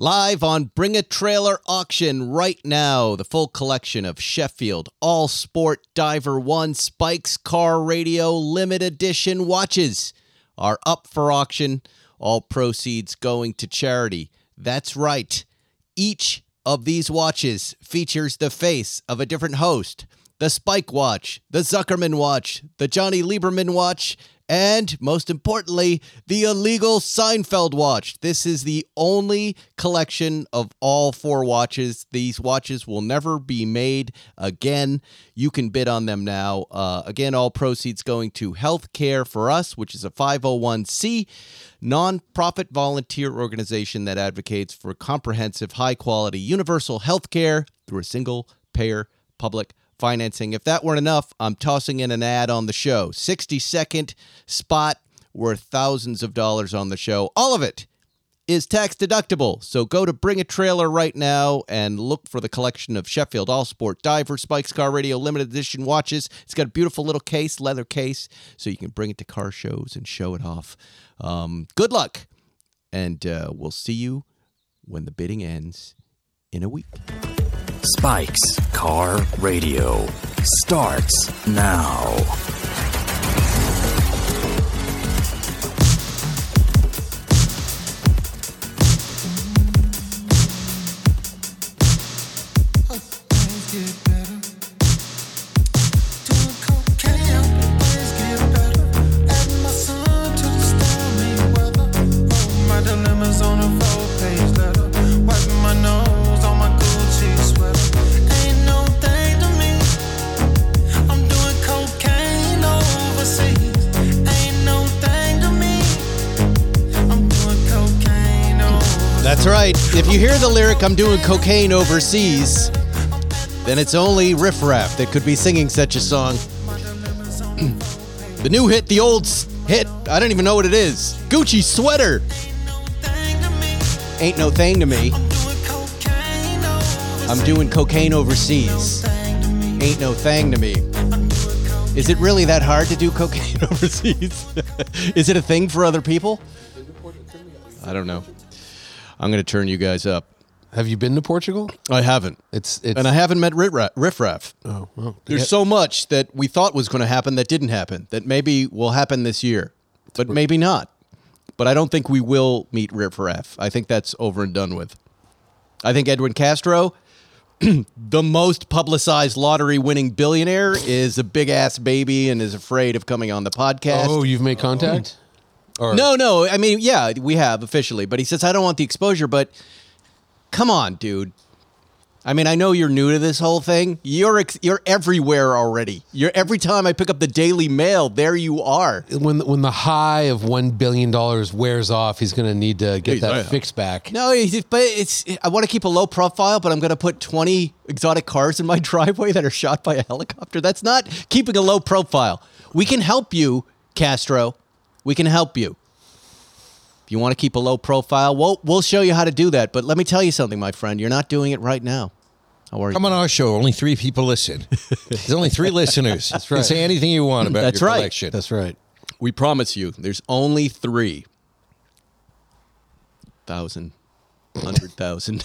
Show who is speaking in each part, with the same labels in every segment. Speaker 1: Live on Bring a Trailer Auction right now, the full collection of Sheffield All Sport Diver 1 Spikes Car Radio Limited Edition watches are up for auction, all proceeds going to charity. That's right. Each of these watches features the face of a different host the Spike Watch, the Zuckerman Watch, the Johnny Lieberman Watch, and most importantly, the illegal Seinfeld watch. This is the only collection of all four watches. These watches will never be made again. You can bid on them now. Uh, again, all proceeds going to Healthcare for Us, which is a 501c nonprofit volunteer organization that advocates for comprehensive, high quality, universal health care through a single payer public financing. If that weren't enough, I'm tossing in an ad on the show. 60 second spot worth thousands of dollars on the show. All of it is tax deductible. So go to Bring a Trailer right now and look for the collection of Sheffield All Sport Diver Spikes Car Radio limited edition watches. It's got a beautiful little case, leather case, so you can bring it to car shows and show it off. Um, good luck, and uh, we'll see you when the bidding ends in a week.
Speaker 2: Spikes Car Radio starts now.
Speaker 1: That's right. If you hear the lyric, I'm doing cocaine overseas, then it's only Riff Raff that could be singing such a song. the new hit, the old s- hit, I don't even know what it is. Gucci sweater. Ain't no thing to me. I'm doing cocaine overseas. Ain't no thing to me. Is it really that hard to do cocaine overseas? is it a thing for other people? I don't know. I'm going to turn you guys up.
Speaker 3: Have you been to Portugal?
Speaker 1: I haven't.
Speaker 3: It's it's
Speaker 1: And I haven't met Rit- Ra- Riff Raff.
Speaker 3: oh, well,
Speaker 1: There's so much that we thought was going to happen that didn't happen, that maybe will happen this year, but maybe not. But I don't think we will meet Riff Raff. I think that's over and done with. I think Edwin Castro, the most publicized lottery winning billionaire, is a big ass baby and is afraid of coming on the podcast.
Speaker 3: oh, you've made contact. Or,
Speaker 1: No, no. I mean, yeah, we have officially, but he says I don't want the exposure. But come on, dude. I mean, I know you're new to this whole thing. You're ex- you're everywhere already. You're every time I pick up the Daily Mail, there you are.
Speaker 3: when when the high of one billion dollars wears off, he's going to need to get that
Speaker 1: yeah.
Speaker 3: fixed back.
Speaker 1: No, it's, but it's I want to keep a low profile, but I'm going to put 20 exotic cars in my driveway that are shot by a helicopter. That's not keeping a low profile. We can help you, Castro. We can help you. If you want to keep a low profile, we'll, we'll show you how to do that. But let me tell you something, my friend. You're not doing it right now. How are you?
Speaker 4: Come on our show. Only three people listen. There's only three listeners. That's
Speaker 3: right.
Speaker 4: say anything you want about
Speaker 1: That's
Speaker 4: your
Speaker 1: right.
Speaker 4: collection.
Speaker 3: That's right.
Speaker 1: We promise you, there's only three thousand, hundred thousand.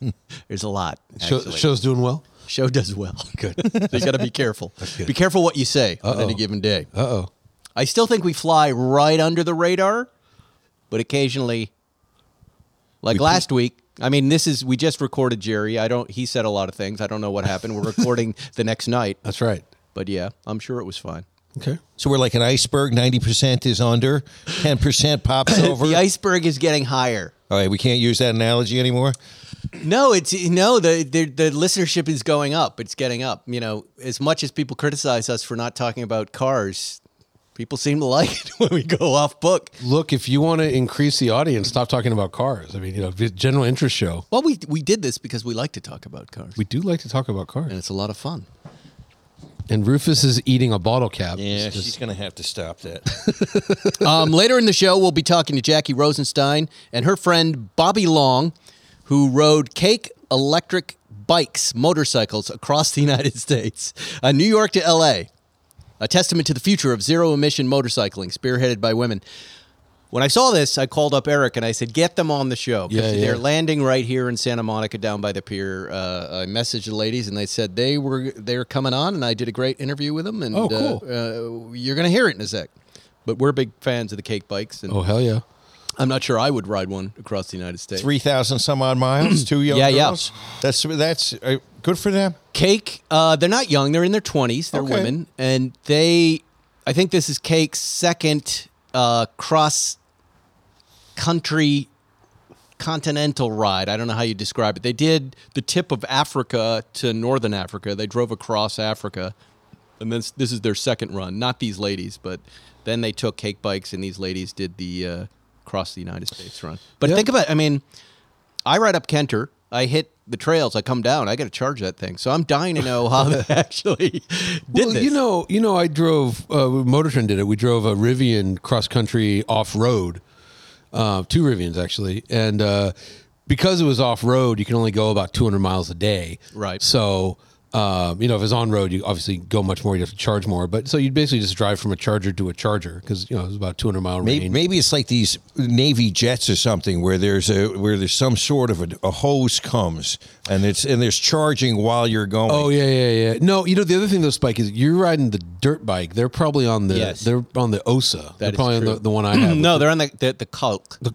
Speaker 1: there's a lot.
Speaker 3: Show,
Speaker 1: actually.
Speaker 3: show's doing well.
Speaker 1: Show does well. Good. so you got to be careful. Be careful what you say on any given day.
Speaker 3: Uh oh.
Speaker 1: I still think we fly right under the radar, but occasionally, like last week. I mean, this is we just recorded Jerry. I don't. He said a lot of things. I don't know what happened. We're recording the next night,
Speaker 3: That's right.
Speaker 1: but yeah, I'm sure it was fine.
Speaker 3: Okay.
Speaker 4: so we're like an iceberg. Ninety percent is under. Ten percent pops over.
Speaker 1: The iceberg is getting higher.
Speaker 4: All right, we can't use that analogy anymore.
Speaker 1: No, it's no. The, the the listenership is going up. It's getting up. You know, as much as people criticize us for not talking about cars, people seem to like it when we go off book.
Speaker 3: Look, if you want to increase the audience, stop talking about cars. I mean, you know, general interest show.
Speaker 1: Well, we we did this because we like to talk about cars,
Speaker 3: We do like to talk about cars.
Speaker 1: and it's a lot of fun.
Speaker 3: And Rufus is eating a bottle cap.
Speaker 4: Yeah,
Speaker 3: It's just-
Speaker 4: she's gonna have to stop that.
Speaker 1: um, later in the show, we'll be talking to Jackie Rosenstein and her friend Bobby Long, who rode cake electric bikes, motorcycles across the United States, uh, New York to L.A. A testament to the future of zero emission motorcycling, spearheaded by women. When I saw this, I called up Eric and I said, "Get them on the show." 'cause
Speaker 3: Yeah, yeah.
Speaker 1: They're landing right here in Santa Monica, down by the pier. Uh, I messaged the ladies and they said they were they were coming on, and I did a great interview with them. And
Speaker 3: Oh,
Speaker 1: uh,
Speaker 3: cool.
Speaker 1: uh, you're gonna hear it in a sec. But we're big fans of the cake bikes, and
Speaker 3: Oh hell yeah!
Speaker 1: I'm not sure I would ride one across the United States.
Speaker 4: Three thousand some odd miles. Two young
Speaker 1: Yeah, yeah.
Speaker 4: girls. That's that's uh, good for them.
Speaker 1: Cake, uh, they're not young. They're in their 20s. They're
Speaker 4: Okay.
Speaker 1: women. And they, I think this is Cake's second uh, cross country continental ride. I don't know how you describe it. They did the tip of Africa to northern Africa. They drove across Africa. And this, this is their second run. Not these ladies, but then they took cake bikes and these ladies did the uh, cross the United States run. But
Speaker 3: Yeah.
Speaker 1: think about I mean, I ride up Kenter. I hit the trails. I come down. I got to charge that thing. So I'm dying to know how they actually did
Speaker 3: well,
Speaker 1: this.
Speaker 3: you know, you know, I drove. Uh, Motor Trend did it. We drove a Rivian cross country off road, uh, two Rivians actually, and uh, because it was off road, you can only go about 200 miles a day.
Speaker 1: Right.
Speaker 3: So. Um, you know, if it's on road, you obviously go much more. You have to charge more, but so you'd basically just drive from a charger to a charger because you know it was about 200 mile range.
Speaker 4: Maybe, maybe it's like these navy jets or something, where there's a where there's some sort of a, a hose comes and it's and there's charging while you're going.
Speaker 3: Oh yeah, yeah, yeah. No, you know the other thing though, Spike, is you're riding the dirt bike. They're probably on the
Speaker 1: Yes.
Speaker 3: they're on the Osa. they're
Speaker 1: is
Speaker 3: probably
Speaker 1: true.
Speaker 3: on the, the one I have.
Speaker 1: no, they're on the the, the Kalk.
Speaker 3: the,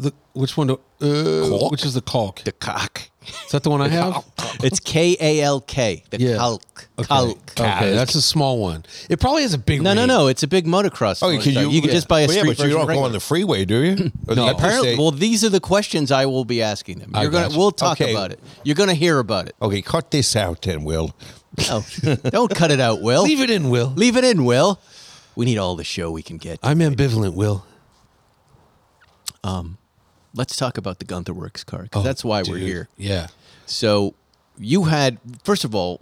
Speaker 3: the which one? Do, uh, Which is the caulk?
Speaker 1: The cock.
Speaker 3: Is that the one I have?
Speaker 1: It's K A L K. The
Speaker 3: Yeah.
Speaker 1: Kalk.
Speaker 3: Okay.
Speaker 1: Kalk.
Speaker 3: Okay, that's a small one. It probably has a big.
Speaker 1: No, no,
Speaker 3: range.
Speaker 1: no! It's a big motocross.
Speaker 4: Oh,
Speaker 1: motorcycle. you, can
Speaker 4: yeah.
Speaker 1: just buy a street
Speaker 4: Well, yeah, but you
Speaker 1: version
Speaker 4: don't go
Speaker 1: regular.
Speaker 4: on the freeway, do you? Or
Speaker 3: Oh.
Speaker 4: do you have to
Speaker 1: Apparently,
Speaker 4: stay-
Speaker 1: well, these are the questions I will be asking them. You're gonna,
Speaker 4: gotcha.
Speaker 1: we'll talk
Speaker 4: Okay.
Speaker 1: about it. You're gonna hear about it.
Speaker 4: okay, cut this out then, Will.
Speaker 1: Oh, don't cut it out, Will.
Speaker 3: Leave it in, Will.
Speaker 1: Leave it in, Will. We need all the show we can get.
Speaker 3: I'm ambivalent, Will.
Speaker 1: Let's talk about the Gunther Works car because that's why we're
Speaker 3: Oh, Dude,
Speaker 1: here.
Speaker 3: Yeah.
Speaker 1: So you had first of all,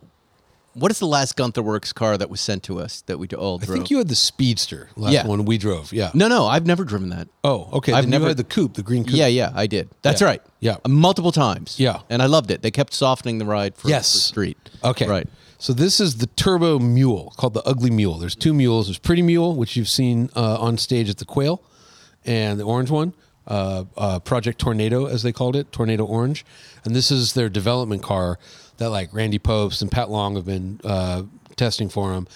Speaker 1: what is the last Gunther Works car that was sent to us that we all
Speaker 3: I
Speaker 1: drove?
Speaker 3: think you had the Speedster last
Speaker 1: Yeah.
Speaker 3: one we drove. Yeah.
Speaker 1: no, no, I've never driven that.
Speaker 3: Oh, okay.
Speaker 1: I've
Speaker 3: then
Speaker 1: never-
Speaker 3: you had the coupe, the green coupe.
Speaker 1: Yeah, yeah, I did. That's
Speaker 3: Yeah.
Speaker 1: right. Uh,
Speaker 3: Yeah.
Speaker 1: multiple times.
Speaker 3: Yeah.
Speaker 1: and I loved it. They kept softening the ride for, for
Speaker 3: Yes.
Speaker 1: street.
Speaker 3: Okay.
Speaker 1: right.
Speaker 3: So this is the turbo mule called the ugly mule. There's two mules. There's pretty mule, which you've seen uh, on stage at the Quail, and the orange one, uh, uh, Project Tornado as they called it, Tornado Orange. And this is their development car that like Randy Popes and Pat Long have been uh, testing for them.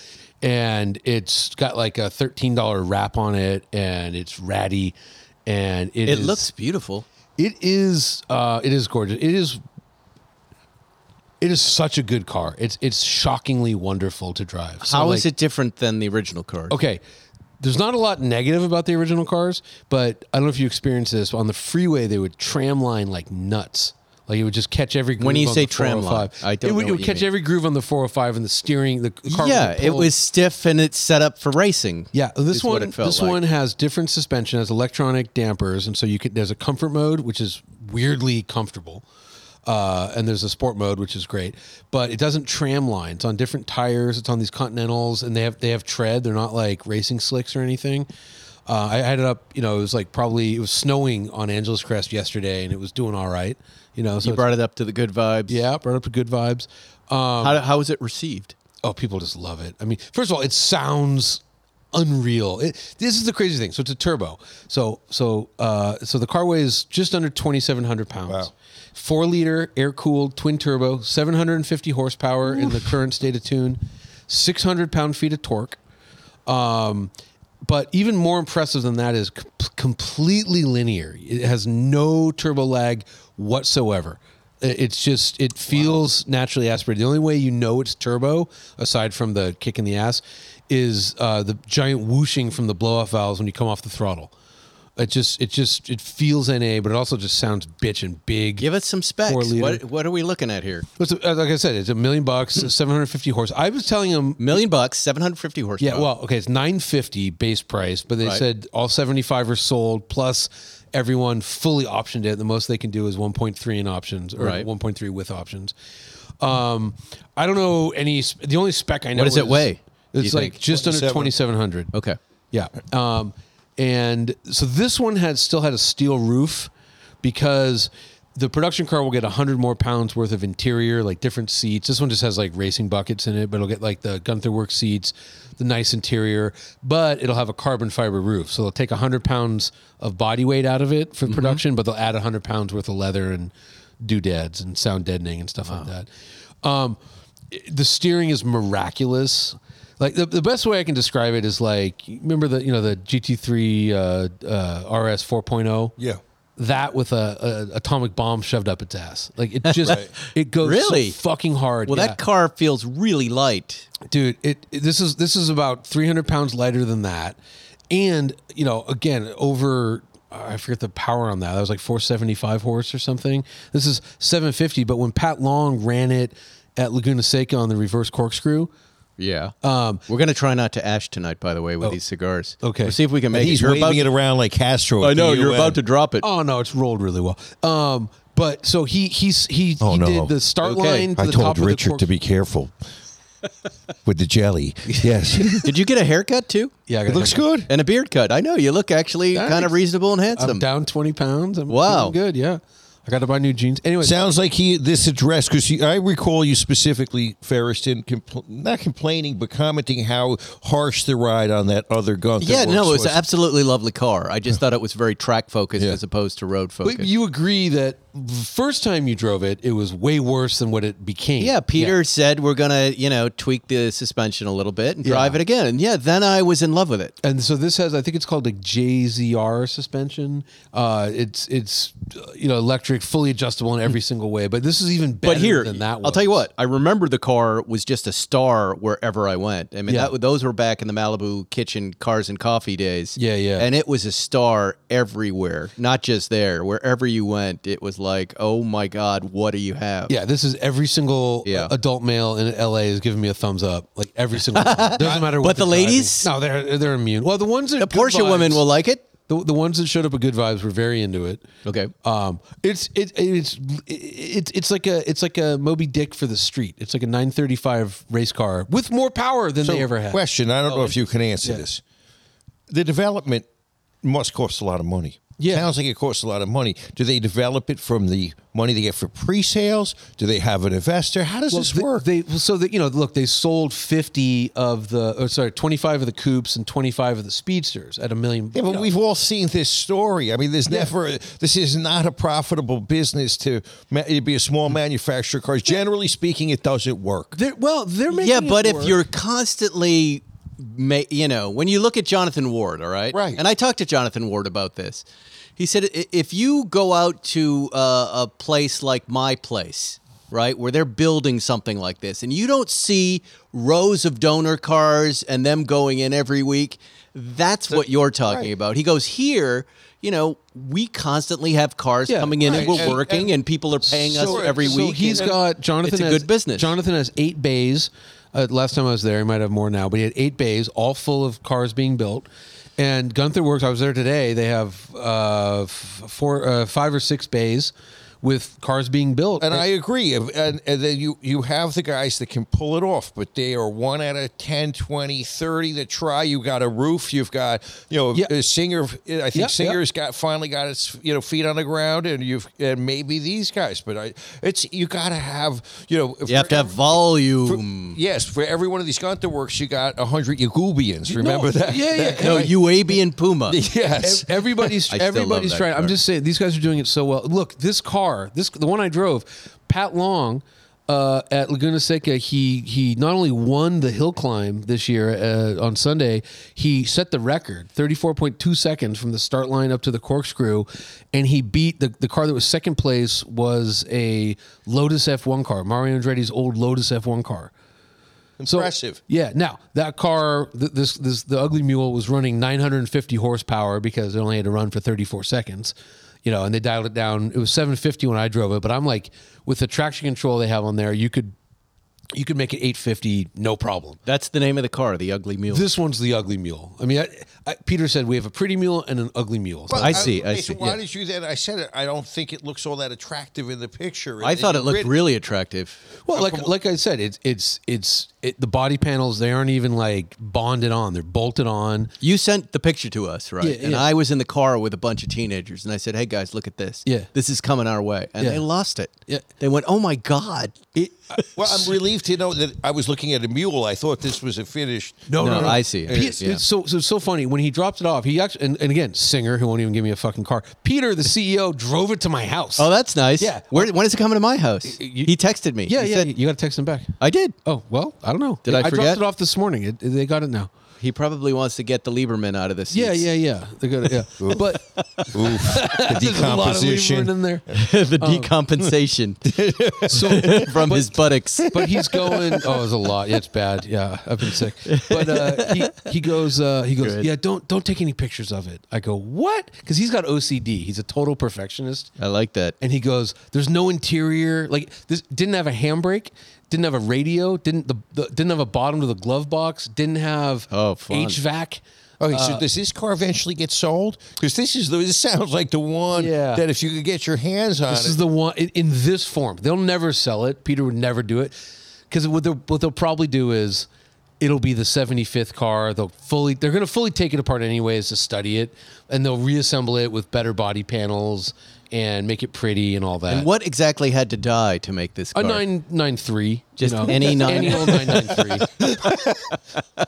Speaker 3: And it's got like a thirteen dollar wrap on it, and it's ratty, and it,
Speaker 1: It
Speaker 3: is-
Speaker 1: looks beautiful.
Speaker 3: it is uh it is gorgeous. It is it is such a good car. It's it's shockingly wonderful to drive. So
Speaker 1: How is
Speaker 3: like-
Speaker 1: it different than the original car?
Speaker 3: Okay. There's not a lot negative about the original cars, but I don't know if you experienced this. On the freeway, they would tram line like nuts. Like it would just catch every groove.
Speaker 1: When you
Speaker 3: on
Speaker 1: say
Speaker 3: the
Speaker 1: tram line,
Speaker 3: 405.
Speaker 1: I don't
Speaker 3: it would,
Speaker 1: know what
Speaker 3: it would
Speaker 1: you
Speaker 3: catch
Speaker 1: mean.
Speaker 3: every groove on the 405 and the steering. The car
Speaker 1: Yeah,
Speaker 3: would
Speaker 1: it
Speaker 3: pull.
Speaker 1: was stiff and it's set up for racing.
Speaker 3: Yeah, this
Speaker 1: is
Speaker 3: one
Speaker 1: what it felt
Speaker 3: this
Speaker 1: like.
Speaker 3: one has different suspension, has electronic dampers, and so you could there's a comfort mode which is weirdly comfortable. Uh, and there's a sport mode which is great, but it doesn't tram line. It's on different tires. It's on these Continentals, and they have they have tread. They're not like racing slicks or anything. Uh, I had it up. You know, it was like probably it was snowing on Angeles Crest yesterday, and it was doing all right. You know, so
Speaker 1: You
Speaker 3: it's-
Speaker 1: brought it up to the good vibes.
Speaker 3: yeah, brought up to good vibes. Um,
Speaker 1: How, how was it received?
Speaker 3: Oh, people just love it. I mean, first of all, it sounds unreal. It, this is the crazy thing. So it's a turbo. So so uh, so the car weighs just under twenty seven hundred pounds.
Speaker 4: Wow.
Speaker 3: Four liter air cooled twin turbo, seven hundred and fifty horsepower in the current state of tune, six hundred pound feet of torque. Um, but even more impressive than that is com- completely linear. It has no turbo lag whatsoever. I- It's just it feels naturally aspirated. The only way you know it's turbo, aside from the kick in the ass, is uh, the giant whooshing from the blow off valves when you come off the throttle. It just it just it feels NA, but it also just sounds bitchin' big.
Speaker 1: Give us some specs.
Speaker 3: Four liter.
Speaker 1: What, what are we looking at here?
Speaker 3: It's a- like I said, it's a million bucks, seven hundred fifty horse. I was telling him
Speaker 1: Million bucks, 750 horsepower.
Speaker 3: Yeah, well, okay, it's nine fifty base price, but they
Speaker 1: Right.
Speaker 3: said all seventy five are sold. Plus, everyone fully optioned it. The most they can do is one point three in options, or
Speaker 1: Right.
Speaker 3: one point three with options. Um, I don't know any. sp- The only spec I know
Speaker 1: What does it
Speaker 3: is-
Speaker 1: weigh, do you
Speaker 3: It's like
Speaker 1: think?
Speaker 3: just under
Speaker 4: 27.
Speaker 3: twenty seven hundred.
Speaker 1: okay.
Speaker 3: Yeah. Um, and so this one had still had a steel roof because the production car will get 100 more pounds worth of interior, like different seats. This one just has like racing buckets in it, but it'll get like the Gunther Works seats, the nice interior, but it'll have a carbon fiber roof. So they'll take 100 pounds of body weight out of it for production, but they'll add 100 pounds worth of leather and doodads and sound deadening and stuff like that. Um, i- the steering is miraculous. Like the, the best way I can describe it is like remember the you know the GT3 uh, uh, RS 4.0
Speaker 4: Yeah.
Speaker 3: that with a, a atomic bomb shoved up its ass. Like it just it goes
Speaker 1: Really?
Speaker 3: so fucking hard.
Speaker 1: Well,
Speaker 3: Yeah.
Speaker 1: that car feels really light.
Speaker 3: dude, it, it- this is this is about three hundred pounds lighter than that, and you know again over. I forget the power on that. That was like 475 horse or something. This is 750. But when Pat Long ran it at Laguna Seca on the reverse corkscrew,
Speaker 1: Yeah. Um, We're gonna try not to ash tonight, by the way, with these cigars.
Speaker 3: Oh, okay.
Speaker 1: We'll see if we can make
Speaker 4: He's
Speaker 1: it. You're
Speaker 4: waving
Speaker 1: about-
Speaker 4: it around like Castro. at
Speaker 1: I know
Speaker 4: the
Speaker 1: you're
Speaker 4: UN.
Speaker 1: about to drop it.
Speaker 3: Oh no, it's rolled really well. Um, but so he he's he,
Speaker 4: Oh,
Speaker 3: he
Speaker 4: no.
Speaker 3: did the start
Speaker 1: Okay.
Speaker 3: line. To
Speaker 4: I
Speaker 3: the top
Speaker 4: told
Speaker 3: of the
Speaker 4: Richard
Speaker 3: cork-
Speaker 4: to be careful with the jelly. Yes.
Speaker 1: Did you get a haircut too?
Speaker 3: Yeah, I
Speaker 4: it
Speaker 3: gotta
Speaker 4: looks
Speaker 3: check it.
Speaker 4: good.
Speaker 1: And a beard cut. I know you look actually
Speaker 3: Thanks.
Speaker 1: kind of reasonable and handsome.
Speaker 3: I'm down 20 pounds. I'm
Speaker 1: Wow.
Speaker 3: feeling good. Yeah. I got to buy new jeans. Anyway,
Speaker 4: Sounds like he this address because I recall you specifically, Ferriston, compl- not complaining but commenting how harsh the ride on that other gun. that
Speaker 1: Yeah, no, it
Speaker 4: works
Speaker 1: was an absolutely lovely car. I just thought it was very track focused
Speaker 4: Yeah.
Speaker 1: as opposed to road
Speaker 3: but
Speaker 1: focused.
Speaker 3: you agree that the first time you drove it, it was way worse than what it became.
Speaker 1: yeah, Peter said we're gonna, you know, tweak the suspension a little bit and drive it again. And yeah, then I was in love with it.
Speaker 3: And so this has, I think it's called a JZR suspension. Uh, it's it's uh, you know electric, fully adjustable in every single way. But this is even better
Speaker 1: But here,
Speaker 3: than that.
Speaker 1: I'll tell you
Speaker 3: was.
Speaker 1: what. I remember the car was just a star wherever I went. I mean,
Speaker 3: Yeah.
Speaker 1: that, those were back in the Malibu kitchen cars and coffee days.
Speaker 3: Yeah, yeah.
Speaker 1: And it was a star everywhere, not just there. Wherever you went, it was like, oh my god, what do you have?
Speaker 3: Yeah, this is every single uh,
Speaker 1: Yeah.
Speaker 3: adult male in LA is giving me a thumbs up. Like every single one. doesn't matter.
Speaker 1: But
Speaker 3: what
Speaker 1: the
Speaker 3: they're driving.
Speaker 1: ladies?
Speaker 3: no, they're they're immune. Well, the ones that
Speaker 1: the
Speaker 3: good
Speaker 1: Porsche women
Speaker 3: vibes-
Speaker 1: will like it.
Speaker 3: The, the ones that showed up with good vibes were very into it.
Speaker 1: Okay.
Speaker 3: Um, it's it, it's it's it's like a it's like a Moby Dick for the street. It's like a 935 race car with more power than they ever had.
Speaker 4: Question: I don't
Speaker 1: Oh,
Speaker 4: know if you can answer this. The development must cost a lot of money.
Speaker 3: Yeah.
Speaker 4: sounds like it costs a lot of money. Do they develop it from the money they get for pre-sales? Do they have an investor? How does this
Speaker 3: Well,
Speaker 4: work?
Speaker 3: They, they- so that you know, look, they sold 50 of the or sorry, 25 of the coupes and 25 of the speedsters at a million.
Speaker 4: Yeah,
Speaker 3: you
Speaker 4: but
Speaker 3: know.
Speaker 4: we've all seen this story. I mean, there's never this is not a profitable business to ma- it'd be a small
Speaker 3: Mm.
Speaker 4: manufacturer of cars. Generally speaking, it doesn't work.
Speaker 3: They're, well, they're making
Speaker 1: yeah
Speaker 3: it
Speaker 1: but if
Speaker 3: work.
Speaker 1: you're constantly ma- you know when you look at jonathan ward all right
Speaker 4: Right.
Speaker 1: and i talked to jonathan ward about this he said "I- if you go out to uh, a place like my place right where they're building something like this and you don't see rows of donor cars and them going in every week that's what you're talking about he goes here you know we constantly have cars
Speaker 3: Yeah,
Speaker 1: coming in
Speaker 4: right.
Speaker 1: and we're
Speaker 4: And-
Speaker 1: working and,
Speaker 4: and-
Speaker 1: people are paying
Speaker 4: So-
Speaker 1: us every
Speaker 3: so
Speaker 1: week
Speaker 3: He's
Speaker 1: and
Speaker 3: got Jonathan.
Speaker 1: it's a
Speaker 3: has-
Speaker 1: good business
Speaker 3: Jonathan has eight bays. Uh, last time I was there, he might have more now, but he had eight bays, all full of cars being built. And Gunther Works. I was there today. They have uh, f- four, uh, five or six bays with cars being built.
Speaker 4: And I agree. And, and then you, you have the guys that can pull it off, but they are one out of 10, 20, 30 that try. You got a roof. You've got, you know,
Speaker 3: Yeah.
Speaker 4: a singer. I think
Speaker 3: Yeah,
Speaker 4: Singer's got finally got its, you know, feet on the ground and you've, and maybe these guys, but I, it's, you got to have, you know,
Speaker 1: you have to have volume
Speaker 4: Yes, for every one of these Gunther works, you got a hundred Yagubians. Remember
Speaker 3: No,
Speaker 4: that?
Speaker 3: Yeah, yeah.
Speaker 1: No, UAB and Puma.
Speaker 4: Yes.
Speaker 3: Ev- Everybody's
Speaker 1: I still love
Speaker 3: everybody's
Speaker 1: that
Speaker 3: trying.
Speaker 1: car.
Speaker 3: I'm just saying these guys are doing it so well. Look, this car, this the one I drove, Pat Long uh, at Laguna Seca. He he not only won the hill climb this year uh, on Sunday, he set the record, 34.2 seconds from the start line up to the corkscrew, and he beat the the car that was second place was a Lotus F1 car, Mario Andretti's old Lotus F1 car. So-
Speaker 4: Impressive.
Speaker 3: yeah. Now that car, th- this this the ugly mule was running 950 horsepower because it only had to run for 34 seconds, you know, and they dialed it down. It was 750 when I drove it, but I'm like, with the traction control they have on there, you could you could make it 850 no problem.
Speaker 1: That's the name of the car, the Ugly Mule.
Speaker 3: This one's the ugly mule. I mean, I, I, Peter said we have a pretty mule and an ugly mule.
Speaker 4: But
Speaker 1: I see, I
Speaker 4: okay,
Speaker 1: see,
Speaker 4: So uh, why
Speaker 1: yeah.
Speaker 4: did you then? I said it. I don't think it looks all that attractive in the picture.
Speaker 1: I
Speaker 4: And
Speaker 1: thought
Speaker 4: you
Speaker 1: it looked
Speaker 4: rid-
Speaker 1: really attractive.
Speaker 3: Well, like like I said, it's it's it's it, the body panels they aren't even like bonded on; they're bolted on.
Speaker 1: You sent the picture to us, right?
Speaker 3: Yeah,
Speaker 1: and
Speaker 3: yeah.
Speaker 1: I was in the car with a bunch of teenagers, and I said, "Hey guys, look at this.
Speaker 3: Yeah.
Speaker 1: this is coming our way." And
Speaker 3: Yeah.
Speaker 1: they lost it.
Speaker 3: Yeah.
Speaker 1: they went, "Oh my god!"
Speaker 4: Well, I'm relieved to know that I was looking at a mule. I thought this was a finished.
Speaker 1: No, I see.
Speaker 3: Pe-
Speaker 1: Yeah.
Speaker 3: it's so so it's so funny when he dropped it off. He actually and, and again, singer who won't even give me a fucking car. Peter, the CEO, drove it to my house.
Speaker 1: Oh, that's nice.
Speaker 3: Yeah.
Speaker 1: Where, when is it coming to my house?
Speaker 3: You-
Speaker 1: he texted me.
Speaker 3: yeah,
Speaker 1: He
Speaker 3: yeah.
Speaker 1: said-
Speaker 3: you got to text him back.
Speaker 1: I did.
Speaker 3: Oh well, I don't know.
Speaker 1: Did I forget?
Speaker 3: dropped it off this morning. It, they got it now.
Speaker 1: He probably wants to get the Lieberman out of this.
Speaker 3: Yeah, yeah, yeah. They got it. Yeah, but
Speaker 4: Oof, the
Speaker 3: there's a lot of Lieberman
Speaker 4: decomposition.
Speaker 3: in there.
Speaker 1: the decompensation
Speaker 3: So,
Speaker 1: from his buttocks.
Speaker 3: but he's going. Oh, it's a lot. Yeah, it's bad. Yeah, I've been sick. But uh, he he goes. Uh, he goes.
Speaker 1: Good.
Speaker 3: Yeah, don't don't take any pictures of it. I go what? Because he's got OCD. He's a total perfectionist.
Speaker 1: I like that.
Speaker 3: and he goes, "There's no interior. Like this didn't have a handbrake, didn't have a radio, didn't the, the didn't have a bottom to the glove box, didn't have
Speaker 1: Oh, fun.
Speaker 3: HVAC."
Speaker 4: Okay,
Speaker 1: Uh,
Speaker 4: so does this car eventually get sold? Because this is the- this sounds like the one
Speaker 3: Yeah.
Speaker 4: that if you could get your hands on
Speaker 3: This
Speaker 4: it,
Speaker 3: is the one in, in this form. They'll never sell it. Peter would never do it because what they'll, what they'll probably do is it'll be the 75th car. They'll fully they're going to fully take it apart anyways to study it, and they'll reassemble it with better body panels and make it pretty and all that.
Speaker 1: And what exactly had to die to make this
Speaker 3: a
Speaker 1: car?
Speaker 3: Oh, nine nine three,
Speaker 1: Just any nine-
Speaker 3: any old nine nine three.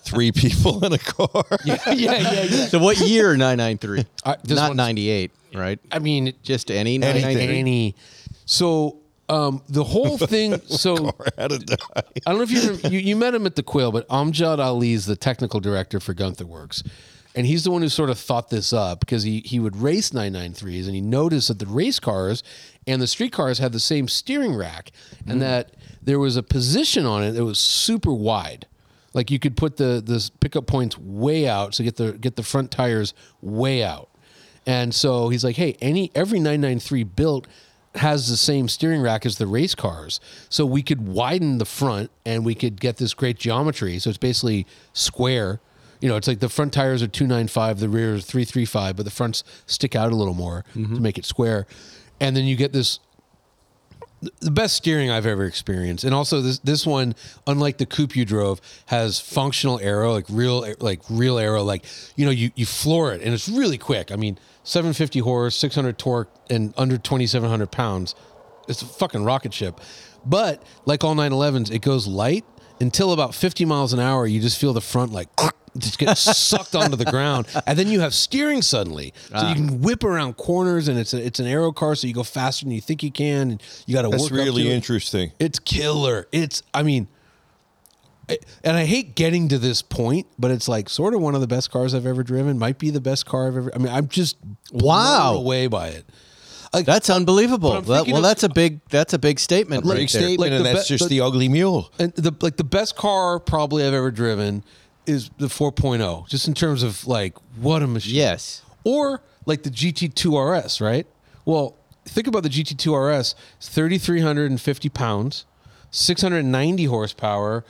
Speaker 4: three people in a car.
Speaker 3: yeah, yeah, yeah.
Speaker 1: So what year? Nine nine three.
Speaker 3: I- this
Speaker 1: Not
Speaker 3: one's-
Speaker 1: ninety eight, right?
Speaker 3: I mean,
Speaker 1: Just any nine nine
Speaker 4: Anything.
Speaker 1: three.
Speaker 3: any. So um, the whole thing. So
Speaker 4: How did I-
Speaker 3: I don't know if you, remember, you you met him at the Quill, but Amjad Ali is the technical director for Gunther Works, and he's the one who sort of thought this up because he he would race 993s, and he noticed that the race cars and the street cars had the same steering rack, and that there was a position on it that was super wide. Like you could put the the pickup points way out, so get the get the front tires way out. And so he's like, "Hey, any every 993 built has the same steering rack as the race cars, so we could widen the front and we could get this great geometry. So it's basically square. You know, it's like the front tires are 295, the rear is 335, but the fronts stick out a little more to make it square. And then you get this the best steering I've ever experienced. And also this this one, unlike the coupe you drove, has functional aero, like real like real aero, like you know, you you floor it and it's really quick. I mean, 750 horse, 600 torque, and under 2,700 pounds. It's a fucking rocket ship. But like all 911s, it goes light until about 50 miles an hour. You just feel the front like just get sucked onto the ground, and then you have steering suddenly, so you can whip around corners, and it's a, it's an aero car, so you go faster than you think you can, and you got to
Speaker 4: That's
Speaker 3: work up
Speaker 4: really
Speaker 3: to it.
Speaker 4: interesting.
Speaker 3: It's killer. It's I mean, I- and I hate getting to this point, but it's like sort of one of the best cars I've ever driven. Might be the best car I've ever. I mean, I'm just
Speaker 1: Wow.
Speaker 3: blown away by it.
Speaker 1: That's
Speaker 3: But
Speaker 1: unbelievable.
Speaker 3: I'm
Speaker 1: That-
Speaker 3: thinking
Speaker 1: well,
Speaker 3: of-
Speaker 1: that's a big that's a big statement. right
Speaker 4: Big
Speaker 1: there.
Speaker 4: statement,
Speaker 3: Like
Speaker 4: and
Speaker 3: the
Speaker 4: that's
Speaker 3: be-
Speaker 4: just
Speaker 3: but-
Speaker 4: the ugly mule.
Speaker 3: And the like the best car probably I've ever driven is the 4.0, just in terms of like what a machine.
Speaker 1: Yes.
Speaker 3: Or like the GT2 RS, right? Well, think about the GT2 RS, 3,350 pounds, 690 horsepower,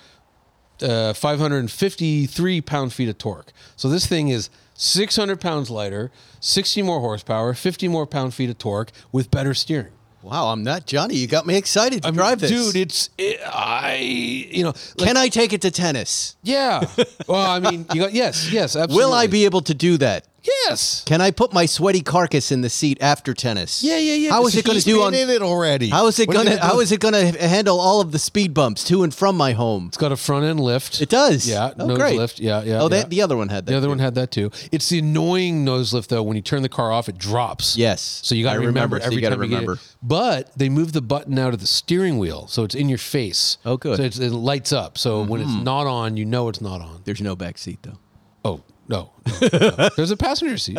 Speaker 3: uh, 553 pound feet of torque. So this thing is 600 pounds lighter, 60 more horsepower, 50 more pound feet of torque with better steering.
Speaker 1: Wow, I'm not Johnny. You got me excited to
Speaker 3: I mean,
Speaker 1: drive this,
Speaker 3: dude. It's it, I, you know, like,
Speaker 1: Can I take it to tennis?
Speaker 3: yeah. well, I mean, you got yes, yes, absolutely.
Speaker 1: Will I be able to do that?
Speaker 3: Yes.
Speaker 1: Can I put my sweaty carcass in the seat after tennis?
Speaker 3: Yeah, yeah, yeah.
Speaker 1: How is it going to
Speaker 4: He's
Speaker 1: do
Speaker 4: been
Speaker 1: on?
Speaker 4: in it already.
Speaker 1: How is it
Speaker 4: What are you
Speaker 1: going to?
Speaker 4: gonna
Speaker 1: How
Speaker 4: do?
Speaker 1: is it going to handle all of the speed bumps to and from my home?
Speaker 3: It's got a front end lift.
Speaker 1: It does.
Speaker 3: Yeah.
Speaker 1: Oh,
Speaker 3: nose
Speaker 1: great.
Speaker 3: lift. Yeah. Yeah.
Speaker 1: Oh,
Speaker 3: yeah.
Speaker 1: that the other one had that.
Speaker 3: The other one had that too. It's the annoying nose lift though. When you turn the car off, it drops.
Speaker 1: Yes.
Speaker 3: So you got
Speaker 1: I
Speaker 3: to
Speaker 1: remember,
Speaker 3: remember
Speaker 1: so
Speaker 3: every
Speaker 1: you gotta
Speaker 3: time you get it.
Speaker 1: remember.
Speaker 3: But they moved the button out of the steering wheel, so it's in your face.
Speaker 1: Oh, good. Mm-hmm.
Speaker 3: So it's, it lights up. So when it's not on, you know it's not on.
Speaker 1: There's no back seat though.
Speaker 3: Oh no, no, no. there's a passenger seat.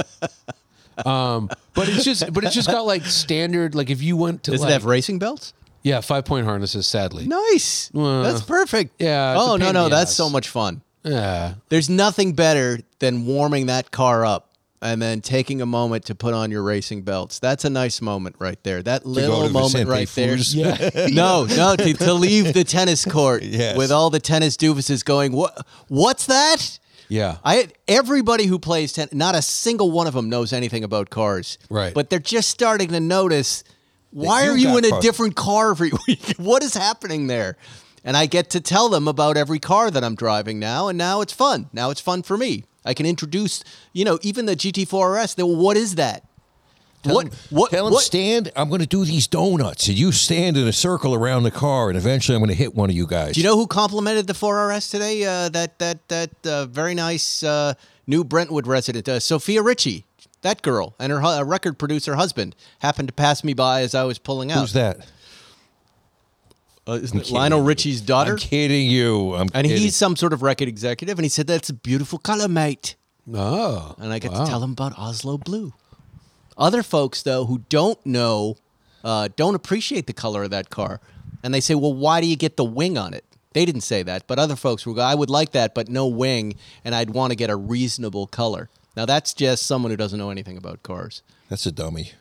Speaker 3: Um, but it's just, but it's just got like standard. Like if you went to
Speaker 1: Does
Speaker 3: like,
Speaker 1: it have racing belts?
Speaker 3: yeah, five point harnesses. Sadly,
Speaker 1: Nice.
Speaker 3: Well,
Speaker 1: that's perfect.
Speaker 3: yeah, it's a
Speaker 1: Oh
Speaker 3: pain
Speaker 1: no,
Speaker 3: in
Speaker 1: no,
Speaker 3: the
Speaker 1: that's
Speaker 3: ass.
Speaker 1: so much fun.
Speaker 3: yeah,
Speaker 1: There's nothing better than warming that car up and then taking a moment to put on your racing belts. That's a nice moment right there. That
Speaker 4: go
Speaker 1: little
Speaker 4: to
Speaker 1: moment
Speaker 4: Vicente
Speaker 1: right there.
Speaker 4: Foos.
Speaker 1: no, no, to, to leave the tennis court
Speaker 4: Yes.
Speaker 1: with all the tennis doofuses going, "What? What's that?"
Speaker 3: yeah.
Speaker 1: I everybody who plays tennis, not a single one of them knows anything about cars.
Speaker 3: Right.
Speaker 1: But they're just starting to notice. Why
Speaker 4: you
Speaker 1: are you
Speaker 4: got
Speaker 1: in a
Speaker 4: cars.
Speaker 1: different car every week? What is happening there? and I get to tell them about every car that I'm driving now, and now it's fun. Now it's fun for me. I can introduce, you know, even the GT4 RS. They, well, what is that? what?
Speaker 4: him-
Speaker 1: what?
Speaker 4: Tell him
Speaker 1: what-
Speaker 4: stand. I'm going to do these donuts, and you stand in a circle around the car, and eventually I'm going to hit one of you guys.
Speaker 1: Do you know who complimented the 4RS today? Uh, that that that uh, very nice uh, new Brentwood resident, uh, Sophia Ritchie. That girl and her hu- uh, record producer husband happened to pass me by as I was pulling out.
Speaker 4: who's that?
Speaker 1: Uh, isn't it Lionel Richie's daughter?
Speaker 4: I'm kidding you. I'm
Speaker 1: and
Speaker 4: kidding.
Speaker 1: he's some sort of record executive, and he said that's a beautiful color, mate.
Speaker 3: Oh.
Speaker 1: And I got to tell him about Oslo Blue. Other folks though who don't know, uh, don't appreciate the color of that car, and they say, "Well, why do you get the wing on it?" They didn't say that, but other folks were. go, I would like that, but no wing, and I'd want to get a reasonable color. Now that's just someone who doesn't know anything about cars.
Speaker 4: that's a dummy.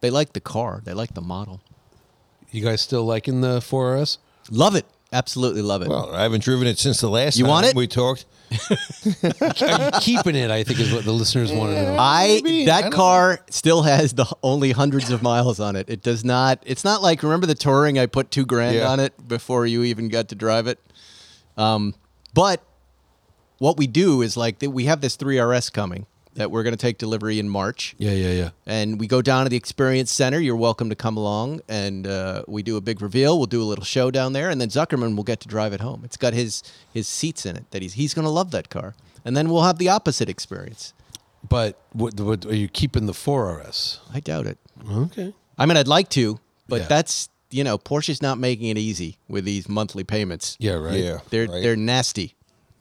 Speaker 1: They like the car, they like the model,
Speaker 3: You guys still liking the 4RS?
Speaker 1: love it, absolutely love it.
Speaker 4: Well, I haven't driven it since the last
Speaker 1: You
Speaker 4: time
Speaker 1: want it?
Speaker 4: we talked.
Speaker 3: Keeping it, I think, is what the listeners want to know.
Speaker 1: I
Speaker 4: I
Speaker 1: that
Speaker 4: don't
Speaker 1: car still has the only hundreds of miles on it. It does not. It's not like remember the touring. I put two grand
Speaker 4: Yeah.
Speaker 1: on it before you even got to drive it. Um, but what we do is like that. We have this three RS coming that we're going to take delivery in March,
Speaker 3: yeah, yeah, yeah.
Speaker 1: and we go down to the Experience Center. You're welcome to come along, and uh, we do a big reveal. We'll do a little show down there, and then Zuckerman will get to drive it home. It's got his his seats in it that he's he's going to love that car, and then we'll have the opposite experience.
Speaker 3: But what, what are you keeping the 4RS?
Speaker 1: I doubt it.
Speaker 3: Okay.
Speaker 1: I mean, I'd like to, but
Speaker 3: Yeah.
Speaker 1: that's you know, Porsche's not making it easy with these monthly payments.
Speaker 3: Yeah, right.
Speaker 4: Yeah,
Speaker 1: they're
Speaker 4: right.
Speaker 1: they're nasty,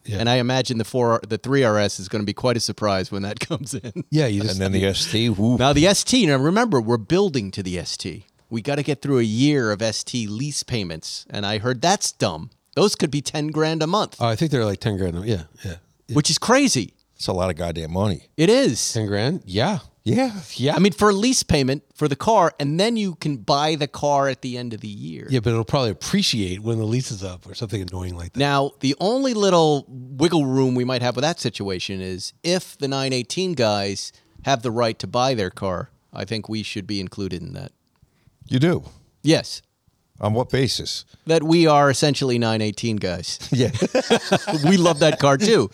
Speaker 3: Yeah.
Speaker 1: and I imagine the four the three RS is going to be quite a surprise when that comes in.
Speaker 3: Yeah, you
Speaker 4: and
Speaker 3: just
Speaker 4: then the ST. woo.
Speaker 1: now the ST. Now remember, we're building to the ST. We got to get through a year of ST lease payments, and I heard that's dumb. Those could be ten grand a month,
Speaker 3: Oh, I think they're like ten grand. Yeah, yeah,
Speaker 1: which is crazy.
Speaker 4: That's a lot of goddamn money.
Speaker 1: It is.
Speaker 3: ten grand. Yeah,
Speaker 4: Yeah,
Speaker 3: yeah.
Speaker 1: I mean, for a lease payment for the car, and then you can buy the car at the end of the year.
Speaker 3: yeah, but it'll probably appreciate when the lease is up or something annoying like that.
Speaker 1: Now, the only little wiggle room we might have with that situation is if the 918 guys have the right to buy their car, I think we should be included in that.
Speaker 4: you do.
Speaker 1: Yes.
Speaker 4: On what basis?
Speaker 1: That we are essentially 918 guys.
Speaker 4: Yeah.
Speaker 1: we love that car too.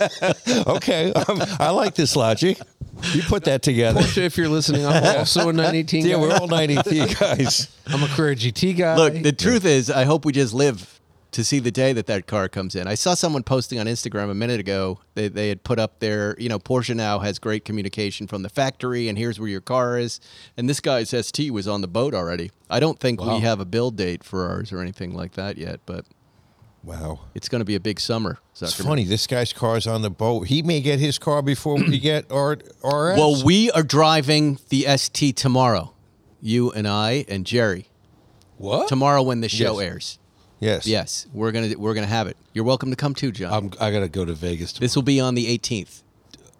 Speaker 4: okay. Um, I like this logic. You put that together.
Speaker 3: If you're listening, I'm also a 918
Speaker 4: Yeah,
Speaker 3: guy.
Speaker 4: we're all 93 guys.
Speaker 3: I'm a career GT guy.
Speaker 1: Look, the truth is, I hope we just live to see the day that that car comes in. I saw someone posting on Instagram a minute ago. They, they had put up their, you know, Porsche now has great communication from the factory, and here's where your car is. And this guy's ST was on the boat already. I don't think we have a build date for ours or anything like that yet, but
Speaker 4: Wow.
Speaker 1: it's going to be a big summer. Zuckerman.
Speaker 4: It's funny. This guy's car's on the boat. He may get his car before we get our RS.
Speaker 1: Well, we are driving the ST tomorrow, you and I and Jerry.
Speaker 3: what?
Speaker 1: Tomorrow when the show
Speaker 4: Yes.
Speaker 1: airs.
Speaker 4: yes.
Speaker 1: Yes, we're gonna we're gonna have it. You're welcome to come too, John.
Speaker 3: I'm, I gotta go to Vegas. Tomorrow.
Speaker 1: This will be on the 18th,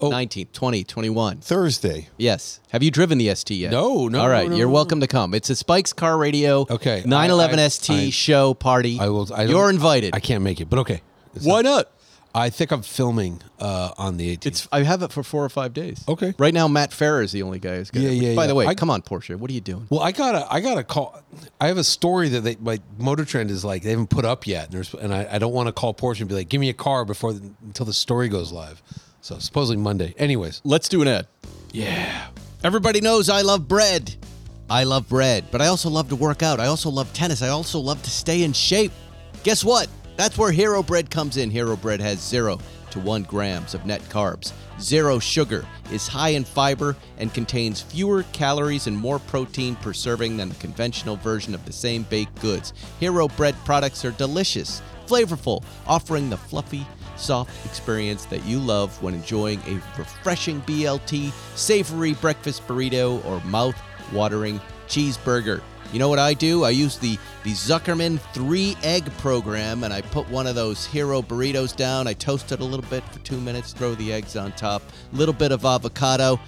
Speaker 3: Oh.
Speaker 1: 19th, 20, 21.
Speaker 4: Thursday.
Speaker 1: Yes. Have you driven the ST yet?
Speaker 3: No, no,
Speaker 1: All right,
Speaker 3: no,
Speaker 1: you're
Speaker 3: no,
Speaker 1: welcome to come. It's a Spikes Car Radio.
Speaker 3: Okay, I-
Speaker 1: 911
Speaker 3: I-
Speaker 1: ST
Speaker 3: I-
Speaker 1: show party.
Speaker 3: I will. I don't-
Speaker 1: you're invited.
Speaker 3: I can't make it, but okay. It's
Speaker 1: Why not?
Speaker 3: I think I'm filming uh, on the 18th.
Speaker 1: It's I have it for four or five days.
Speaker 3: Okay.
Speaker 1: Right now, Matt Farah is the only guy who's got
Speaker 3: Yeah,
Speaker 1: it. which,
Speaker 3: yeah,
Speaker 1: By
Speaker 3: yeah.
Speaker 1: the way,
Speaker 3: I-
Speaker 1: come on, Porsche. What are you doing?
Speaker 3: Well, I gotta, I gotta call. I have a story that they, my Motor Trend is like they haven't put up yet, and, there's, and I, I don't want to call Porsche and be like, "Give me a car before the, until the story goes live." So supposedly Monday. Anyways,
Speaker 1: Let's do an ad.
Speaker 3: yeah,
Speaker 1: Everybody knows I love bread. I love bread, but I also love to work out. I also love tennis. I also love to stay in shape. Guess what? That's where Hero Bread comes in. Hero Bread has zero to one grams of net carbs, zero sugar, is high in fiber, and contains fewer calories and more protein per serving than the conventional version of the same baked goods. Hero Bread products are delicious, flavorful, offering the fluffy, soft experience that you love when enjoying a refreshing BLT, savory breakfast burrito, or mouth watering cheeseburger. You know what I do? I use the, the Zuckerman three egg program and I put one of those hero burritos down. I toast it a little bit for two minutes, throw the eggs on top, little bit of avocado.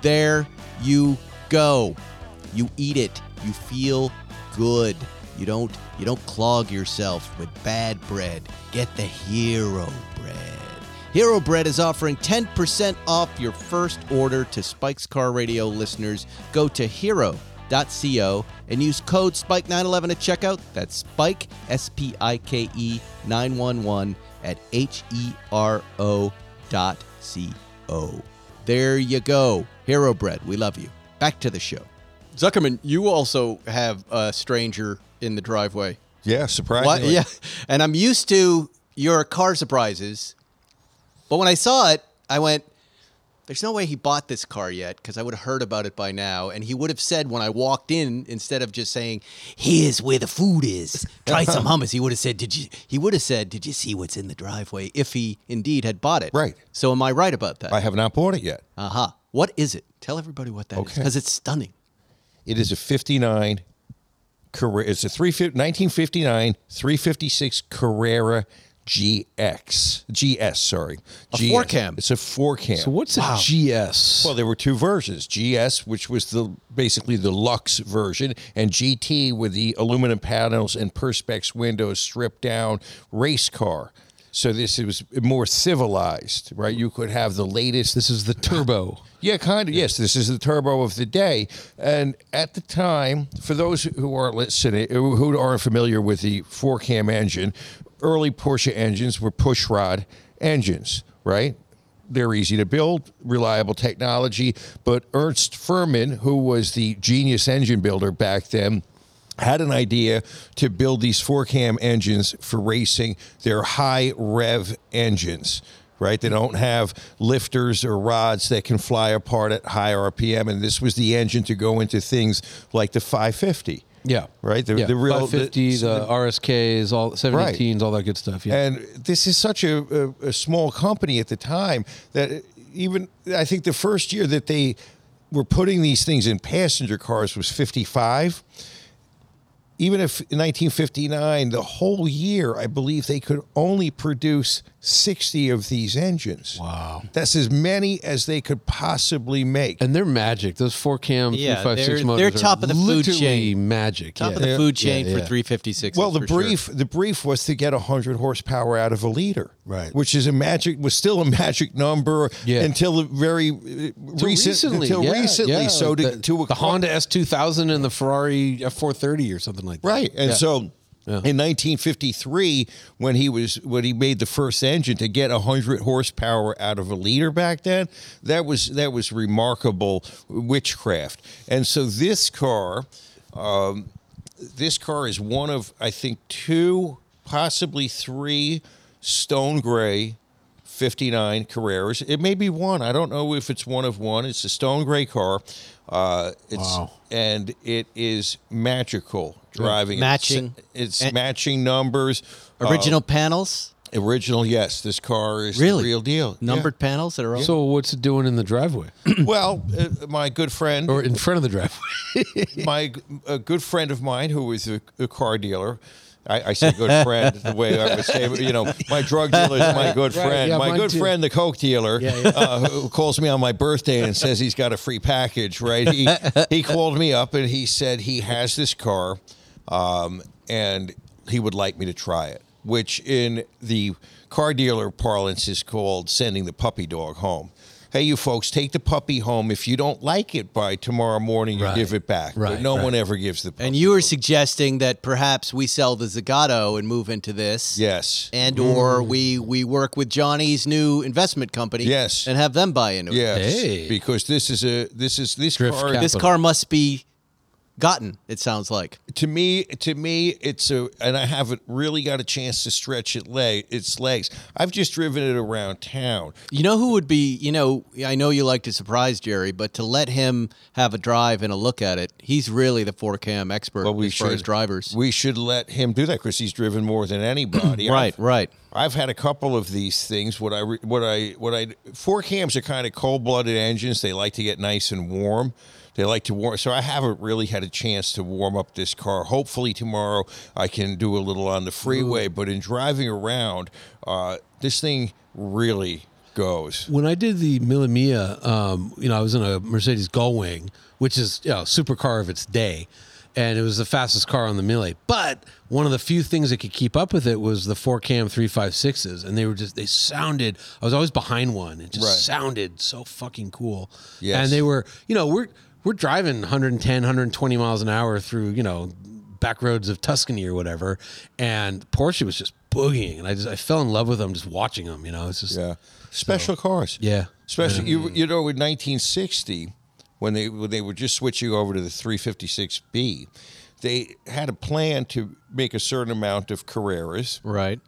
Speaker 1: There you go. You eat it. You feel good. You don't you don't clog yourself with bad bread. Get the hero bread. Hero Bread is offering 10% off your first order to Spike's Car Radio listeners. Go to hero spike.co and use code SPIKE911 at checkout. That's SPIKE, S P I K E 911 at H E R O dot C O. There you go. Hero Bread, we love you. Back to the show. Zuckerman, you also have a stranger in the driveway.
Speaker 4: Yeah,
Speaker 1: What?
Speaker 4: surprisingly.
Speaker 1: Yeah. And I'm used to your car surprises. But when I saw it, I went, there's no way he bought this car yet because I would have heard about it by now. And he would have said when I walked in, instead of just saying, here's where the food is, try some hummus, he would have said, did you, he would have said, did you see what's in the driveway if he indeed had bought it?
Speaker 4: Right.
Speaker 1: So am I right about that?
Speaker 4: I have not bought it yet.
Speaker 1: Aha. What is it? Tell everybody what that is
Speaker 4: Okay.
Speaker 1: because it's stunning.
Speaker 4: It is a 59 Carrera. It's a 350 1959 356 Carrera GX. GS, sorry.
Speaker 1: A
Speaker 4: GS.
Speaker 1: four cam.
Speaker 4: It's a four cam.
Speaker 3: So what's a GS?
Speaker 4: Well, there were two versions: GS, which was the basically the luxe version, and GT with the aluminum panels and perspex windows, stripped down race car. So this was more civilized, right? You could have the latest.
Speaker 3: this is the turbo.
Speaker 4: Yeah, kind of. Yes, this is the turbo of the day. And at the time, for those who aren't listening, who aren't familiar with the four cam engine, early Porsche engines were pushrod engines, right? They're easy to build, reliable technology. But Ernst Furman, who was the genius engine builder back then, had an idea to build these four cam engines for racing. They're high rev engines, right? They don't have lifters or rods that can fly apart at high RPM. And this was the engine to go into things like the 550.
Speaker 3: Yeah.
Speaker 4: Right? The-
Speaker 3: yeah.
Speaker 4: the real-
Speaker 3: 550, the, RSKs, all 718s, all that good stuff. Yeah.
Speaker 4: And this is such a, a, a small company at the time that even I think the first year that they were putting these things in passenger cars was 55. Even if in 1959, the whole year, I believe they could only produce 60 of these engines. Wow. That's as many as they could possibly make.
Speaker 3: And they're magic. Those four cam
Speaker 1: Yeah,
Speaker 3: yeah, five, six
Speaker 1: they're-
Speaker 3: motors
Speaker 1: they're
Speaker 3: are
Speaker 1: top of the food
Speaker 3: literally
Speaker 1: chain.
Speaker 3: Magic.
Speaker 1: Top
Speaker 3: yeah.
Speaker 1: of the food chain
Speaker 3: Yeah,
Speaker 1: for
Speaker 3: yeah.
Speaker 1: 356.
Speaker 4: Well, the brief the brief was to get 100 horsepower out of a liter,
Speaker 5: Right.
Speaker 4: Which is a magic was still a magic number
Speaker 3: Yeah.
Speaker 4: until the very uh,
Speaker 3: Till
Speaker 4: recent, until
Speaker 3: yeah,
Speaker 4: recently.
Speaker 3: yeah,
Speaker 4: So to,
Speaker 3: the,
Speaker 4: to a
Speaker 3: the Honda S2000 and the Ferrari F430 or something like that.
Speaker 4: right, and
Speaker 3: Yeah.
Speaker 4: so. In 1953, when he was when he made the first engine to get 100 horsepower out of a liter back then, that was that was remarkable witchcraft. And so this car, this car is one of I think two, possibly three stone gray 59 Carreras. It may be one. I don't know if it's one of one. It's a stone gray car. Uh, it's and it is magical driving.
Speaker 1: Matching.
Speaker 4: It's,
Speaker 1: And-
Speaker 4: it's matching numbers. Uh,
Speaker 1: original panels.
Speaker 4: original, yes. This car is
Speaker 1: Really?
Speaker 4: the real deal. Yeah.
Speaker 1: numbered panels that are all
Speaker 3: So what's it doing in the driveway
Speaker 4: Well, uh, my good friend
Speaker 3: or in front of the driveway?
Speaker 4: my a good friend of mine who is a, a car dealer. I, I say good friend the way I would say, you know, my drug dealer is my good
Speaker 3: Right,
Speaker 4: friend.
Speaker 3: yeah,
Speaker 4: my
Speaker 3: mine
Speaker 4: good
Speaker 3: too.
Speaker 4: friend, the coke dealer, Uh, who calls me on my birthday and says he's got a free package. Right? He he called me up and he said he has this car, um, and he would like me to try it, which in the car dealer parlance is called sending the puppy dog home. Hey, you folks, take the puppy home. If you don't like it by tomorrow morning, you give it back. But
Speaker 3: Right,
Speaker 4: no one ever gives the puppy.
Speaker 1: And you were suggesting that perhaps we sell the Zagato and move into this.
Speaker 4: yes.
Speaker 1: And or
Speaker 4: Mm.
Speaker 1: we we work with Johnny's new investment company.
Speaker 4: Yes.
Speaker 1: And have them buy into it.
Speaker 4: yes.
Speaker 3: Hey.
Speaker 4: Because this is a this is this
Speaker 3: Drift
Speaker 4: car
Speaker 3: cap.
Speaker 1: This car must be gotten, it sounds like.
Speaker 4: to me to me it's a and I haven't really got a chance to stretch it leg its legs. I've just driven it around town.
Speaker 1: You know who would be, you know, I know you like to surprise Jerry, but to let him have a drive and a look at it, he's really the four cam expert
Speaker 4: But we
Speaker 1: as
Speaker 4: should
Speaker 1: far as drivers.
Speaker 4: We should let him do that because he's driven more than anybody.
Speaker 1: right,
Speaker 4: I've-
Speaker 1: right.
Speaker 4: I've had a couple of these things. What I re- what I what I four cams are kind of cold blooded engines. They like to get nice and warm. They like to warm. So I haven't really had a chance to warm up this car. Hopefully tomorrow I can do a little on the freeway. But in driving around, uh, this thing really goes.
Speaker 3: When I did the Mila Mia, um, you know, I was in a Mercedes Gullwing, which is you know, a supercar of its day, and it was the fastest car on the Mille. But one of the few things that could keep up with it was the four cam three five sixes, and they were just they sounded. I was always behind one. It just
Speaker 4: Right.
Speaker 3: sounded so fucking cool.
Speaker 4: Yes.
Speaker 3: and they were you know we're we're driving 110, 120 miles an hour through, you know, back roads of Tuscany or whatever. And Porsche was just boogieing. And I just, I fell in love with them just watching them, you know, it's just,
Speaker 4: Yeah. Special cars.
Speaker 3: Yeah.
Speaker 4: Special. You you know, in 1960, when they when they were just switching over to the 356B, they had a plan to make a certain amount of Carreras,
Speaker 1: Right.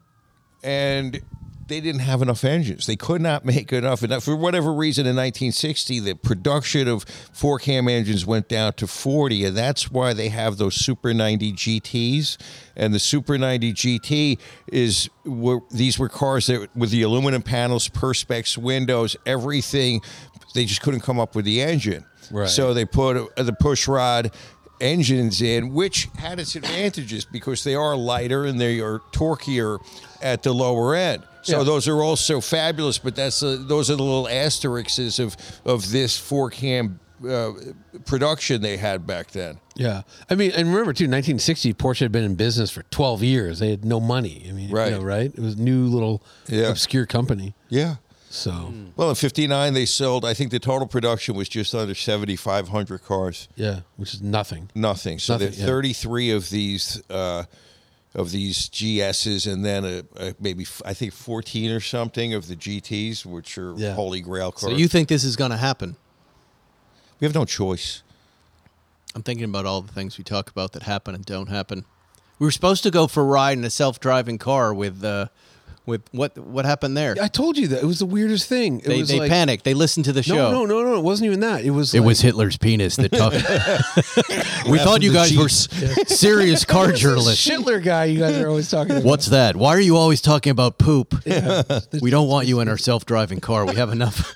Speaker 4: and they didn't have enough engines. They could not make enough. And for whatever reason, in 1960, the production of four cam engines went down to 40, and that's why they have those Super 90 GTs. And the Super 90 GT is were, these were cars that with the aluminum panels, perspex windows, everything. They just couldn't come up with the engine.
Speaker 3: Right.
Speaker 4: So they put uh, the push rod engines in, which had its advantages because they are lighter and they are torquier at the lower end. So
Speaker 3: Yeah.
Speaker 4: those are also fabulous, but that's uh those are the little asterisks of of this four cam uh, production they had back then.
Speaker 3: yeah. I mean, and remember too, 1960, Porsche had been in business for 12 years. They had no money. I mean,
Speaker 4: Right.
Speaker 3: you know, right. It was a new little
Speaker 4: Yeah.
Speaker 3: obscure company.
Speaker 4: Yeah.
Speaker 3: So,
Speaker 1: Hmm.
Speaker 4: Well, in '59 they sold. I think the total production was just under 7,500 cars.
Speaker 3: yeah, which is nothing.
Speaker 4: Nothing. So
Speaker 3: Nothing,
Speaker 4: there are
Speaker 3: yeah.
Speaker 4: 33 of these uh, of these GSs, and then a, a maybe f- I think 14 or something of the GTs, which are
Speaker 3: Yeah.
Speaker 4: holy grail cars.
Speaker 1: So you think this is going to happen?
Speaker 4: we have no choice.
Speaker 1: I'm thinking about all the things we talk about that happen and don't happen. We were supposed to go for a ride in a self-driving car with uh, with what what happened there?
Speaker 3: I told you that it was the weirdest thing. It
Speaker 1: they
Speaker 3: was
Speaker 1: they
Speaker 3: like,
Speaker 1: panicked. They listened to the
Speaker 3: No,
Speaker 1: show.
Speaker 3: no, no, no. It wasn't even that. It was.
Speaker 1: It
Speaker 3: like-
Speaker 1: was Hitler's penis that talked. we thought you
Speaker 4: the
Speaker 1: guys were s- serious car journalists.
Speaker 3: Schindler guy you guys are always talking about.
Speaker 1: What's that? Why are you always talking about poop? we don't want you in our self-driving car. We have enough.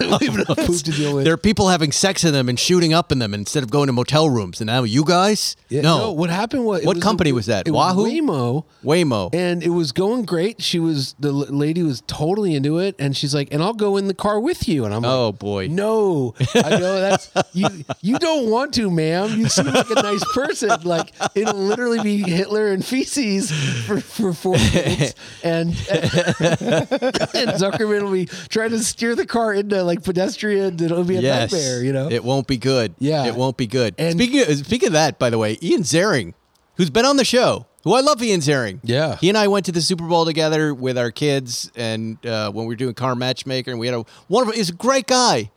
Speaker 3: poop to deal with?
Speaker 1: There are people having sex in them and shooting up in them instead of going to motel rooms. And now you guys?
Speaker 3: Yeah,
Speaker 1: no.
Speaker 3: What happened was it
Speaker 1: What company
Speaker 3: a-
Speaker 1: was that?
Speaker 3: It
Speaker 1: Wahoo?
Speaker 3: Was Waymo.
Speaker 1: Waymo.
Speaker 3: And it was going great. She was the l- lady was totally into it, and she's like, "And I'll go in the car with you." And I'm like,
Speaker 1: Oh, boy.
Speaker 3: no, I know that's you. You don't want to, ma'am. You seem like a nice person. Like it'll literally be Hitler and feces for, for four minutes, and and Zuckerman will be trying to steer the car into like pedestrians. It'll be a
Speaker 1: yes.
Speaker 3: nightmare, you know.
Speaker 1: It won't be good.
Speaker 3: Yeah.
Speaker 1: It won't be good.
Speaker 3: And-
Speaker 1: speaking, of, speaking of that, by the way, Ian Zaring, who's been on the show, who I love Ian Zaring.
Speaker 3: Yeah.
Speaker 1: He and I went to the Super Bowl together with our kids and uh, when we were doing car matchmaker and we had a wonderful, he's a great guy.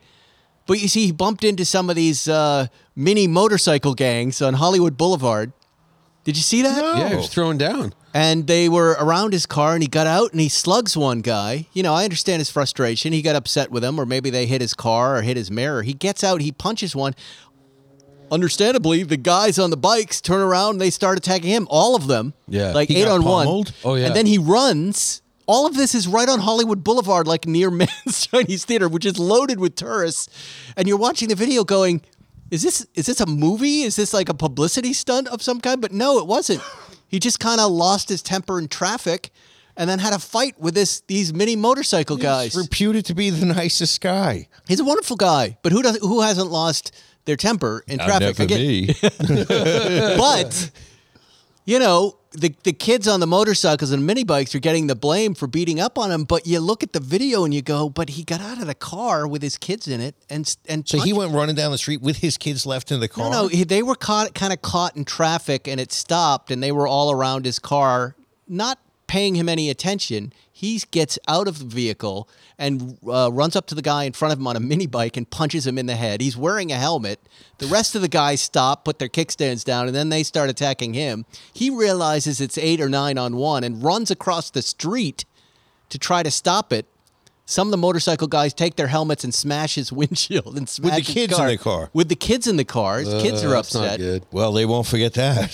Speaker 1: But you see, he bumped into some of these uh, mini motorcycle gangs on Hollywood Boulevard. Did you see that?
Speaker 3: yeah, it was thrown down.
Speaker 1: and they were around his car and he got out and he slugs one guy you know i understand his frustration he got upset with him or maybe they hit his car or hit his mirror he gets out he punches one understandably the guys on the bikes turn around and they start attacking him all of them
Speaker 3: Yeah.
Speaker 1: like
Speaker 4: He
Speaker 1: eight
Speaker 4: got
Speaker 1: on
Speaker 4: pummeled?
Speaker 1: one
Speaker 3: Oh, yeah.
Speaker 1: and then he runs all of this is right on Hollywood Boulevard, like near Man's Chinese Theater, which is loaded with tourists. And you're watching the video going, is this is this a movie? Is this like a publicity stunt of some kind? But no, it wasn't. He just kind of lost his temper in traffic and then had a fight with this these mini motorcycle guys.
Speaker 4: He's reputed to be the nicest guy.
Speaker 1: He's a wonderful guy, but who does who hasn't lost their temper in traffic? Again,
Speaker 4: me.
Speaker 1: but you know the the kids on the motorcycles and mini bikes are getting the blame for beating up on him but you look at the video and you go but he got out of the car with his kids in it and s- and
Speaker 4: so he
Speaker 1: punched-
Speaker 4: went running down the street with his kids left in the car.
Speaker 1: no no he- they were caught kind of caught in traffic and it stopped and they were all around his car not paying him any attention he gets out of the vehicle and uh, runs up to the guy in front of him on a mini bike and punches him in the head he's wearing a helmet the rest of the guys stop put their kickstands down and then they start attacking him he realizes it's eight or nine on one and runs across the street to try to stop it some of the motorcycle guys take their helmets and smash his windshield and smash his
Speaker 4: kids in
Speaker 1: car.
Speaker 4: the car.
Speaker 1: With the kids in the car, his kids are
Speaker 3: Uh, That's not
Speaker 1: upset.
Speaker 3: good.
Speaker 4: Well, they won't forget that.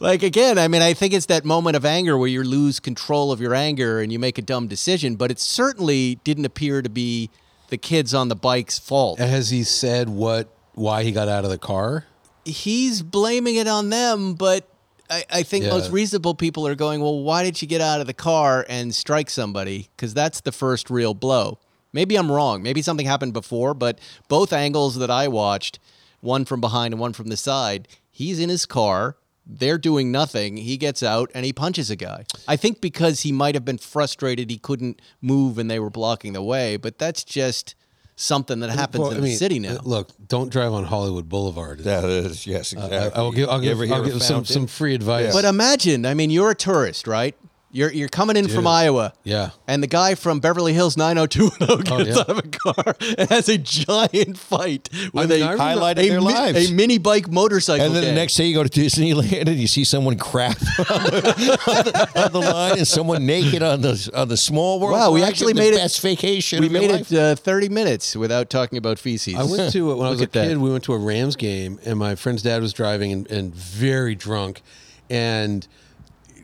Speaker 1: Like again, I mean, I think it's that moment of anger where you lose control of your anger and you make a dumb decision. But it certainly didn't appear to be the kids on the bike's fault.
Speaker 3: Has he said what? Why he got out of the car?
Speaker 1: He's blaming it on them, but I, I think
Speaker 3: Yeah.
Speaker 1: most reasonable people are going, "Well, why did you get out of the car and strike somebody? Because that's the first real blow." Maybe I'm wrong. Maybe something happened before, but both angles that I watched, one from behind and one from the side, he's in his car. They're doing nothing. He gets out and he punches a guy. I think because he might have been frustrated, he couldn't move and they were blocking the way, but that's just something that happens
Speaker 3: Well,
Speaker 1: in
Speaker 3: I mean,
Speaker 1: the city now.
Speaker 3: uh, Look, don't drive on Hollywood Boulevard.
Speaker 4: That is, yes, exactly.
Speaker 3: Uh, I- I'll give, I'll
Speaker 4: You
Speaker 3: give,
Speaker 4: ever hear
Speaker 3: I'll
Speaker 4: of
Speaker 3: give some,
Speaker 4: Fountain?
Speaker 3: some free advice.
Speaker 1: But imagine, I mean, you're a tourist, right? You're you're coming in from Iowa.
Speaker 3: Yeah.
Speaker 1: And the guy from Beverly Hills 90210
Speaker 3: Oh,
Speaker 1: gets
Speaker 3: yeah.
Speaker 1: out of a car and has a giant fight with
Speaker 3: mean,
Speaker 1: a,
Speaker 3: I remember-
Speaker 4: Highlight of
Speaker 1: a,
Speaker 4: their
Speaker 1: mi-
Speaker 4: lives.
Speaker 1: a mini bike motorcycle.
Speaker 4: And then the
Speaker 1: gang.
Speaker 4: next day you go to Disneyland and you see someone crap on the, on the line and someone naked on the on the small world.
Speaker 1: Wow, we
Speaker 4: ride.
Speaker 1: actually
Speaker 4: the
Speaker 1: made it-
Speaker 4: best vacation.
Speaker 1: we
Speaker 4: of your
Speaker 1: made
Speaker 4: life.
Speaker 1: it uh, 30 minutes without talking about feces.
Speaker 3: I went to when I was a
Speaker 1: Look at that.
Speaker 3: kid. We went to a Rams game, and my friend's dad was driving and, and very drunk, and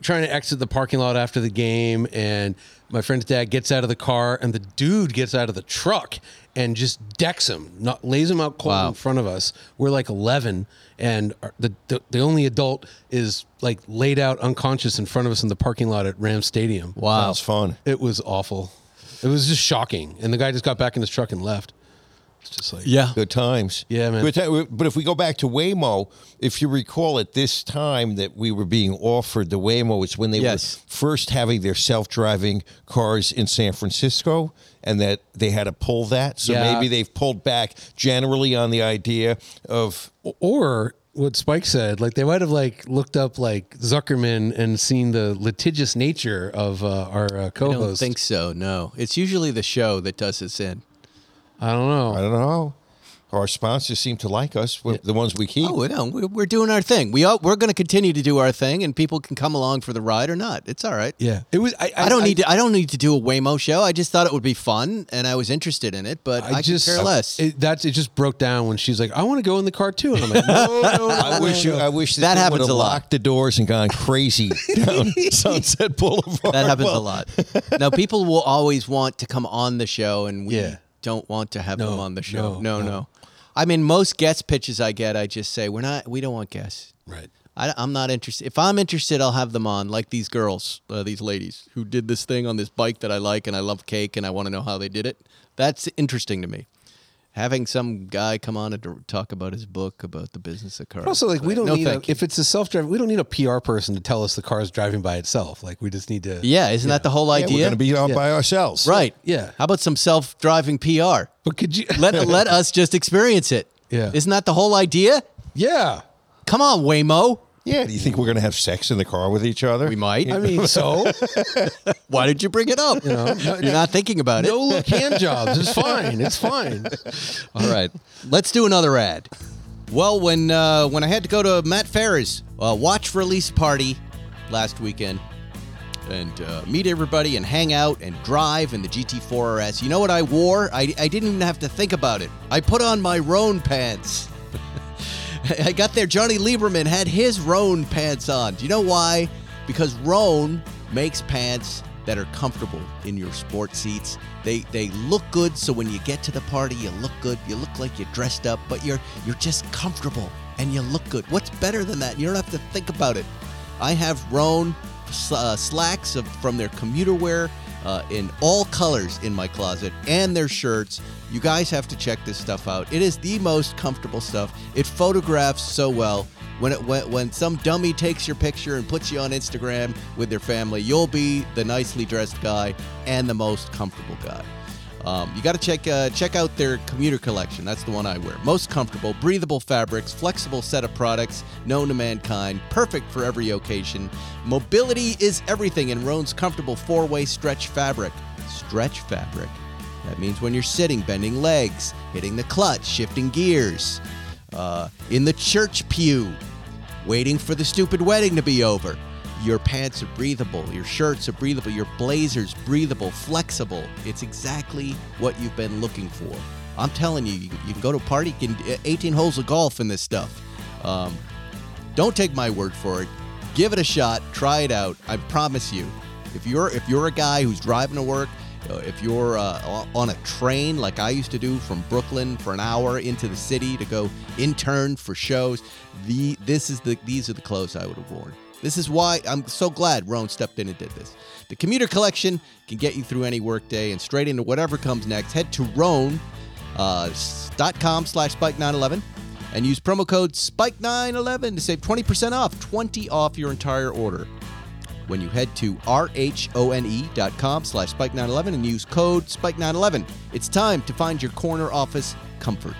Speaker 3: trying to exit the parking lot after the game. And my friend's dad gets out of the car, and the dude gets out of the truck and just decks him, not lays him out cold
Speaker 1: Wow.
Speaker 3: in front of us. We're like eleven, and our- the, the the only adult is like laid out unconscious in front of us in the parking lot at Rams Stadium.
Speaker 1: wow.
Speaker 4: Sounds fun.
Speaker 3: It was awful. It was just shocking, and the guy just got back in his truck and left. It's just like
Speaker 1: Yeah.
Speaker 4: Good times.
Speaker 3: Yeah, man.
Speaker 4: Good ti- but if we go back to Waymo, if you recall at this time that we were being offered the Waymo, it's when they
Speaker 1: Yes.
Speaker 4: were first having their self driving cars in San Francisco and that they had to pull that. So
Speaker 3: Yeah.
Speaker 4: maybe they've pulled back generally on the idea of
Speaker 3: or what Spike said, like they might have like looked up like Zuckerman and seen the litigious nature of uh, our uh,
Speaker 1: I don't
Speaker 3: co-host.
Speaker 1: think so, no. It's usually the show that does this in.
Speaker 3: I don't know.
Speaker 4: I don't know. Our sponsors seem to like us, we're the ones we keep.
Speaker 1: Oh, no, we- we're doing our thing. We all, we're going to continue to do our thing, and people can come along for the ride or not. It's all right.
Speaker 3: Yeah, it was. I,
Speaker 1: I don't need to. I don't need to do a Waymo show. I just thought it would be fun, and I was interested in it, but I,
Speaker 3: just
Speaker 1: could care less.
Speaker 3: It, that's it. Just broke down when she's like, "I want to go in the car too," and I'm like, "No, no, no."
Speaker 4: I wish you. I wish this
Speaker 1: That
Speaker 4: thing
Speaker 1: happens
Speaker 4: would've
Speaker 1: a lot.
Speaker 4: Locked the doors and gone crazy down Sunset Boulevard.
Speaker 1: that happens
Speaker 4: Well,
Speaker 1: a lot. Now, people will always want to come on the show, and we
Speaker 3: Yeah.
Speaker 1: don't want to have them on the show. No,
Speaker 3: no,
Speaker 1: no, I mean, most guest pitches I get, I just say we're not. We don't want guests.
Speaker 3: Right.
Speaker 1: I, am not interested. If I'm interested, I'll have them on, like these girls, uh, these ladies who did this thing on this bike that I like, and I love cake, and I want to know how they did it. That's interesting to me. Having some guy come on and to talk about his book about the business of cars.
Speaker 3: Also, like we don't
Speaker 1: No,
Speaker 3: need a,
Speaker 1: thank you.
Speaker 3: if it's a self-driving. We don't need a PR person to tell us the car is driving by itself. Like we just need to.
Speaker 1: yeah, isn't that the whole
Speaker 4: yeah,
Speaker 1: idea?
Speaker 4: we're going to be out by ourselves.
Speaker 1: right.
Speaker 3: Yeah.
Speaker 1: How about some self-driving PR?
Speaker 3: But could you?
Speaker 1: Let let us just experience it.
Speaker 3: Yeah.
Speaker 1: Isn't that the whole idea?
Speaker 3: yeah.
Speaker 1: Come on, Waymo.
Speaker 4: Yeah. Do you think we're going to have sex in the car with each other?
Speaker 1: We might.
Speaker 3: I mean, so
Speaker 1: Why did you bring it up? You are not thinking about it.
Speaker 3: no look hand jobs. It's fine. It's fine.
Speaker 1: All right, let's do another ad. Well, when uh, when I had to go to Matt Farah's uh, watch release party last weekend and uh, meet everybody and hang out and drive in the GT4 RS, you know what I wore? I, I didn't even have to think about it. I put on my Roan pants. I got there. Johnny Lieberman had his Roan pants on. Do you know why? Because Roan makes pants that are comfortable in your sport seats. They they look good, so when you get to the party, you look good. You look like you're dressed up, but you're you're just comfortable and you look good. What's better than that? You don't have to think about it. I have Roan uh, slacks of, from their commuter wear uh, in all colors in my closet and their shirts. You guys have to check this stuff out. It is the most comfortable stuff. It photographs so well. When, it, when, when some dummy takes your picture and puts you on Instagram with their family, you'll be the nicely dressed guy and the most comfortable guy. Um, you got to check uh, check out their commuter collection. That's the one I wear. Most comfortable, breathable fabrics, flexible set of products known to mankind, perfect for every occasion. Mobility is everything in Roan's comfortable four-way stretch fabric. Stretch fabric. That means when you're sitting, bending legs, hitting the clutch, shifting gears, uh, in the church pew, waiting for the stupid wedding to be over. Your pants are breathable, your shirts are breathable, your blazers breathable, flexible. It's exactly what you've been looking for. I'm telling you, you, you can go to a party, you can 18 holes of golf in this stuff. Um, don't take my word for it. Give it a shot. Try it out. I promise you. If you're if you're a guy who's driving to work, uh, if you're uh, o- on a train like I used to do from Brooklyn for an hour into the city to go intern for shows, the this is the these are the clothes I would have worn. This is why I'm so glad Roan stepped in and did this. The commuter collection can get you through any workday and straight into whatever comes next. Head to Roan uh, s- dot com slash spike 911 and use promo code spike 911 to save 20% off 20 off your entire order when you head to rhone.com E slash spike911 and use code spike911. It's time to find your corner office comfort.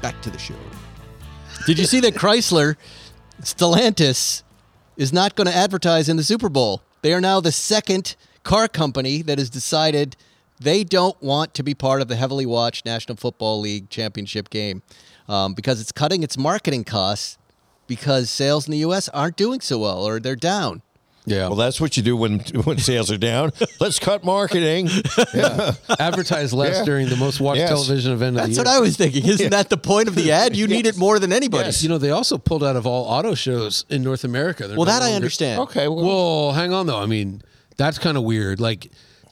Speaker 1: Back to the show. Did you see that Chrysler, Stellantis, is not going to advertise in the Super Bowl? They are now the second car company that has decided they don't want to be part of the heavily watched National Football League championship game um, because it's cutting its marketing costs because sales in the U.S. aren't doing so well or they're down.
Speaker 3: Yeah.
Speaker 4: Well, that's what you do when when sales are down. Let's cut marketing. Yeah.
Speaker 3: Advertise less
Speaker 4: Yeah.
Speaker 3: during the most watched
Speaker 4: Yes.
Speaker 3: television event of
Speaker 1: That's
Speaker 3: the
Speaker 1: what
Speaker 3: year.
Speaker 1: I was thinking. Isn't that the point of the ad? You need it more than anybody.
Speaker 4: Yes.
Speaker 3: You know, they also pulled out of all auto shows in North America. They're
Speaker 1: Well,
Speaker 3: no
Speaker 1: that I
Speaker 3: longer-
Speaker 1: understand.
Speaker 4: Okay. Well,
Speaker 3: Whoa, hang on though. I mean, that's kind of weird. Like,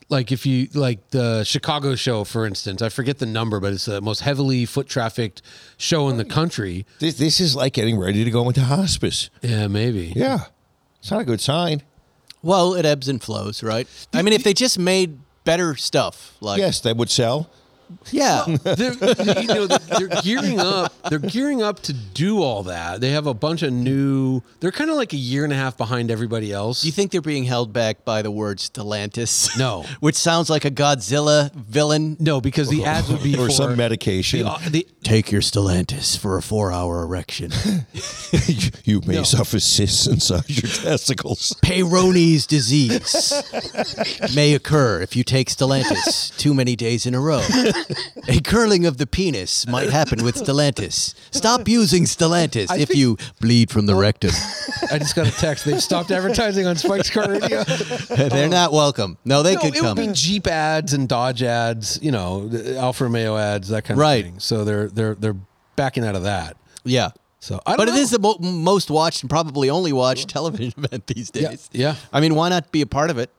Speaker 3: like if you like the Chicago show, for instance, I forget the number, but it's the most heavily foot trafficked show in the country.
Speaker 4: this, this is like getting ready to go into hospice.
Speaker 3: Yeah, maybe.
Speaker 4: Yeah. It's not a good sign.
Speaker 1: Well, it ebbs and flows, right? I mean, if they just made better stuff, like
Speaker 4: Yes, that would sell.
Speaker 1: yeah,
Speaker 3: they're, you know, they're gearing up. They're gearing up to do all that. They have a bunch of new. They're kind of like a year and a half behind everybody else.
Speaker 1: Do you think they're being held back by the word Stellantis?
Speaker 3: No.
Speaker 1: Which sounds like a Godzilla villain.
Speaker 3: no, because the ads would be
Speaker 4: Or
Speaker 3: for
Speaker 4: some medication.
Speaker 3: The, the,
Speaker 1: Take your Stellantis for a four hour erection.
Speaker 4: you, you may suffer cysts inside your testicles.
Speaker 1: Peyronie's disease may occur if you take Stellantis too many days in a row. A curling of the penis might happen with Stellantis. Stop using Stellantis if
Speaker 3: think-
Speaker 1: you bleed from the rectum.
Speaker 3: I just got a text. They've stopped advertising on Spike's Car Radio.
Speaker 1: They're not welcome. No, they
Speaker 3: No,
Speaker 1: could
Speaker 3: it
Speaker 1: come.
Speaker 3: would be Jeep ads and Dodge ads, you know, the Alfa Romeo ads, that kind of
Speaker 1: Right.
Speaker 3: thing. So they're they're they're backing out of that.
Speaker 1: yeah.
Speaker 3: So I don't
Speaker 1: But
Speaker 3: know.
Speaker 1: it is the mo- most watched and probably only watched television event these days.
Speaker 3: yeah.
Speaker 1: I mean, why not be a part of it?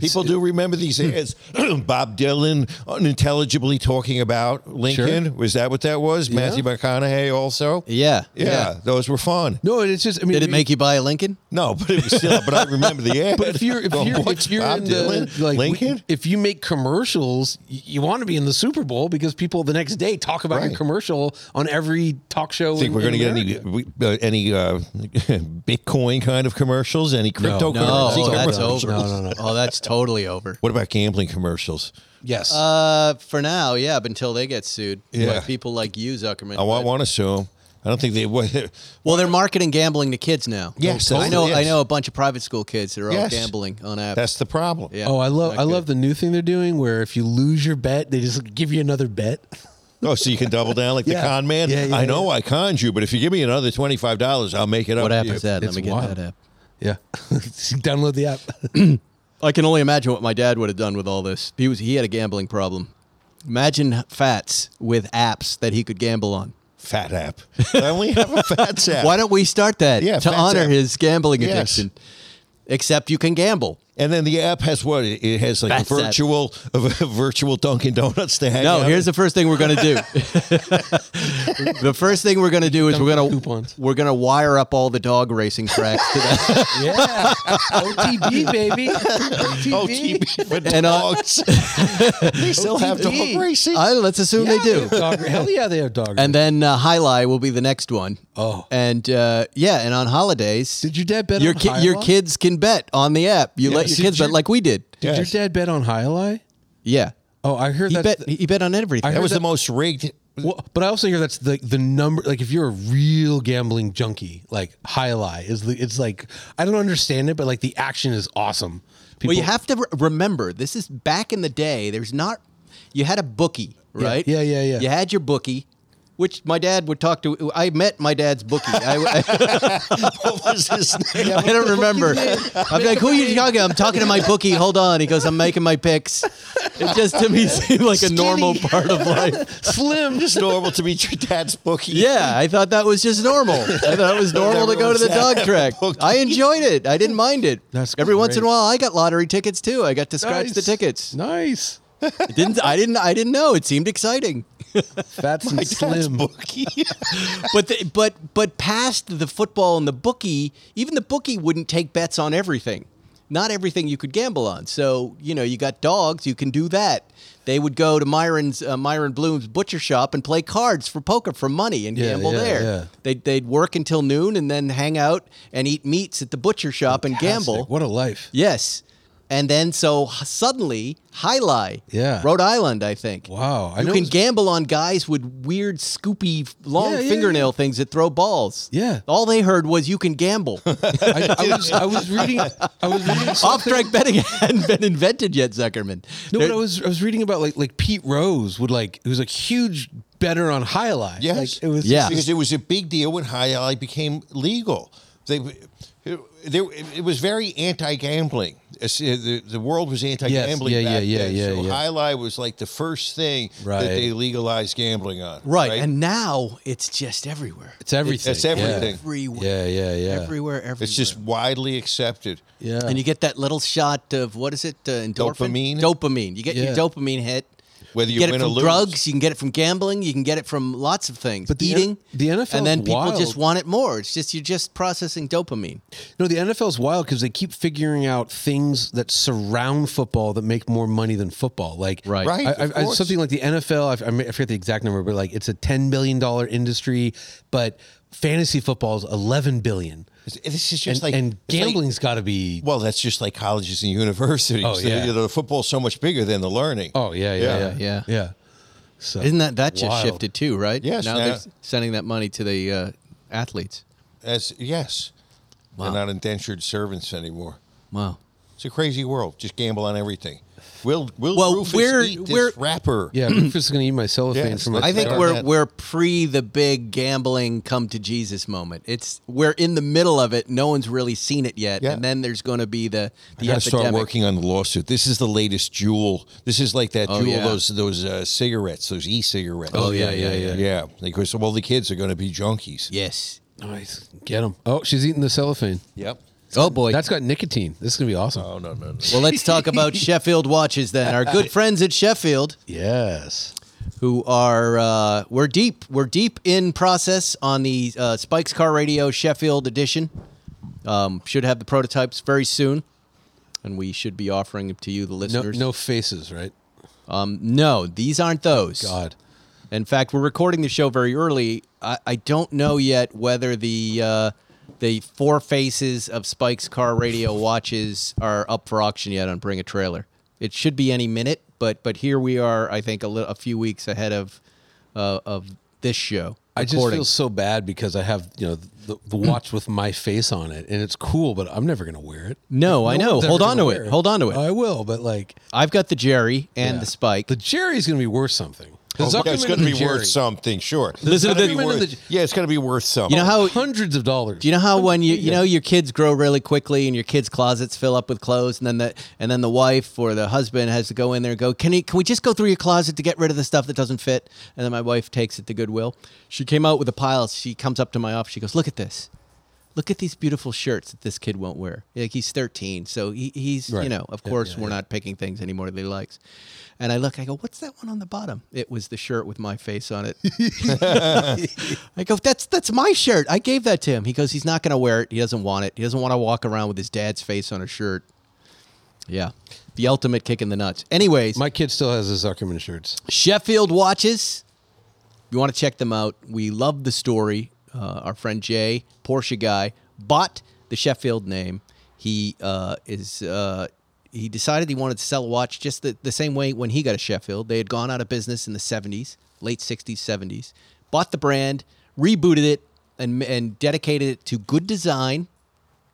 Speaker 4: People do remember these
Speaker 3: Hmm.
Speaker 4: ads. Bob Dylan unintelligibly talking about Lincoln. Was that what that was? Matthew McConaughey also.
Speaker 1: Yeah,
Speaker 4: Yeah,
Speaker 1: yeah.
Speaker 4: those were fun.
Speaker 3: no, it's just I mean
Speaker 1: Did it make you buy a Lincoln?
Speaker 4: No, but it was still. but I remember the ad.
Speaker 3: But if you're if
Speaker 4: Well,
Speaker 3: you're,
Speaker 4: what's
Speaker 3: if you're
Speaker 4: Bob
Speaker 3: in the,
Speaker 4: Dylan,
Speaker 3: like we-
Speaker 4: Lincoln,
Speaker 3: if you make commercials, y- you want to be in the Super Bowl because people the next day talk about your
Speaker 4: Right.
Speaker 3: commercial on every talk show.
Speaker 4: think
Speaker 3: in-
Speaker 4: we're going to
Speaker 3: in
Speaker 4: get
Speaker 3: America.
Speaker 4: any we- uh, any uh, Bitcoin kind of commercials? Any cryptocurrency?
Speaker 1: No,
Speaker 3: Currency
Speaker 1: that's
Speaker 3: conversion.
Speaker 1: over.
Speaker 3: No, no, no.
Speaker 1: Oh, that's totally over.
Speaker 4: What about gambling commercials?
Speaker 3: Yes.
Speaker 1: Uh, for now, yeah, but until they get sued by
Speaker 4: Yeah.
Speaker 1: people like you, Zuckerman.
Speaker 4: I want, want to assume. I don't think they would.
Speaker 1: Well, they're marketing gambling to kids now.
Speaker 4: Yes,
Speaker 1: I know.
Speaker 4: totally,
Speaker 1: I
Speaker 4: yes.
Speaker 1: know a bunch of private school kids that are
Speaker 4: Yes.
Speaker 1: all gambling on apps.
Speaker 4: That's the problem.
Speaker 1: yeah.
Speaker 3: oh, I love
Speaker 1: not
Speaker 3: I
Speaker 1: good.
Speaker 3: love the new thing they're doing where if you lose your bet, they just give you another bet.
Speaker 4: Oh, so you can double down like
Speaker 3: Yeah.
Speaker 4: the con man?
Speaker 3: Yeah, yeah,
Speaker 4: I know I conned you, but if you give me another $25, I'll make it up.
Speaker 1: What
Speaker 4: to
Speaker 1: app
Speaker 4: you.
Speaker 1: is that? Let
Speaker 3: It's
Speaker 1: me get
Speaker 3: wild.
Speaker 1: that app.
Speaker 3: Yeah. Download the app.
Speaker 1: I can only imagine what my dad would have done with all this. He was he had a gambling problem. Imagine fats with apps that he could gamble on.
Speaker 4: Fat app. I only have a fat app.
Speaker 1: Why don't we start that
Speaker 4: Yeah,
Speaker 1: to
Speaker 4: fats
Speaker 1: honor
Speaker 4: app.
Speaker 1: his gambling
Speaker 4: Yes.
Speaker 1: addiction? Except you can gamble.
Speaker 4: and then the app has what? It it has like a
Speaker 1: Fats app.
Speaker 4: virtual, a, virtual Dunkin' Donuts to hang
Speaker 1: No,
Speaker 4: out
Speaker 1: here's
Speaker 4: at.
Speaker 1: the first thing we're gonna do. the first thing we're gonna do is we're gonna
Speaker 3: Coupons.
Speaker 1: we're gonna wire up all the dog racing tracks to that.
Speaker 3: Yeah. OTB, baby. OTB.
Speaker 4: OTB for
Speaker 1: And, uh,
Speaker 4: dogs. they still have dog
Speaker 3: OTB.
Speaker 4: racing.
Speaker 1: I, let's assume they do.
Speaker 3: Dog, hell yeah, they have dog.
Speaker 1: And then uh, Highlight will be the next one.
Speaker 3: Oh.
Speaker 1: and uh, yeah, and on holidays,
Speaker 3: Did your dad bet
Speaker 1: your
Speaker 3: on
Speaker 1: ki- your
Speaker 3: Hylai?
Speaker 1: kids can bet on the app? You let
Speaker 3: Yes.
Speaker 1: your kids
Speaker 3: Did you-
Speaker 1: bet like we did.
Speaker 3: did
Speaker 4: Yes.
Speaker 3: your dad bet on Highlight?
Speaker 1: Yeah,
Speaker 3: Oh, I heard
Speaker 1: he
Speaker 3: that's
Speaker 1: bet
Speaker 3: the-
Speaker 1: he bet on everything.
Speaker 3: I
Speaker 4: that
Speaker 3: heard
Speaker 4: was
Speaker 3: that-
Speaker 4: the most rigged.
Speaker 3: Well, but I also hear that's the the number. Like, if you're a real gambling junkie, like High Lie is the. It's like I don't understand it, but like the action is awesome. People,
Speaker 1: Well, you have to re- remember this is back in the day. There's not you had a bookie, right?
Speaker 3: Yeah, yeah, yeah.
Speaker 1: You had your bookie, which my dad would talk to. I met my dad's bookie. I,
Speaker 4: What was his name?
Speaker 1: I don't remember. I'm like, who are you talking? I'm talking to my bookie. Hold on. He goes, I'm making my picks. It just to me seemed like a normal part of life.
Speaker 3: slim. Just
Speaker 4: It's normal to meet your dad's bookie.
Speaker 1: Yeah, I thought that was just normal. I thought it was normal to go to the dog
Speaker 4: Everyone's had a
Speaker 1: track.
Speaker 4: bookie.
Speaker 1: I enjoyed it. I didn't mind it.
Speaker 3: That's
Speaker 1: Every once in a
Speaker 3: great.
Speaker 1: while, I got lottery tickets too. I got to scratch the
Speaker 3: Nice.
Speaker 1: tickets.
Speaker 3: nice.
Speaker 1: It didn't I? Didn't I? Didn't know. It seemed exciting.
Speaker 3: Fats and
Speaker 4: Dad's
Speaker 3: slim.
Speaker 4: bookie.
Speaker 1: but the, but but past the football and the bookie, even the bookie wouldn't take bets on everything. not everything you could gamble on. So you know, you got dogs, you can do that. They would go to Myron's uh, Myron Bloom's butcher shop and play cards for poker for money and
Speaker 3: Yeah,
Speaker 1: gamble
Speaker 3: yeah,
Speaker 1: there.
Speaker 3: yeah.
Speaker 1: They'd, they'd work until noon and then hang out and eat meats at the butcher shop and gamble.
Speaker 3: Fantastic. What a life.
Speaker 1: Yes. And then so h- suddenly, High
Speaker 3: Yeah.
Speaker 1: Rhode Island, I think.
Speaker 3: Wow, I
Speaker 1: you
Speaker 3: know
Speaker 1: can
Speaker 3: it's-
Speaker 1: gamble on guys with weird, scoopy, f- long
Speaker 3: Yeah, yeah,
Speaker 1: fingernail things that throw balls.
Speaker 3: Yeah.
Speaker 1: All they heard was you can gamble.
Speaker 3: I, I was I was reading I was reading
Speaker 1: Off
Speaker 3: something.
Speaker 1: track betting hadn't been invented yet, Zuckerman.
Speaker 3: No,
Speaker 1: There-
Speaker 3: but I was I was reading about like like Pete Rose would like who's a huge better on high line.
Speaker 4: Yes,
Speaker 3: Like, it was
Speaker 1: Yeah.
Speaker 4: because it was a big deal when high ally became legal. They, it, there, it was very anti-gambling. It's, uh, The, the world was anti-gambling.
Speaker 3: yeah, yeah,
Speaker 4: back
Speaker 3: yeah,
Speaker 4: then,
Speaker 3: yeah,
Speaker 4: So
Speaker 3: yeah.
Speaker 4: high ally was like the first thing
Speaker 3: Right.
Speaker 4: that they legalized gambling on.
Speaker 1: right. And now it's just everywhere.
Speaker 3: it's everything.
Speaker 4: It's everything.
Speaker 1: Everywhere.
Speaker 3: Yeah, yeah, yeah. yeah.
Speaker 1: Everywhere, everywhere.
Speaker 4: it's just widely accepted.
Speaker 3: Yeah.
Speaker 1: And you get that little shot of what is it? Uh, endorphin?
Speaker 4: Dopamine?
Speaker 1: Dopamine. You get your
Speaker 3: Yeah.
Speaker 1: dopamine hit.
Speaker 4: Whether you
Speaker 1: get
Speaker 4: win
Speaker 1: it
Speaker 4: or
Speaker 1: from
Speaker 4: lose.
Speaker 1: drugs, you can get it from gambling, you can get it from lots of things. But
Speaker 3: But the
Speaker 1: eating,
Speaker 3: N- the NFL
Speaker 1: and then
Speaker 3: is
Speaker 1: people
Speaker 3: wild.
Speaker 1: just want it more. It's just you're just processing dopamine.
Speaker 3: No, the NFL's wild because they keep figuring out things that surround football that make more money than football. Like
Speaker 1: Right.
Speaker 4: Right,
Speaker 3: I,
Speaker 4: of
Speaker 3: I, I,
Speaker 4: course.
Speaker 3: something like the NFL. I, I mean, I forget the exact number, but like it's a ten billion dollar industry, but fantasy football's eleven billion,
Speaker 4: This is just
Speaker 3: and,
Speaker 4: like
Speaker 3: and
Speaker 4: it's like-
Speaker 3: gambling's got to be.
Speaker 4: well, that's just like colleges and universities.
Speaker 3: Oh, yeah.
Speaker 4: the, the football's so much bigger than the learning.
Speaker 3: Oh yeah, yeah, yeah,
Speaker 4: Yeah.
Speaker 1: Yeah.
Speaker 3: yeah. So
Speaker 1: Isn't that that just
Speaker 3: Wild.
Speaker 1: shifted too, right?
Speaker 4: Yes,
Speaker 1: Now
Speaker 4: yeah.
Speaker 1: they're s- sending that money to the uh, athletes.
Speaker 4: As yes, they're not indentured servants anymore.
Speaker 1: Wow.
Speaker 4: It's a crazy world. Just gamble on everything. Will Will
Speaker 1: Well,
Speaker 4: Rufus
Speaker 1: we're-
Speaker 4: eat
Speaker 1: we're-
Speaker 4: this rapper?
Speaker 3: yeah? I'm just gonna eat my cellophane
Speaker 4: Yes,
Speaker 3: from my.
Speaker 4: let's
Speaker 1: I think
Speaker 4: Darn
Speaker 1: we're
Speaker 4: it.
Speaker 1: we're pre the big gambling come to Jesus moment. It's we're in the middle of it. No one's really seen it yet,
Speaker 4: Yeah.
Speaker 1: and then there's going to be the
Speaker 4: You
Speaker 1: the
Speaker 4: got to
Speaker 1: epidemic.
Speaker 4: start working on the lawsuit. This is the latest jewel. This is like that jewel.
Speaker 1: Oh, yeah.
Speaker 4: Those those uh, cigarettes, those e-cigarettes.
Speaker 1: Oh, yeah, yeah,
Speaker 4: yeah.
Speaker 1: yeah.
Speaker 4: because all the kids are going to be junkies.
Speaker 1: Yes.
Speaker 3: Nice, get them. Oh, she's eating the cellophane.
Speaker 4: Yep.
Speaker 1: Oh boy.
Speaker 3: That's got nicotine. This is gonna be awesome.
Speaker 4: Oh no no no.
Speaker 1: well, let's talk about Sheffield watches then. Our good friends at Sheffield.
Speaker 3: Yes.
Speaker 1: who are uh, we're deep we're deep in process on the uh, Spikes Car Radio Sheffield edition. Um, should have the prototypes very soon, and we should be offering them to you, the
Speaker 3: No,
Speaker 1: listeners.
Speaker 3: no faces, right?
Speaker 1: um, no, these aren't those.
Speaker 3: God.
Speaker 1: In fact, we're recording the show very early. I, I don't know yet whether the uh, the four faces of Spike's car radio watches are up for auction yet on Bring a Trailer. It should be any minute, but but here we are. I think a, li- a few weeks ahead of uh, of this show.
Speaker 3: I just
Speaker 1: recording.
Speaker 3: feel so bad because I have you know the, the watch with my face on it, and it's cool, but I'm never gonna wear it.
Speaker 1: No, I know.
Speaker 3: one's ever
Speaker 1: Hold on
Speaker 3: gonna
Speaker 1: to
Speaker 3: wear
Speaker 1: it. Hold on to it.
Speaker 3: I will, but like
Speaker 1: I've got the Jerry and the Spike.
Speaker 3: the Jerry's gonna be worth something. The
Speaker 4: Oh, yeah,
Speaker 3: Zuckerman
Speaker 4: it's
Speaker 3: and
Speaker 4: going to
Speaker 3: the
Speaker 4: be
Speaker 3: Jerry.
Speaker 4: worth something, sure.
Speaker 1: Listen
Speaker 4: It's
Speaker 1: to
Speaker 4: gonna
Speaker 1: the-
Speaker 4: be
Speaker 3: Zuckerman and
Speaker 4: worth-
Speaker 3: the-
Speaker 4: yeah, it's going to be worth something.
Speaker 1: you know how
Speaker 3: hundreds of dollars.
Speaker 1: Do you know how when you you know your kids grow really quickly and your kids' closets fill up with clothes and then the and then the wife or the husband has to go in there and go, Can you can we just go through your closet to get rid of the stuff that doesn't fit? And then my wife takes it to Goodwill. She came out with a pile. She comes up to my office, she goes, Look at this. Look at these beautiful shirts that this kid won't wear. Like he's 13, so he, he's
Speaker 3: Right.
Speaker 1: you know, of
Speaker 3: Yeah,
Speaker 1: course,
Speaker 3: yeah,
Speaker 1: we're
Speaker 3: yeah.
Speaker 1: not picking things anymore that he likes. And I look, I go, what's that one on the bottom? It was the shirt with my face on it. I go, that's that's my shirt. I gave that to him. He goes, he's not going to wear it. He doesn't want it. He doesn't want to walk around with his dad's face on a shirt. Yeah, the ultimate kick in the nuts. Anyways,
Speaker 3: My kid still has his Zuckerman shirts.
Speaker 1: Sheffield watches. You want to check them out. We love the story. Uh, our friend Jay, Porsche guy, bought the Sheffield name. He uh, is. Uh, he decided he wanted to sell a watch just the, the same way when he got a Sheffield. They had gone out of business in the 70s, late 60s, 70s. Bought the brand, rebooted it, and, and dedicated it to good design,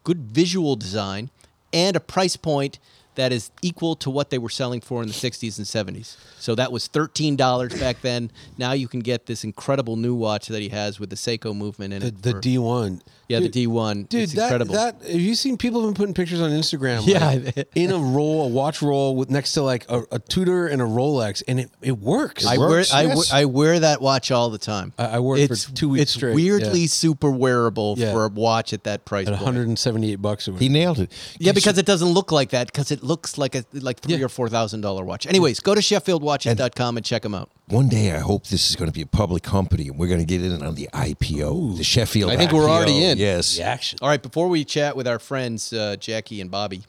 Speaker 1: good visual design, and a price point that is equal to what they were selling for in the 60s and 70s. So that was $13 back then. Now you can get this incredible new watch that he has with the Seiko movement in
Speaker 3: The,
Speaker 1: it.
Speaker 3: the
Speaker 1: for-
Speaker 3: D1.
Speaker 1: Yeah, the
Speaker 3: Dude,
Speaker 1: D1.
Speaker 3: Dude,
Speaker 1: It's
Speaker 3: that,
Speaker 1: incredible.
Speaker 3: that have you seen people have been putting pictures on Instagram? like,
Speaker 1: Yeah.
Speaker 3: in a roll, a watch roll with next to like a, a Tudor and a Rolex, and it, it works.
Speaker 1: I wear,
Speaker 4: works,
Speaker 1: I, wear-
Speaker 4: yes.
Speaker 1: I wear that watch all the time.
Speaker 3: I- I wore it for two weeks
Speaker 1: It's
Speaker 3: straight,
Speaker 1: weirdly
Speaker 3: yeah.
Speaker 1: super wearable
Speaker 3: Yeah.
Speaker 1: for a watch at that price
Speaker 3: at
Speaker 1: point.
Speaker 3: 178 bucks or whatever.
Speaker 4: he nailed it.
Speaker 1: Yeah, because it doesn't look like that because it looks like a like three
Speaker 3: Yeah.
Speaker 1: or four thousand dollar watch. Anyways, go to sheffieldwatches.com and check them out.
Speaker 4: One day, I hope this is going to be a public company, and we're going to get in on the IPO, the Sheffield.
Speaker 1: I think we're
Speaker 4: IPO.
Speaker 1: already in.
Speaker 4: Yes.
Speaker 3: action.
Speaker 1: All right, before we chat with our friends uh, Jackie and Bobby,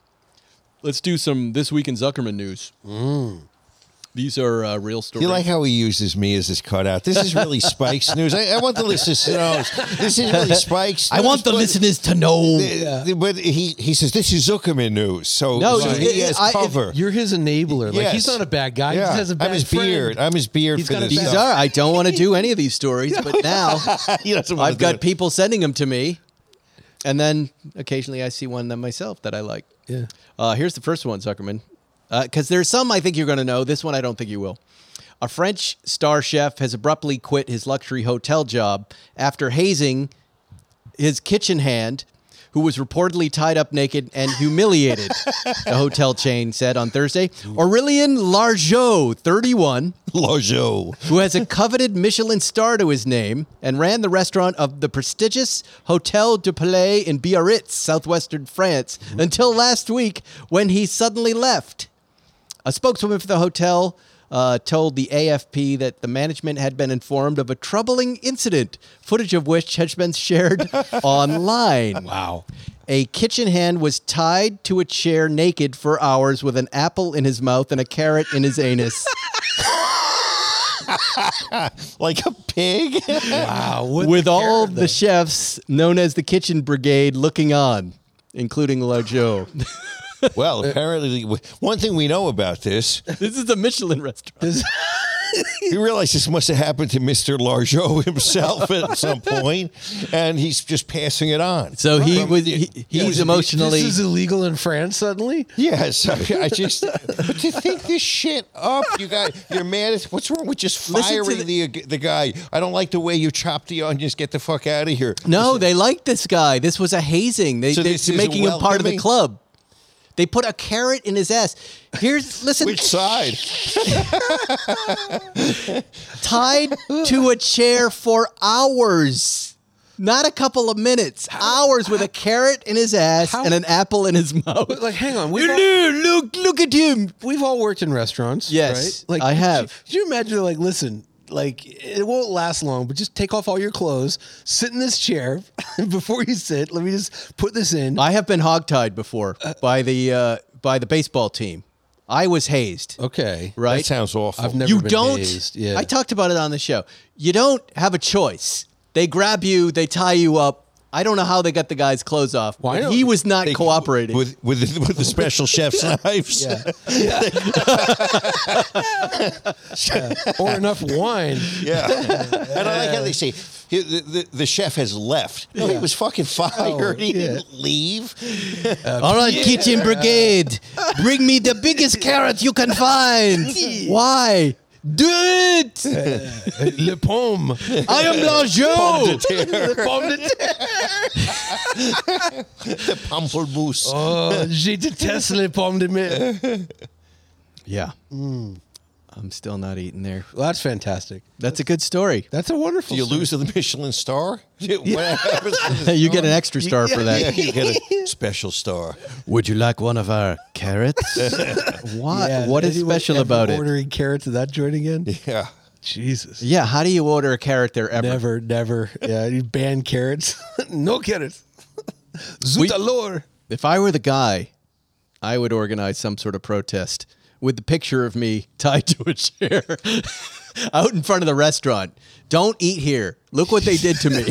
Speaker 1: Let's do some this week in Zuckerman news. These are uh, real stories.
Speaker 4: Mm. You like how he uses me as his cutout? This is really Spike's news. I, I want the listeners to know this is really Spike's.
Speaker 1: I want the
Speaker 4: news,
Speaker 1: listeners to know.
Speaker 4: but- But he, he says this is Zuckerman news, so,
Speaker 1: No,
Speaker 4: so
Speaker 1: it-
Speaker 4: he
Speaker 1: it-
Speaker 4: has
Speaker 1: I- it-
Speaker 4: cover.
Speaker 3: You're his enabler. Like
Speaker 4: Yes.
Speaker 3: he's not a bad guy. He
Speaker 4: Yeah.
Speaker 3: just has a bad
Speaker 4: I'm his
Speaker 3: friend.
Speaker 4: beard. I'm his beard
Speaker 3: He's
Speaker 4: for
Speaker 3: got a
Speaker 4: this. uh,
Speaker 3: bad-
Speaker 1: These
Speaker 4: stuff.
Speaker 1: are. I don't want to do any of these stories, but now
Speaker 4: He doesn't wanna
Speaker 1: I've
Speaker 4: do
Speaker 1: got
Speaker 4: it.
Speaker 1: people sending them to me, and then occasionally I see one that myself that I like.
Speaker 3: Yeah.
Speaker 1: Uh, here's the first one, Zuckerman, because there's some I think you're going to know. This one I don't think you will. A French star chef has abruptly quit his luxury hotel job after hazing his kitchen hand, who was reportedly tied up naked and humiliated. the hotel chain said on Thursday. Aurelien Largeau, 31
Speaker 4: Lojo.
Speaker 1: who has a coveted Michelin star to his name and ran the restaurant of the prestigious Hotel du Palais in Biarritz, southwestern France, until last week when he suddenly left. A spokeswoman for the hotel uh, told the AFP that the management had been informed of a troubling incident, footage of which has been shared online.
Speaker 3: Wow.
Speaker 1: A kitchen hand was tied to a chair naked for hours with an apple in his mouth and a carrot in his anus.
Speaker 4: Like a pig?
Speaker 3: Wow. What
Speaker 1: with
Speaker 3: the
Speaker 1: all
Speaker 3: character.
Speaker 1: the chefs known as the Kitchen Brigade looking on, including Larjo.
Speaker 4: well, apparently, one thing we know about this,
Speaker 1: this is a Michelin restaurant.
Speaker 4: you realize this must have happened to Mr. Largeau himself at some point, and he's just passing it on.
Speaker 1: So he was he,
Speaker 4: Yeah,
Speaker 1: he's
Speaker 4: this-
Speaker 1: emotionally
Speaker 3: This is illegal in France suddenly.
Speaker 4: Yes, I, I just. but to think this shit up, you got you're mad. At, what's wrong with just
Speaker 1: Listen to
Speaker 4: firing the, the guy? I don't like the way you chopped the onions. Get the fuck out of here.
Speaker 1: No, they liked this guy. This was a hazing. They,
Speaker 4: So
Speaker 1: they're
Speaker 4: this is
Speaker 1: making him part of the
Speaker 4: welcoming?
Speaker 1: club. They put a carrot in his ass. Here's listen
Speaker 4: Which side?
Speaker 1: tied to a chair for hours. Not a couple of minutes, hours with a carrot in his ass
Speaker 3: how-
Speaker 1: and an apple in his mouth.
Speaker 3: But like, hang on. We've all,
Speaker 1: Look, look at him.
Speaker 3: we've all worked in restaurants.
Speaker 1: Yes,
Speaker 3: right?
Speaker 1: I
Speaker 3: could
Speaker 1: have.
Speaker 3: You, could you imagine? Like, listen. Like it won't last long, but just take off all your clothes, sit in this chair. Before you sit, let me just put this in.
Speaker 1: I have been hogtied before by the uh, by the baseball team. I was hazed.
Speaker 3: okay,
Speaker 1: Right?
Speaker 4: That sounds awful.
Speaker 3: I've never
Speaker 1: you
Speaker 3: been
Speaker 1: don't.
Speaker 3: hazed, Yeah,
Speaker 1: I talked about it on the show. You don't have a choice. They grab you. They tie you up. I don't know how they got the guy's clothes off.
Speaker 3: Why
Speaker 1: but
Speaker 3: don't-
Speaker 1: he was not cooperating.
Speaker 4: with with the, with the special chef's knives.
Speaker 3: Yeah. or enough wine.
Speaker 4: Yeah. and I like how they say he- the, the, the chef has left. No, he was fucking fired. he didn't leave.
Speaker 1: All right, kitchen brigade, bring me the biggest carrot you can find. Why? Do it!
Speaker 3: Le pomme.
Speaker 1: I am Blanchot.
Speaker 3: Pomme de terre.
Speaker 4: Pamplemousse.
Speaker 3: Oh, je déteste les pommes de mer.
Speaker 1: Yeah.
Speaker 3: Hmm.
Speaker 1: I'm still not eating there.
Speaker 3: Well, that's fantastic.
Speaker 1: That's a good story.
Speaker 3: That's a wonderful.
Speaker 4: Do you
Speaker 3: story.
Speaker 4: lose to the Michelin star? What happens to the
Speaker 1: you get
Speaker 3: Oh,
Speaker 1: an extra star for that.
Speaker 4: Yeah, you get a special star.
Speaker 1: Would you like one of our carrots? what?
Speaker 3: Yeah,
Speaker 1: what
Speaker 3: did
Speaker 1: is
Speaker 3: anyone
Speaker 1: special
Speaker 3: ever
Speaker 1: about it?
Speaker 3: Ordering carrots at that joint again?
Speaker 4: Yeah.
Speaker 3: Jesus.
Speaker 1: Yeah, how do you order a carrot there ever?
Speaker 3: Never, never. Yeah, you ban carrots. no carrots.
Speaker 1: We-
Speaker 3: Zut alors.
Speaker 1: If I were the guy, I would organize some sort of protest with the picture of me tied to a chair out in front of the restaurant. Don't eat here. Look what they did to me.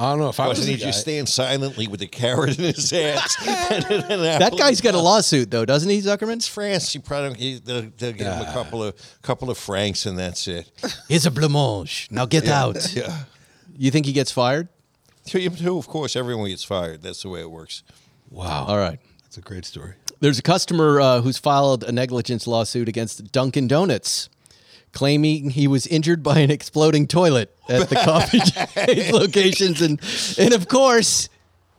Speaker 3: I don't know if I was
Speaker 4: Wasn't
Speaker 3: the
Speaker 4: he
Speaker 3: guy.
Speaker 4: just stand silently with a carrot in his ass? and an
Speaker 1: that
Speaker 4: apple?
Speaker 1: guy's got a lawsuit though, doesn't he,
Speaker 4: It's
Speaker 1: Zuckerman?
Speaker 4: France. You probably he, they'll, they'll give him a couple of couple of francs and that's it.
Speaker 1: Here's a blancmange. Now get out.
Speaker 4: Yeah.
Speaker 1: You think he gets fired?
Speaker 4: To him too, of course. Everyone gets fired. That's the way it works.
Speaker 3: Wow.
Speaker 1: All right.
Speaker 3: That's a great story.
Speaker 1: There's a customer uh, who's filed a negligence lawsuit against Dunkin' Donuts, claiming he was injured by an exploding toilet at the coffee chain's locations and, and, of course,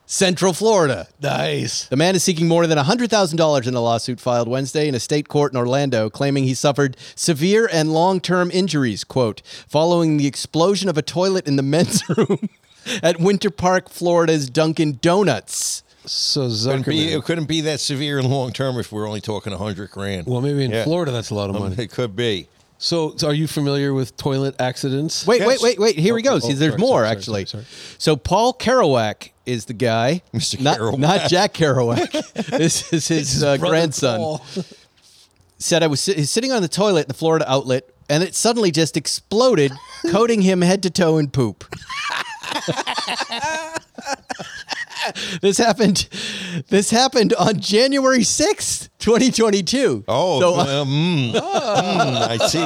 Speaker 1: Central Florida.
Speaker 3: Nice.
Speaker 1: The man is seeking more than $100,000 in a lawsuit filed Wednesday in a state court in Orlando, claiming he suffered severe and long term injuries, quote, following the explosion of a toilet in the men's room at Winter Park, Florida's Dunkin' Donuts.
Speaker 3: So
Speaker 4: Couldn't be,
Speaker 3: Zuckerman.
Speaker 4: it couldn't be that severe and long term if we're only talking a hundred grand.
Speaker 3: Well, maybe in
Speaker 4: Yeah. Um,
Speaker 1: Um,
Speaker 3: Florida that's a lot of money.
Speaker 4: It could be.
Speaker 3: So, so are you familiar with toilet accidents?
Speaker 1: Wait,
Speaker 4: Yes.
Speaker 1: wait, wait, wait. Here he goes.
Speaker 3: oh,
Speaker 1: He's- There's
Speaker 3: sorry,
Speaker 1: more,
Speaker 3: sorry, sorry,
Speaker 1: actually.
Speaker 3: sorry,
Speaker 1: So Paul Kerouac is the guy.
Speaker 4: Mr.
Speaker 1: Not,
Speaker 4: Kerouac.
Speaker 1: not Jack Kerouac. this is his, uh,
Speaker 3: brother
Speaker 1: grandson.
Speaker 3: Paul.
Speaker 1: Said I was sit- he's sitting on the toilet in the Florida outlet, and it suddenly just exploded, coating him head to toe in poop. this happened. This happened on January sixth, twenty twenty two.
Speaker 4: Oh,
Speaker 1: so uh,
Speaker 4: uh, mm, mm, I see.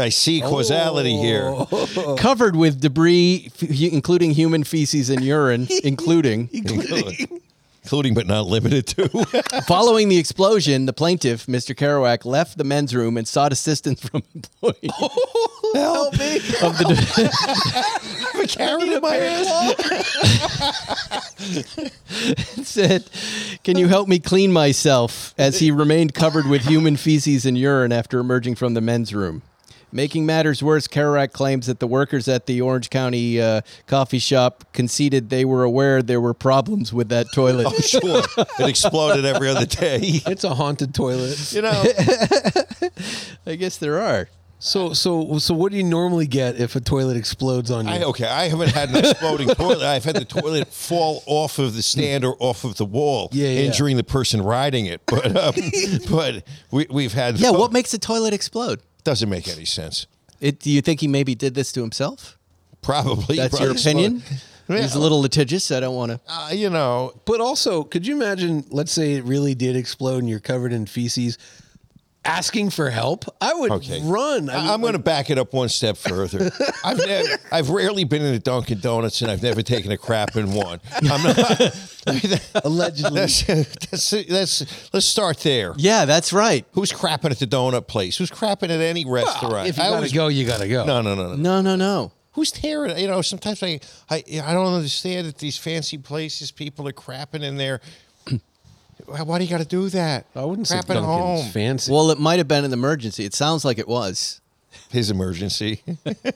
Speaker 4: I see causality here.
Speaker 3: Oh.
Speaker 1: covered with debris, f- including human feces and urine, including
Speaker 4: Including, including but not limited to.
Speaker 1: Following the explosion, the plaintiff, Mr. Kerouac, left the men's room and sought assistance from employees.
Speaker 3: Help me.
Speaker 1: of the
Speaker 4: Oh, a carrot in my ass.
Speaker 1: and said, "Can you help me clean myself?" As he remained covered with human feces and urine after emerging from the men's room. Making matters worse, Kerouac claims that the workers at the Orange County uh, coffee shop conceded they were aware there were problems with that toilet.
Speaker 4: Sure, it exploded every other day.
Speaker 3: It's a haunted toilet.
Speaker 4: You know,
Speaker 1: I guess there are.
Speaker 3: So, so, so, what do you normally get if a toilet explodes on you?
Speaker 4: I, okay, I haven't had an exploding toilet. I've had the toilet fall off of the stand or off of the wall,
Speaker 3: Yeah, yeah.
Speaker 4: injuring the person riding it. But um, but we, we've had
Speaker 1: Yeah, what makes a toilet explode?
Speaker 4: doesn't make any sense.
Speaker 1: It, do you think he maybe did this to himself?
Speaker 4: Probably
Speaker 1: That's your
Speaker 4: probably exploded.
Speaker 1: opinion.
Speaker 4: Yeah.
Speaker 1: He's a little litigious. I don't want to.
Speaker 4: Uh, you know,
Speaker 3: But also, could you imagine? Let's say it really did explode, and you're covered in feces. Asking for help, I would
Speaker 4: Okay.
Speaker 3: run.
Speaker 4: I- I'm going to back it up one step further. I've never, I've rarely been in a Dunkin' Donuts, and I've never taken a crap in one. I'm not. I mean, that-
Speaker 3: Allegedly.
Speaker 4: that's, that's, that's, let's start there.
Speaker 1: Yeah, that's right.
Speaker 4: Who's crapping at the donut place? Who's crapping at any restaurant?
Speaker 3: if you
Speaker 4: I
Speaker 3: gotta
Speaker 4: always-
Speaker 3: go, you gotta go.
Speaker 4: No, no, no, no.
Speaker 1: No, no, no.
Speaker 4: Who's tearing? You know, sometimes I, I, I don't understand that these fancy places people are crapping in there. Why why do you got to do that?
Speaker 3: I wouldn't say
Speaker 4: crap at
Speaker 3: Dunkin's
Speaker 4: home.
Speaker 3: fancy.
Speaker 1: Well, it might have been an emergency. It sounds like it was.
Speaker 4: His emergency.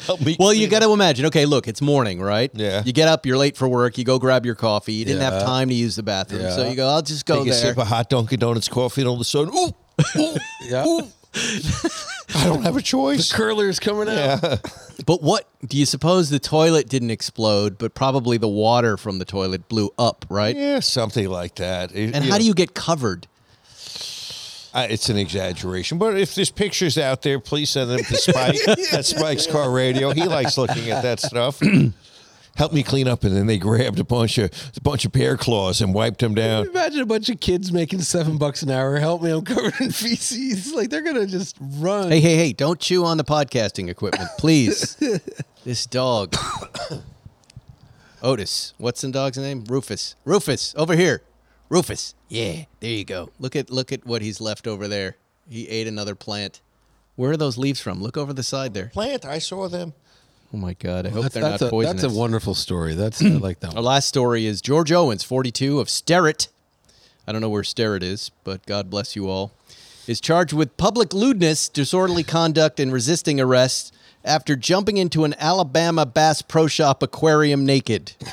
Speaker 4: Help me.
Speaker 1: Well, you got to imagine. Okay, look, it's morning, right?
Speaker 4: Yeah.
Speaker 1: You get up, you're late for work, you go grab your coffee. You didn't have
Speaker 3: Yeah.
Speaker 1: time to use the bathroom. So
Speaker 3: Yeah.
Speaker 1: you go, I'll just go
Speaker 4: take a
Speaker 1: Oh, there.
Speaker 4: sip of hot Dunkin' Donuts coffee, and all of a sudden, ooh, ooh,
Speaker 3: Yeah.
Speaker 4: ooh. I don't have a choice.
Speaker 3: curlers coming out.
Speaker 1: But what do you suppose the toilet didn't explode, but probably the water from the toilet blew up, right?
Speaker 4: Yeah, something like that. It-
Speaker 1: And how
Speaker 4: know,
Speaker 1: do you get covered?
Speaker 4: I, it's an exaggeration, but if there's pictures out there, please send them to Spike at Spike's Car Radio. He likes looking at that stuff. Help me clean up, and then they grabbed a bunch of a bunch of bear claws and wiped them down.
Speaker 3: Imagine a bunch of kids making seven bucks an hour. Help me, I'm covered in feces. Like they're gonna just run.
Speaker 1: Hey, hey, hey, don't chew on the podcasting equipment, please. this dog. Otis. What's the dog's name? Rufus. Rufus, over here. Rufus. Yeah, there you go. Look at look at what he's left over there. He ate another plant. Where are those leaves from? Look over the side there.
Speaker 4: Plant, I saw them.
Speaker 1: Oh my god, I hope
Speaker 3: that's,
Speaker 1: they're
Speaker 3: that's
Speaker 1: not
Speaker 3: a,
Speaker 1: poisonous.
Speaker 3: that's a wonderful story. That's I like that
Speaker 1: Our
Speaker 3: one.
Speaker 1: last story is George Owens, 42, of Sterrett. I don't know where Sterrett is, but God bless you all. Is charged with public lewdness, disorderly conduct, and resisting arrest after jumping into an Alabama Bass Pro Shop aquarium naked.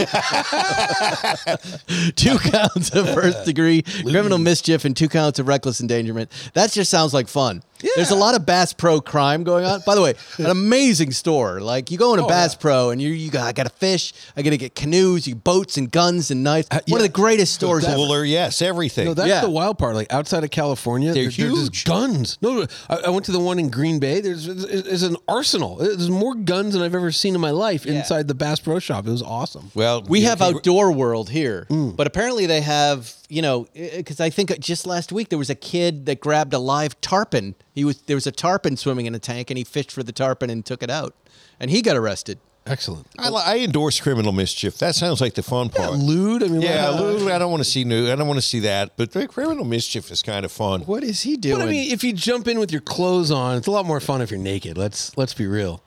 Speaker 1: two counts of first degree criminal mischief and two counts of reckless endangerment. That just sounds like fun. There's a lot of Bass Pro crime going on. By the way, an amazing store. Like you go into Bass Pro and you you got I got to fish, I got to get canoes, you boats and guns and knives. One of
Speaker 3: yeah.
Speaker 1: the greatest stores ever.
Speaker 4: Cooler, yes, everything.
Speaker 3: No, that's
Speaker 1: Yeah.
Speaker 3: the wild part. Like outside of California,
Speaker 4: They're
Speaker 3: there- there's just
Speaker 4: huge.
Speaker 3: guns. No, I, I went to the one in Green Bay. There's is an arsenal. There's more guns than I've ever seen in my life inside the Bass Pro Shop. It was awesome.
Speaker 4: well,
Speaker 1: We
Speaker 4: you
Speaker 1: have
Speaker 4: can-
Speaker 1: Outdoor World here, but apparently they have, you know, because I think just last week there was a kid that grabbed a live tarpon. He was there was a tarpon swimming in a tank, and he fished for the tarpon and took it out, and he got arrested.
Speaker 3: Excellent.
Speaker 4: I, li- I endorse criminal mischief. That sounds like the fun part.
Speaker 3: Lewd. I mean,
Speaker 4: Yeah,
Speaker 3: what-
Speaker 4: lewd. I don't want to see new. I don't want to see that. But the criminal mischief is kind of fun.
Speaker 1: What is he doing?
Speaker 3: But I mean, if you jump in with your clothes on, it's a lot more fun if you're naked. Let's let's be real,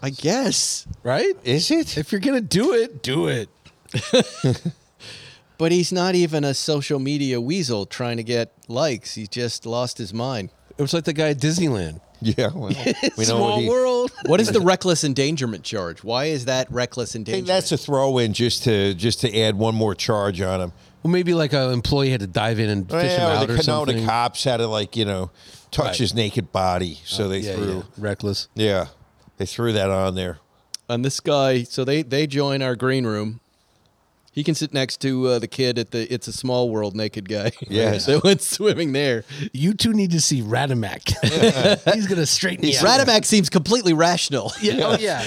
Speaker 1: I guess,
Speaker 3: right?
Speaker 4: Is it?
Speaker 3: If you're gonna do it, do it.
Speaker 1: but he's not even a social media weasel trying to get likes. He just lost his mind.
Speaker 3: It was like the guy at Disneyland.
Speaker 4: Yeah. Well, we know
Speaker 3: Small
Speaker 4: what he,
Speaker 3: world.
Speaker 1: What is the reckless endangerment charge? Why is that reckless
Speaker 4: Hey,
Speaker 1: endangerment?
Speaker 4: that's a throw in just to just to add one more charge on him.
Speaker 3: Well, maybe like an employee had to dive in and fish him
Speaker 4: Yeah, or
Speaker 3: out
Speaker 4: the
Speaker 3: or
Speaker 4: Canada
Speaker 3: something.
Speaker 4: cops had to like you know touch
Speaker 3: Right. Oh,
Speaker 4: his naked body, so they
Speaker 3: yeah,
Speaker 4: threw
Speaker 3: yeah. reckless.
Speaker 4: yeah. they threw that on there.
Speaker 1: and this guy, so they they join our green room. He can sit next to uh, the kid at the It's a Small World naked guy.
Speaker 4: Yes.
Speaker 1: they went swimming there.
Speaker 3: You two need to see Radamac. He's gonna straighten you. out.
Speaker 1: Radamax seems completely rational.
Speaker 3: Yeah, oh yeah.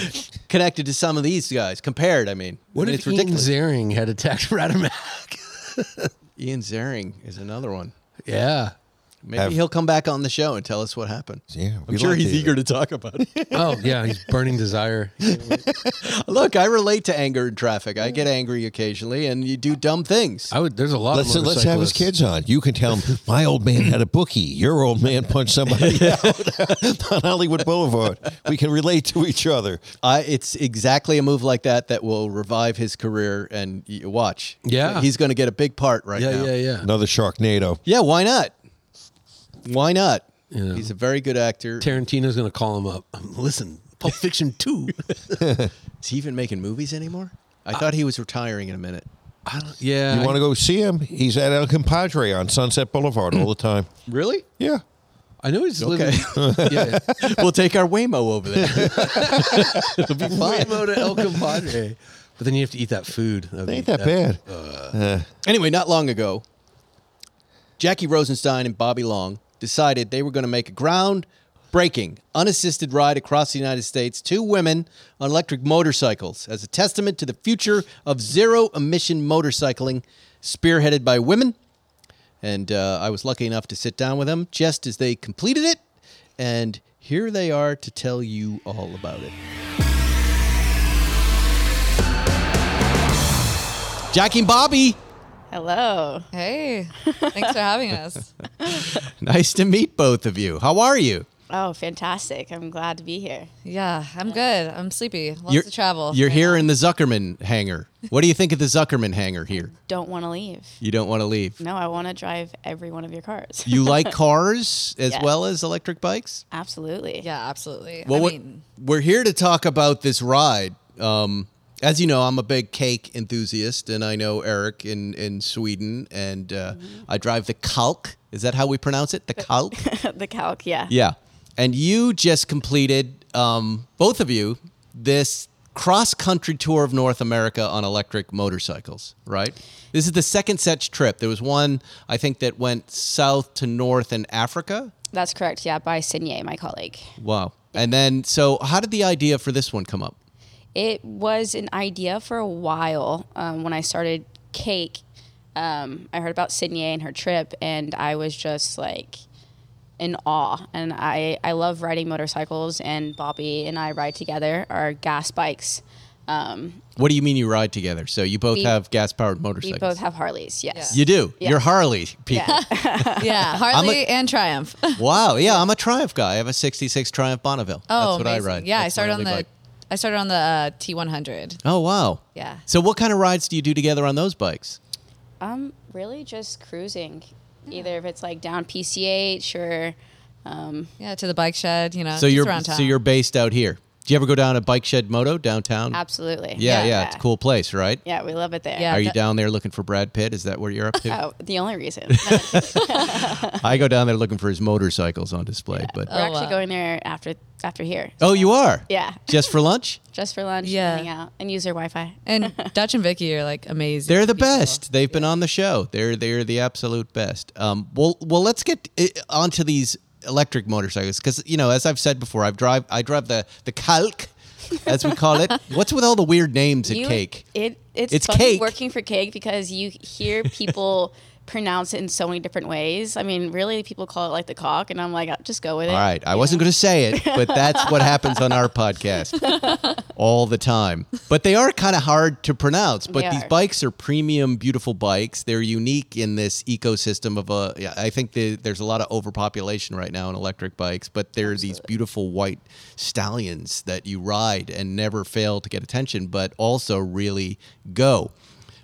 Speaker 1: Connected to some of these guys, compared. I mean,
Speaker 3: What
Speaker 1: I mean,
Speaker 3: if Ian Ziering had attacked Radamac?
Speaker 1: Ian Zaring is another one.
Speaker 3: yeah.
Speaker 1: Maybe
Speaker 4: Have-
Speaker 1: he'll come back on the show and tell us what happened.
Speaker 4: Yeah,
Speaker 1: I'm
Speaker 4: we
Speaker 1: sure
Speaker 4: like
Speaker 1: he's
Speaker 4: David.
Speaker 1: eager to talk about it.
Speaker 3: Oh yeah, he's burning desire.
Speaker 1: Look, I relate to anger in traffic. I get angry occasionally, and you do dumb things.
Speaker 3: I would. There's a lot.
Speaker 4: Let's
Speaker 3: of
Speaker 4: let's have his
Speaker 3: motorcyclists.
Speaker 4: kids on. You can tell him my old man had a bookie. Your old man punched somebody out on Hollywood Boulevard. We can relate to each other.
Speaker 1: I, it's exactly a move like that that will revive his career. And y watch,
Speaker 3: Yeah.
Speaker 1: he's going to get a big part right
Speaker 3: Yeah,
Speaker 1: now.
Speaker 3: yeah, yeah.
Speaker 4: Another Sharknado.
Speaker 1: Yeah, why not? Why not?
Speaker 3: Yeah.
Speaker 1: He's a very good actor.
Speaker 3: Tarantino's gonna call him up. Um, Listen, Pulp Fiction Two.
Speaker 1: Is he even making movies anymore?
Speaker 3: Uh,
Speaker 1: I thought he was retiring in a minute.
Speaker 3: I don't, yeah.
Speaker 4: You want to go see him? He's at El Compadre on Sunset Boulevard all the time.
Speaker 1: Really?
Speaker 4: Yeah.
Speaker 3: I know he's
Speaker 1: Okay.
Speaker 3: living. yeah.
Speaker 1: we'll take our Waymo over there. It'll be fine.
Speaker 3: Waymo to El Compadre. But then you have to eat that food. That'd
Speaker 4: It
Speaker 3: be-
Speaker 4: ain't that bad.
Speaker 3: Uh,
Speaker 1: Anyway, not long ago, Jackie Rosenstein and Bobby Long decided they were going to make a ground breaking, unassisted ride across the United States, two women on electric motorcycles, as a testament to the future of zero emission motorcycling, spearheaded by women. And uh, I was lucky enough to sit down with them just as they completed it. And here they are to tell you all about it. Jackie and Bobby,
Speaker 5: Hello.
Speaker 6: Hey, thanks for having us.
Speaker 1: nice to meet both of you. How are you?
Speaker 5: Oh, fantastic. I'm glad to be here.
Speaker 6: Yeah, I'm good. I'm sleepy. Lots of travel.
Speaker 1: You're
Speaker 6: right
Speaker 1: here
Speaker 6: now.
Speaker 1: in the Zuckerman hangar. What do you think of the Zuckerman hangar here?
Speaker 5: Don't want to leave.
Speaker 1: You don't want to leave.
Speaker 5: No, I want to drive every one of your cars.
Speaker 1: You like cars as
Speaker 5: Yes.
Speaker 1: well as electric bikes?
Speaker 5: Absolutely.
Speaker 6: Yeah, absolutely.
Speaker 1: Well,
Speaker 6: I
Speaker 1: what-
Speaker 6: mean,
Speaker 1: we're here to talk about this ride. Um, as you know, I'm a big cake enthusiast, and I know Eric in, in Sweden, and uh,
Speaker 6: Mm-hmm.
Speaker 1: I drive the Kalk. Is that how we pronounce it? The Kalk?
Speaker 5: the calc, yeah.
Speaker 1: yeah. And you just completed, um, both of you, this cross country tour of North America on electric motorcycles, right? This is the second such trip. There was one, I think, that went south to north in Africa.
Speaker 5: That's correct. Yeah, by Sinye, my colleague.
Speaker 1: Wow. And then, so how did the idea for this one come up?
Speaker 5: It was an idea for a while um, when I started Cake. Um, I heard about Sydney and her trip, and I was just like in awe. And I, I love riding motorcycles, and Bobby and I ride together our gas bikes.
Speaker 1: What do you mean you ride together? So you both have gas powered
Speaker 5: We
Speaker 1: motorcycles.
Speaker 5: both have Harleys, yes.
Speaker 1: you do.
Speaker 5: Yeah.
Speaker 1: You're Harley people.
Speaker 6: yeah, Harley and Triumph. Oh,
Speaker 1: Wow. Yeah, I'm a Triumph guy. I have a 66 Triumph Bonneville. That's what
Speaker 6: Oh, amazing.
Speaker 1: I ride.
Speaker 6: Yeah, I
Speaker 1: That's my
Speaker 6: started on
Speaker 1: only
Speaker 6: the
Speaker 1: bike.
Speaker 6: I started on the uh, T100.
Speaker 1: Oh wow!
Speaker 6: Yeah.
Speaker 1: So, what kind of rides do you do together on those bikes?
Speaker 5: Um, really just cruising. Either if it's like down PCH or
Speaker 6: Yeah, to the bike shed. You know,
Speaker 1: So
Speaker 6: Uh, just
Speaker 1: you're
Speaker 6: around town.
Speaker 1: so you're based out here. Do you ever go down to Bike Shed Moto downtown?
Speaker 5: absolutely.
Speaker 1: Yeah, yeah, it's a cool place, right?
Speaker 5: Yeah, we love it there.
Speaker 6: Yeah.
Speaker 1: Are you
Speaker 6: that-
Speaker 1: down there looking for Brad Pitt? Is that where you're up to?
Speaker 5: Oh, the only reason.
Speaker 1: I go down there looking for his motorcycles on display, but
Speaker 5: We're actually
Speaker 6: wow.
Speaker 5: going there after after here.
Speaker 1: oh, you are.
Speaker 5: Yeah.
Speaker 1: Just for lunch?
Speaker 5: Just for lunch,
Speaker 6: Yeah.
Speaker 5: hang out, and use their Wi-Fi.
Speaker 6: and Dutch and Vicky are like amazing.
Speaker 1: They're the
Speaker 6: people.
Speaker 1: best. They've been on the show. They're they're the absolute best. Um, well, well, let's get eh, onto these electric motorcycles because you know, as I've said before, I've drive I drive the the calc, as we call it. What's with all the weird names at
Speaker 5: You-
Speaker 1: Cake?
Speaker 5: It it's,
Speaker 1: It's
Speaker 5: funny
Speaker 1: cake.
Speaker 5: working for cake because you hear people pronounce it in so many different ways. I mean, really, people call it like the cock, and I'm like, "Uh, just go with it.
Speaker 1: All right, I wasn't going to say it, but that's what happens on our podcast all the time. But they are kind of hard to pronounce. But
Speaker 5: They
Speaker 1: these
Speaker 5: are.
Speaker 1: bikes are premium, beautiful bikes. They're unique in this ecosystem of a. yeah, I think the, there's a lot of overpopulation right now in electric bikes, but they're these beautiful white stallions that you ride and never fail to get attention, but also really go.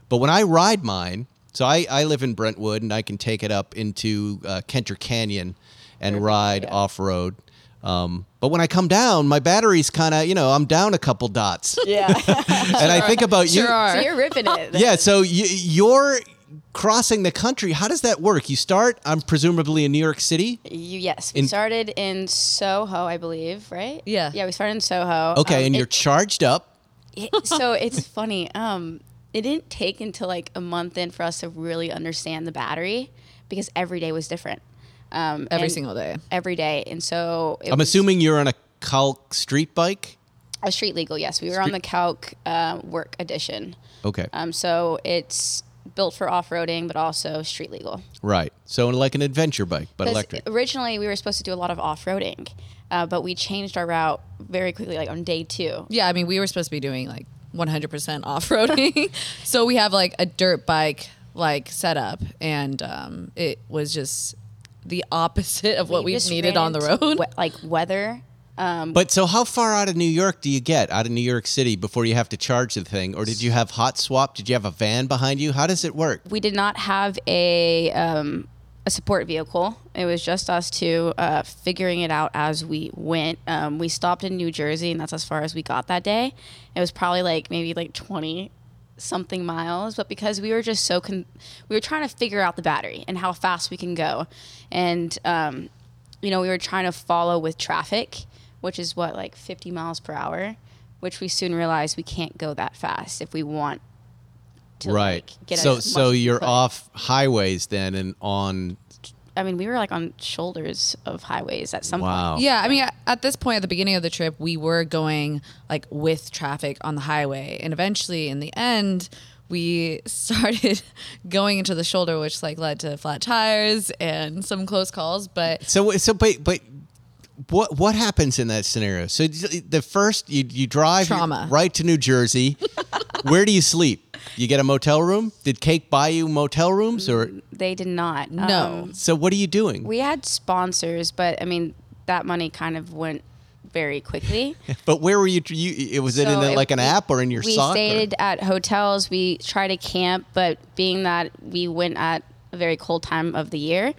Speaker 1: But when I ride mine, so I, I live in Brentwood and I can take it up into uh, Kenter Canyon and ride off road. Um, but when I come down, my battery's kind of, you know, I'm down a couple dots.
Speaker 5: Yeah.
Speaker 1: and I think about you.
Speaker 6: Sure are.
Speaker 5: so you're ripping it.
Speaker 1: Yeah, so you, you're crossing the country. How does that work? You start, I'm presumably in New York City.
Speaker 5: You, yes, we
Speaker 1: In-
Speaker 5: started in Soho, I believe, right?
Speaker 6: Yeah.
Speaker 5: Yeah, we started in Soho.
Speaker 1: Okay,
Speaker 5: Um,
Speaker 1: and
Speaker 5: it-
Speaker 1: you're charged up.
Speaker 5: it- so it's funny. Um, it didn't take until like a month in for us to really understand the battery because every day was different. Um,
Speaker 6: Every
Speaker 5: and-
Speaker 6: single day.
Speaker 5: Every day, and so it
Speaker 1: I'm
Speaker 5: was
Speaker 1: assuming you're on a Kalk street bike.
Speaker 5: a street legal. Yes, we were on the Calc uh, Work Edition.
Speaker 1: Okay,
Speaker 5: Um, so it's built for off roading, but also street legal.
Speaker 1: right. So like an adventure bike, but
Speaker 5: Because
Speaker 1: electric.
Speaker 5: originally we were supposed to do a lot of off roading, uh, but we changed our route very quickly, like on day two.
Speaker 6: Yeah, I mean, we were supposed to be doing like 100% off roading. so we have like a dirt bike like setup, and um, it was just the opposite of what we,
Speaker 5: just
Speaker 6: needed
Speaker 5: ran
Speaker 6: on the
Speaker 5: into
Speaker 6: road.
Speaker 5: we- like weather.
Speaker 1: But so, how far out of New York do you get out of New York City before you have to charge the thing? Or did you have hot swap? Did you have a van behind you? How does it work?
Speaker 5: We did not have a um, a support vehicle. It was just us two uh, figuring it out as we went. Um, we stopped in New Jersey, and that's as far as we got that day. It was probably like maybe like twenty something miles, but because we were just so con- we were trying to figure out the battery and how fast we can go, and um, you know, we were trying to follow with traffic, which is what, like 50 miles per hour, which we soon realized we can't go that fast if we want to
Speaker 1: Right.
Speaker 5: like, get
Speaker 1: so,
Speaker 5: as
Speaker 1: so
Speaker 5: much
Speaker 1: you're
Speaker 5: input.
Speaker 1: off highways then and on.
Speaker 5: I mean, we were like on shoulders of highways at some point.
Speaker 1: Wow.
Speaker 6: Yeah, I mean, at this point, at the beginning of the trip, we were going like with traffic on the highway, and eventually, in the end, we started going into the shoulder, which like led to flat tires and some close calls. But
Speaker 1: So, so, but, but. What what happens in that scenario? So the first you, you drive
Speaker 6: Trauma.
Speaker 1: right to New Jersey. Where do you sleep? You get a motel room? Did Cake buy you motel rooms or
Speaker 5: They did not.
Speaker 6: No.
Speaker 5: Um,
Speaker 1: so what are you doing?
Speaker 5: Mm. we had sponsors, but I mean, that money kind of went very quickly.
Speaker 1: but where were you, you it was it in
Speaker 5: So
Speaker 1: a,
Speaker 5: it-
Speaker 1: like an app or in your
Speaker 5: we
Speaker 1: sock? or-
Speaker 5: stayed at hotels we tried to camp but being that we went at a very cold time of the year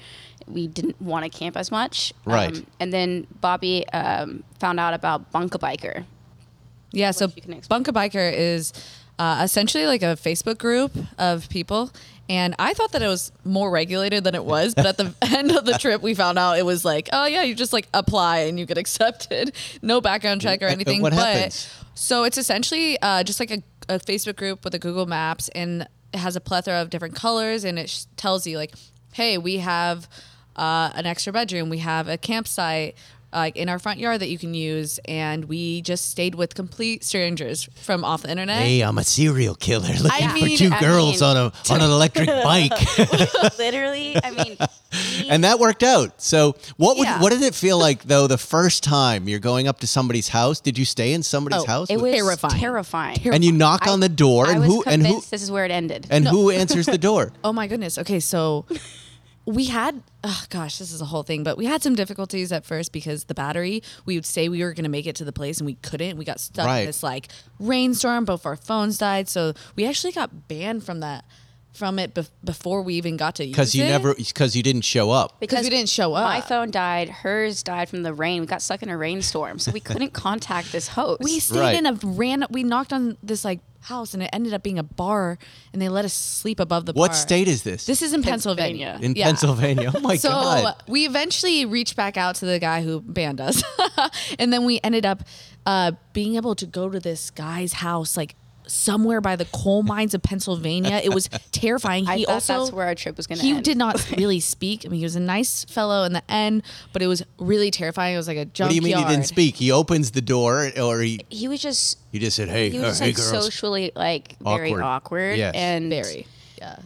Speaker 5: we didn't want to camp as much
Speaker 1: Right.
Speaker 5: Um, and then bobby um, found out about bunkabiker
Speaker 6: yeah, so
Speaker 5: you can explain.
Speaker 6: Bunker Biker is uh, essentially like a Facebook group of people. And I thought that it was more regulated than it was, but at the end of the trip, we found out it was like, oh yeah, you just like apply and you get accepted, no background check or
Speaker 1: Uh, uh,
Speaker 6: anything.
Speaker 1: what
Speaker 6: but
Speaker 1: happens?
Speaker 6: So it's essentially uh, just like a, a Facebook group with a Google Maps, and it has a plethora of different colors, and it sh- tells you like, hey, we have uh, an extra bedroom, we have a campsite. Like in our front yard that you can use, and we just stayed with complete strangers from off the internet.
Speaker 1: Hey, I'm a serial killer looking for
Speaker 6: mean,
Speaker 1: two
Speaker 5: I
Speaker 1: girls
Speaker 5: mean-
Speaker 1: on a on an electric bike,
Speaker 5: literally i mean
Speaker 1: and that worked out. So, what would
Speaker 6: Yeah.
Speaker 1: what did it feel like though? The first time you're going up to somebody's house, did you stay in somebody's house?
Speaker 5: Oh, it was
Speaker 6: terrifying.
Speaker 5: terrifying
Speaker 1: and you knock on the door,
Speaker 5: I
Speaker 1: and
Speaker 5: was
Speaker 1: who and who
Speaker 5: convinced this is where it ended
Speaker 1: and who answers the door?
Speaker 6: Oh my goodness. Okay, so we had oh gosh, this is a whole thing, but we had some difficulties at first because the battery, we would say we were going to make it to the place and we couldn't. We got stuck
Speaker 1: Right.
Speaker 6: in this like rainstorm, both our phones died, so we actually got banned from that from it bef- before we even got to use
Speaker 1: Because you
Speaker 6: it.
Speaker 1: never because you didn't show up.
Speaker 6: because we didn't show
Speaker 5: my
Speaker 6: up.
Speaker 5: phone died hers died from the rain we got stuck in a rainstorm so we couldn't contact this host
Speaker 6: we stayed
Speaker 1: Right.
Speaker 6: in a random we knocked on this like house and it ended up being a bar and they let us sleep above the
Speaker 1: What
Speaker 6: bar.
Speaker 1: state is this?
Speaker 6: This is in Pennsylvania.
Speaker 5: Pennsylvania.
Speaker 1: in
Speaker 6: Yeah.
Speaker 1: Pennsylvania. Oh my
Speaker 6: so
Speaker 5: uh,
Speaker 1: god!
Speaker 6: we eventually reached back out to the guy who banned us, and then we ended up uh, being able to go to this guy's house, like somewhere by the coal mines of Pennsylvania. It was terrifying.
Speaker 5: I
Speaker 6: he
Speaker 5: thought
Speaker 6: also
Speaker 5: that's where our trip was going to
Speaker 6: he
Speaker 5: end.
Speaker 6: did not really speak. I mean, he was a nice fellow in the end, but it was really terrifying. It was like a junkyard.
Speaker 1: What do you mean he didn't speak? He opens the door, or he
Speaker 5: he was just
Speaker 1: he just said, "Hey, uh,
Speaker 5: he was just
Speaker 1: hey,
Speaker 5: like
Speaker 1: girls."
Speaker 5: socially like very
Speaker 1: Awkward.
Speaker 5: awkward,
Speaker 1: Yes.
Speaker 5: and
Speaker 6: Very. Yeah.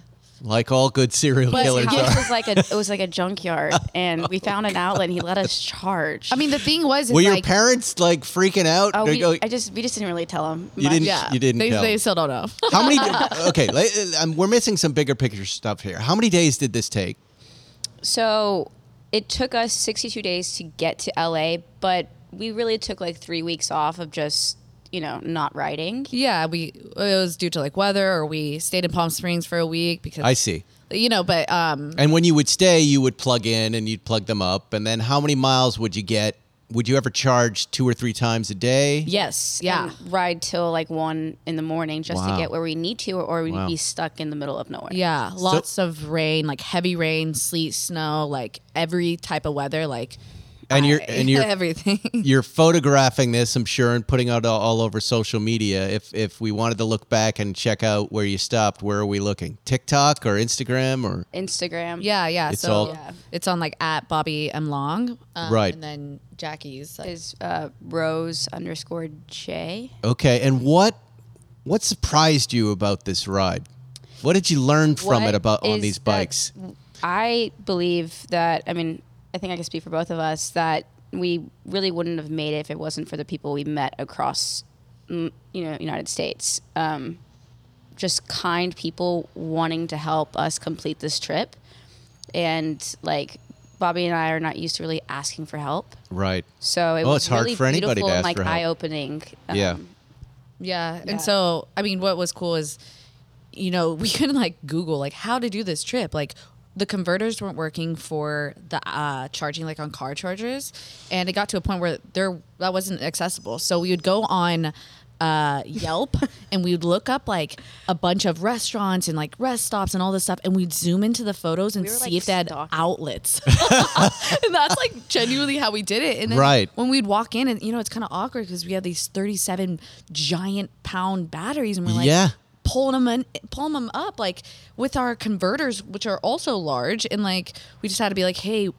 Speaker 1: like all good serial
Speaker 5: But
Speaker 1: killers
Speaker 5: his
Speaker 1: are.
Speaker 5: house was like a it was like a junkyard, and we found an outlet. and He let us charge.
Speaker 6: I mean, the thing was, is
Speaker 1: Were your
Speaker 6: like,
Speaker 1: parents like freaking out?
Speaker 5: oh,
Speaker 1: They
Speaker 5: we,
Speaker 1: go-
Speaker 5: I just we just didn't really tell him.
Speaker 1: You didn't-
Speaker 6: yeah,
Speaker 1: you didn't
Speaker 6: They,
Speaker 1: tell.
Speaker 6: they still don't know.
Speaker 1: How many? okay, let- um, we're missing some bigger picture stuff here. How many days did this take?
Speaker 5: So it took us 62 days to get to LA, but we really took like three weeks off of just you know not riding.
Speaker 6: yeah, we it was due to like weather, or we stayed in Palm Springs for a week because
Speaker 1: I see.
Speaker 6: you know, but um,
Speaker 1: And when you would stay, you would plug in and you'd plug them up. And then how many miles would you get Would you ever charge two or three times a day?
Speaker 5: Yes.
Speaker 6: Yeah.
Speaker 5: and ride till like one in the morning just
Speaker 1: Wow.
Speaker 5: to get where we need to, or we'd
Speaker 1: Wow.
Speaker 5: be stuck in the middle of nowhere.
Speaker 6: Yeah, lots of rain, like heavy rain, sleet, snow, like every type of weather, like
Speaker 1: And you're and you're
Speaker 6: everything.
Speaker 1: you're photographing this, I'm sure, and putting out all, all over social media. If if we wanted to look back and check out where you stopped, where are we looking? TikTok or Instagram or
Speaker 5: Instagram.
Speaker 6: yeah, yeah.
Speaker 1: It's
Speaker 6: so
Speaker 1: all-
Speaker 6: it's on like at Bobby M Long, um,
Speaker 1: Right.
Speaker 6: And then Jackie's. Like,
Speaker 5: Is uh, Rose underscore J.
Speaker 1: okay. And what what surprised you about this ride? What did you learn from it
Speaker 5: What
Speaker 1: about on
Speaker 5: is
Speaker 1: these
Speaker 5: that-
Speaker 1: bikes?
Speaker 5: I believe that, I mean, I think I can speak for both of us that we really wouldn't have made it if it wasn't for the people we met across, mm, you know, United States. Um, just kind people wanting to help us complete this trip. And like Bobby and I are not used to really asking for help.
Speaker 1: right.
Speaker 5: So it
Speaker 1: Well,
Speaker 5: was
Speaker 1: it's hard
Speaker 5: really
Speaker 1: for anybody to
Speaker 5: beautiful and,
Speaker 1: ask
Speaker 5: like
Speaker 1: for help.
Speaker 5: eye opening.
Speaker 1: yeah.
Speaker 5: Um,
Speaker 6: Yeah. And
Speaker 5: Yeah.
Speaker 6: so, I mean, what was cool is, you know, we couldn't like Google like how to do this trip. Like the converters weren't working for the uh, charging like on car chargers, and it got to a point where there that wasn't accessible. So we would go on. Uh, Yelp, and we would look up like a bunch of restaurants and like rest stops and all this stuff, and we'd zoom into the photos and
Speaker 5: were,
Speaker 6: see
Speaker 5: like,
Speaker 6: if they had
Speaker 5: stalking.
Speaker 6: outlets. and that's like genuinely how we did it. And then
Speaker 1: Right.
Speaker 6: when we'd walk in, and you know, it's kind of awkward because we had these 37 giant pound batteries, and we're like,
Speaker 1: Yeah.
Speaker 6: pulling them in, pulling them up like with our converters, which are also large, and like we just had to be like, hey.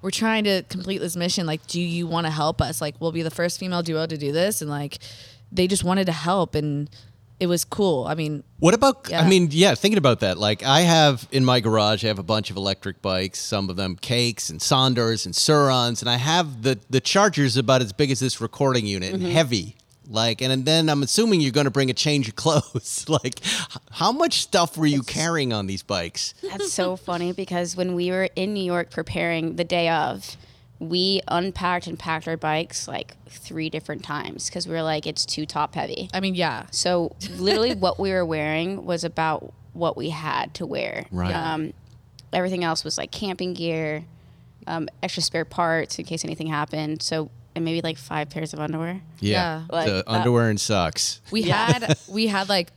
Speaker 6: We're trying to complete this mission. Like, do you want to help us? Like, we'll be the first female duo to do this. And, like, they just wanted to help. And it was cool. I mean,
Speaker 1: What about?
Speaker 6: Yeah.
Speaker 1: I mean, yeah. Thinking about that, like I have in my garage, I have a bunch of electric bikes. Some of them cakes and Saunders and Surons, and I have the the chargers about as big as this recording unit
Speaker 5: Mm-hmm.
Speaker 1: and heavy. Like, and then I'm assuming you're going to bring a change of clothes. like, h- how much stuff were you carrying on these bikes?
Speaker 5: That's so funny because when we were in New York preparing the day of, we unpacked and packed our bikes like three different times because we were like, it's too top heavy.
Speaker 6: I mean, yeah.
Speaker 5: So literally, what we were wearing was about what we had to wear.
Speaker 1: Right.
Speaker 5: Um, everything else was like camping gear, um, extra spare parts in case anything happened. So and maybe like five pairs of underwear.
Speaker 6: Yeah.
Speaker 5: Like uh,
Speaker 1: the
Speaker 5: that-
Speaker 1: underwear and socks.
Speaker 6: We had we had like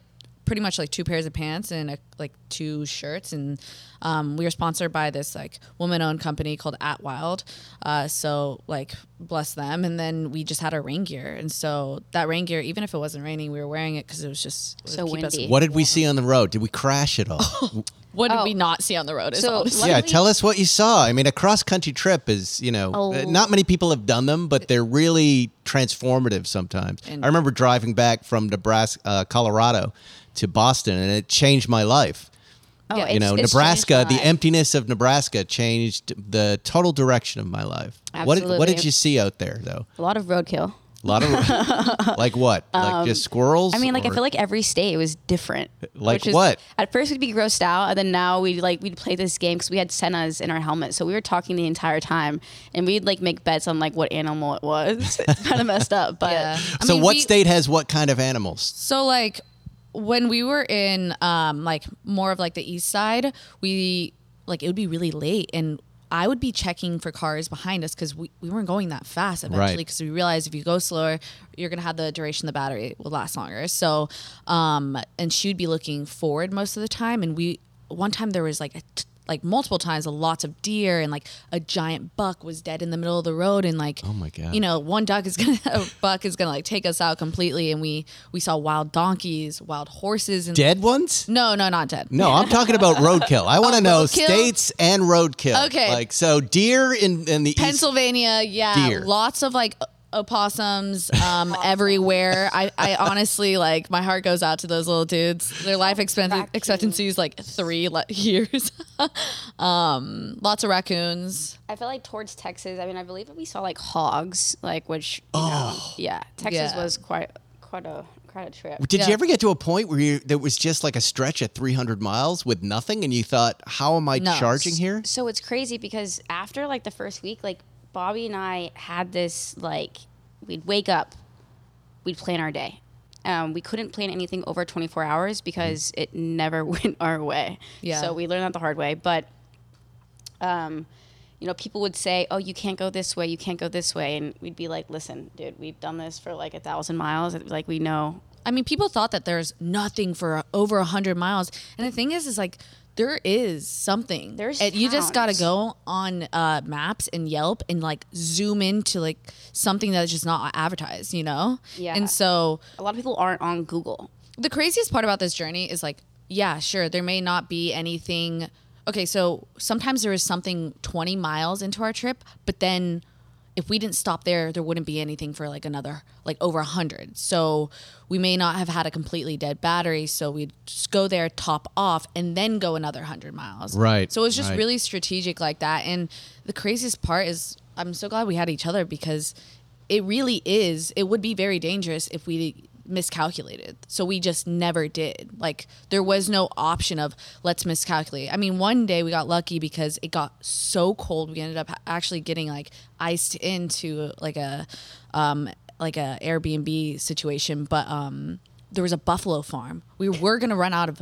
Speaker 6: pretty much like two pairs of pants and uh like two shirts, and um, we were sponsored by this like woman-owned company called At Wild. Uh, so like bless them. And then we just had our rain gear, and so that rain gear, even if it wasn't raining, we were wearing it because it was just it would
Speaker 5: So
Speaker 6: keep us-
Speaker 5: windy.
Speaker 1: What did we see on the road? Did we crash at all?
Speaker 6: what did we not see on the road? Is
Speaker 5: So
Speaker 6: all-
Speaker 1: yeah,
Speaker 5: Oh, luckily-
Speaker 1: tell us what you saw. I mean, a cross country trip is, you know,
Speaker 5: Oh.
Speaker 1: uh, not many people have done them, but they're really transformative sometimes. I remember driving back from Nebraska, uh, Colorado to Boston, and it changed my life.
Speaker 5: Oh,
Speaker 6: Yeah.
Speaker 5: it's-
Speaker 6: You
Speaker 1: You know,
Speaker 5: it's changed
Speaker 1: Nebraska,
Speaker 5: my
Speaker 1: the
Speaker 5: life.
Speaker 1: emptiness of Nebraska changed the total direction of my life. What did, what did
Speaker 5: Absolutely.
Speaker 1: you see out there, though?
Speaker 5: a lot of roadkill.
Speaker 1: A lot of, like what? Like just squirrels?
Speaker 5: Um, I mean, like I
Speaker 1: or-
Speaker 5: feel like every state was different.
Speaker 1: Like
Speaker 5: which is-
Speaker 1: what?
Speaker 5: At first we'd be grossed out, and then now we would like we'd play this game because we had sennas in our helmets, so we were talking the entire time, and we'd like make bets on like what animal it was. it's kind of messed up, but
Speaker 6: Yeah. I
Speaker 1: so
Speaker 6: mean,
Speaker 1: what
Speaker 6: we-
Speaker 1: state has what kind of animals?
Speaker 6: So like when we were in um like more of like the east side, we like it would be really late and I would be checking for cars behind us because we, we weren't going that fast eventually
Speaker 1: Right.
Speaker 6: because we realized if you go slower, you're gonna have the duration of the battery will last longer. So um and she would be looking forward most of the time and we one time there was like a t- like multiple times lots of deer and like a giant buck was dead in the middle of the road and like oh
Speaker 1: my God.
Speaker 6: you know one duck is gonna a buck is gonna like take us out completely and we we saw wild donkeys wild horses and
Speaker 1: Dead ones?
Speaker 6: no no not dead
Speaker 1: No, I'm talking about roadkill. I want to know
Speaker 6: Oh, roadkill?
Speaker 1: states and roadkill.
Speaker 6: Okay.
Speaker 1: Like so deer in, in the east.
Speaker 6: Pennsylvania, yeah,
Speaker 1: Deer.
Speaker 6: lots of like o- opossums um, everywhere. I, I honestly like my heart goes out to those little dudes. Their life expectancy, expectancy is like three le- years. um, lots of raccoons.
Speaker 5: I felt like towards Texas. I mean, I believe that we saw like hogs, like which you
Speaker 1: Oh.
Speaker 5: know, yeah, Texas
Speaker 6: Yeah.
Speaker 5: was quite quite a quite a trip.
Speaker 1: Did you
Speaker 6: Yeah.
Speaker 1: ever get to a point where you, there was just like a stretch of 300 miles with nothing and you thought, how am I
Speaker 6: No.
Speaker 1: charging here?
Speaker 5: so it's crazy because after like the first week, like Bobby and I had this like we'd wake up, we'd plan our day. Um, we couldn't plan anything over 24 hours because it never went our way.
Speaker 6: Yeah.
Speaker 5: So we learned that the hard way. But um, you know, people would say, "Oh, you can't go this way. You can't go this way," and we'd be like, "Listen, dude, we've done this for like a thousand miles. Like we know."
Speaker 6: I mean, people thought that there's nothing for over a hundred miles, and the thing is, is like there is something.
Speaker 5: There's
Speaker 6: And you just gotta
Speaker 5: towns.
Speaker 6: go on uh, maps and Yelp and like zoom into like something that's just not advertised, you know?
Speaker 5: Yeah.
Speaker 6: And so
Speaker 5: A lot of people aren't on Google.
Speaker 6: the craziest part about this journey is like, yeah, sure, there may not be anything. Okay, so sometimes there is something 20 miles into our trip, but then if we didn't stop there, there wouldn't be anything for like another, like over 100. So we may not have had a completely dead battery. So we'd just go there, top off, and then go another 100 miles.
Speaker 1: Right,
Speaker 6: So it's just
Speaker 1: right.
Speaker 6: really strategic like that. And the craziest part is I'm so glad we had each other because it really is it would be very dangerous if we miscalculated so we just never did like there was no option of let's miscalculate i mean one day we got lucky because it got so cold we ended up ha- actually getting like iced into like a um like a airbnb situation but um there was a buffalo farm we were gonna run out of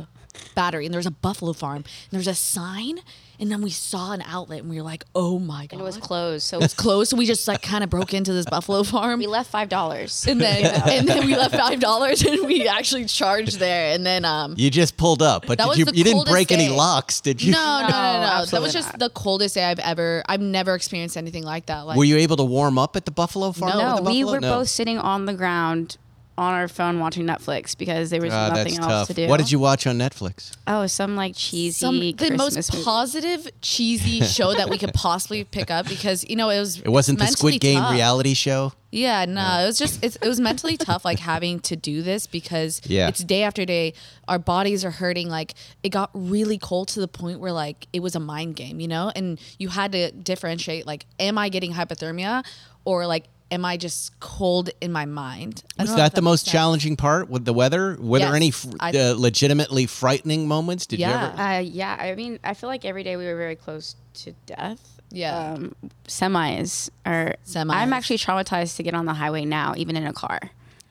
Speaker 6: battery and there was a buffalo farm and there was a sign and then we saw an outlet and we were like oh my god
Speaker 5: It was closed, so
Speaker 6: it's closed so we just like kind of broke into this buffalo farm
Speaker 5: we left five dollars.
Speaker 6: and then and then we left five dollars and we actually charged there and then um
Speaker 1: You just pulled up, but
Speaker 6: That
Speaker 1: did
Speaker 6: was
Speaker 1: you,
Speaker 6: the
Speaker 1: you didn't
Speaker 6: coldest
Speaker 1: break any
Speaker 6: day.
Speaker 1: locks, did you?
Speaker 6: no no no no, that
Speaker 5: absolutely
Speaker 6: was just
Speaker 5: not.
Speaker 6: the coldest day I've ever I've never experienced anything like that like
Speaker 1: Were you able to warm up at the Buffalo Farm?
Speaker 5: No,
Speaker 1: with the
Speaker 5: we
Speaker 1: buffalo?
Speaker 5: were
Speaker 1: No.
Speaker 5: both sitting on the ground on our phone watching Netflix because there was
Speaker 1: Ah,
Speaker 5: nothing
Speaker 1: that's
Speaker 5: else
Speaker 1: tough.
Speaker 5: to do.
Speaker 1: What did you watch on Netflix?
Speaker 5: Oh, some like cheesy
Speaker 6: some the
Speaker 5: Christmas
Speaker 6: most
Speaker 5: movie.
Speaker 6: positive cheesy show that we could possibly pick up because you know it was
Speaker 1: It wasn't the
Speaker 6: mentally
Speaker 1: Squid Game
Speaker 6: tough.
Speaker 1: reality show.
Speaker 6: Yeah, no, it was just it's, it was mentally tough, like having to do this because
Speaker 1: Yeah.
Speaker 6: it's day after day. Our bodies are hurting. Like it got really cold to the point where like it was a mind game, you know. And you had to differentiate like, am I getting hypothermia, or like am I just cold in my mind? I
Speaker 1: Was
Speaker 6: don't
Speaker 1: that,
Speaker 6: know if
Speaker 1: the most
Speaker 6: makes sense.
Speaker 1: challenging part with the weather? Were there
Speaker 6: Yes,
Speaker 1: any fr-
Speaker 6: I-
Speaker 1: uh, legitimately frightening moments? Did you ever?
Speaker 6: Yeah,
Speaker 5: Uh, yeah, I mean, I feel like every day we were very close to death.
Speaker 6: Yeah.
Speaker 5: Um, semis are.
Speaker 6: Semis.
Speaker 5: I'm actually traumatized to get on the highway now, even in a car.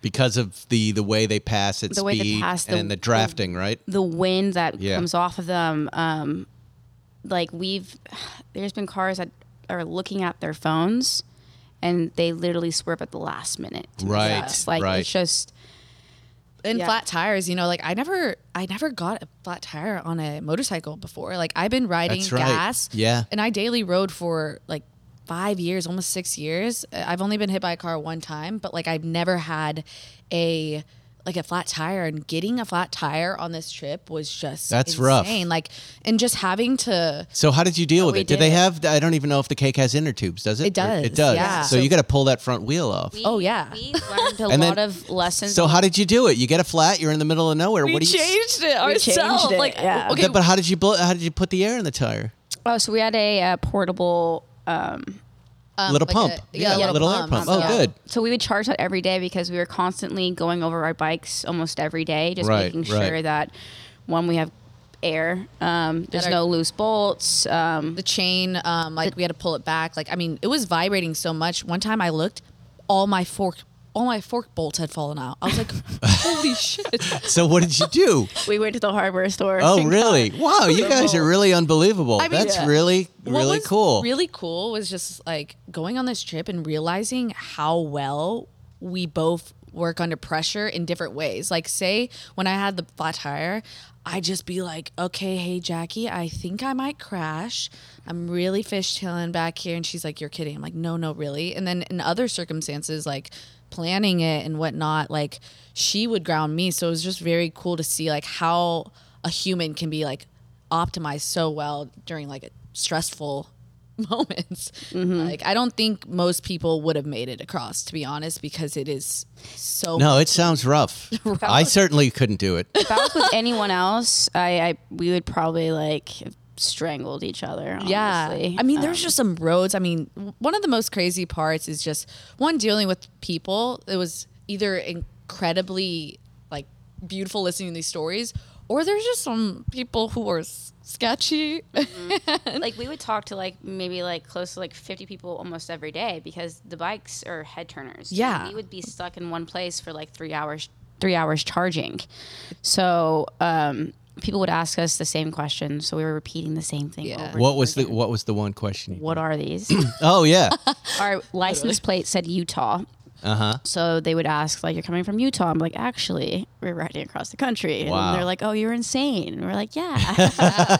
Speaker 1: because of the the way they pass at
Speaker 5: The way they
Speaker 1: speed
Speaker 5: pass, the-
Speaker 1: and the drafting, right?
Speaker 5: The wind that
Speaker 1: Yeah.
Speaker 5: comes off of them. Um, like we've, there's been cars that are looking at their phones, and they literally swerve at the last minute. to miss
Speaker 1: Right,
Speaker 5: us. Like
Speaker 1: right.
Speaker 5: it's just.
Speaker 6: and
Speaker 5: Yeah.
Speaker 6: flat tires you know like i never i never got a flat tire on a motorcycle before like i've been riding
Speaker 1: That's right.
Speaker 6: gas
Speaker 1: Yeah.
Speaker 6: and i daily rode for like five years almost six years Uh, i've only been hit by a car one time but like i've never had a like a flat tire and getting a flat tire on this trip was just
Speaker 1: That's rough.
Speaker 6: insane. like and just having to
Speaker 1: So how did you deal with
Speaker 5: we
Speaker 1: it? Did, they
Speaker 5: did.
Speaker 1: have? I don't even know if the cake has inner tubes. Does it?
Speaker 6: It
Speaker 1: Or- It
Speaker 6: does,
Speaker 1: does.
Speaker 6: yeah.
Speaker 1: So, you got to pull that front wheel off.
Speaker 6: Oh, yeah.
Speaker 5: we learned a
Speaker 1: And then-
Speaker 5: lot of lessons.
Speaker 1: so how did you do it? You get a flat. You're in the middle of nowhere. what do you?
Speaker 6: it
Speaker 5: ourselves. it, Like, yeah.
Speaker 6: okay
Speaker 1: Th- But how did you blow, how did you put the air in the tire?
Speaker 5: Oh, so we had a uh, portable. Um,
Speaker 1: little
Speaker 6: like
Speaker 1: pump.
Speaker 6: a- yeah,
Speaker 1: like
Speaker 6: a
Speaker 1: little
Speaker 6: little
Speaker 1: air pump.
Speaker 6: pump.
Speaker 1: Oh,
Speaker 6: Yeah.
Speaker 1: good.
Speaker 5: so we would charge that every day because we were constantly going over our bikes almost every day, just
Speaker 1: Right,
Speaker 5: making
Speaker 1: right.
Speaker 5: sure that one we have air, um, there's
Speaker 6: our-
Speaker 5: no loose bolts. Um,
Speaker 6: the chain um like we had to pull it back like i mean it was vibrating so much one time i looked all my fork all my fork bolts had fallen out i was like holy shit
Speaker 1: So what did you do?
Speaker 5: we went to the hardware store.
Speaker 1: Oh,
Speaker 5: and
Speaker 1: really?
Speaker 5: got-
Speaker 1: Wow, you guys are really unbelievable.
Speaker 6: I mean,
Speaker 1: That's
Speaker 6: yeah.
Speaker 1: really
Speaker 6: What
Speaker 1: really
Speaker 6: was
Speaker 1: cool.
Speaker 6: really cool was just like going on this trip and realizing how well we both work under pressure in different ways like say when i had the flat tire i just be like okay hey jackie i think i might crash i'm really fishtailing back here and she's like you're kidding i'm like no no really and then in other circumstances like planning it and whatnot like she would ground me so it was just very cool to see like how a human can be like optimized so well during like stressful moments. Like I don't think most people would have made it across, to be honest, because it is so.
Speaker 1: no, it sounds rough. I certainly couldn't do it.
Speaker 5: If I was with anyone else, I, I we would probably like have strangled each other.
Speaker 6: Yeah,
Speaker 5: honestly.
Speaker 6: I mean, there's just some roads. I mean, w- one of the most crazy parts is just one dealing with people. It was either incredibly like beautiful listening to these stories, or there's just some people who are s- sketchy.
Speaker 5: like we would talk to like maybe like close to like 50 people almost every day because the bikes are head turners
Speaker 6: Yeah.
Speaker 5: we would be stuck in one place for like three hours three hours charging so um people would ask us the same question, so we were repeating the same thing.
Speaker 6: Yeah.
Speaker 5: Over and
Speaker 1: What was
Speaker 5: over
Speaker 1: the
Speaker 5: again.
Speaker 1: What was the one question? you-
Speaker 5: What are these?
Speaker 1: Oh yeah,
Speaker 5: Our license plate said Utah.
Speaker 1: uh huh.
Speaker 5: So they would ask, like, you're coming from Utah. I'm like, actually, we're riding across the country. And
Speaker 1: Wow.
Speaker 5: they're like, oh, you're insane. And we're like, yeah.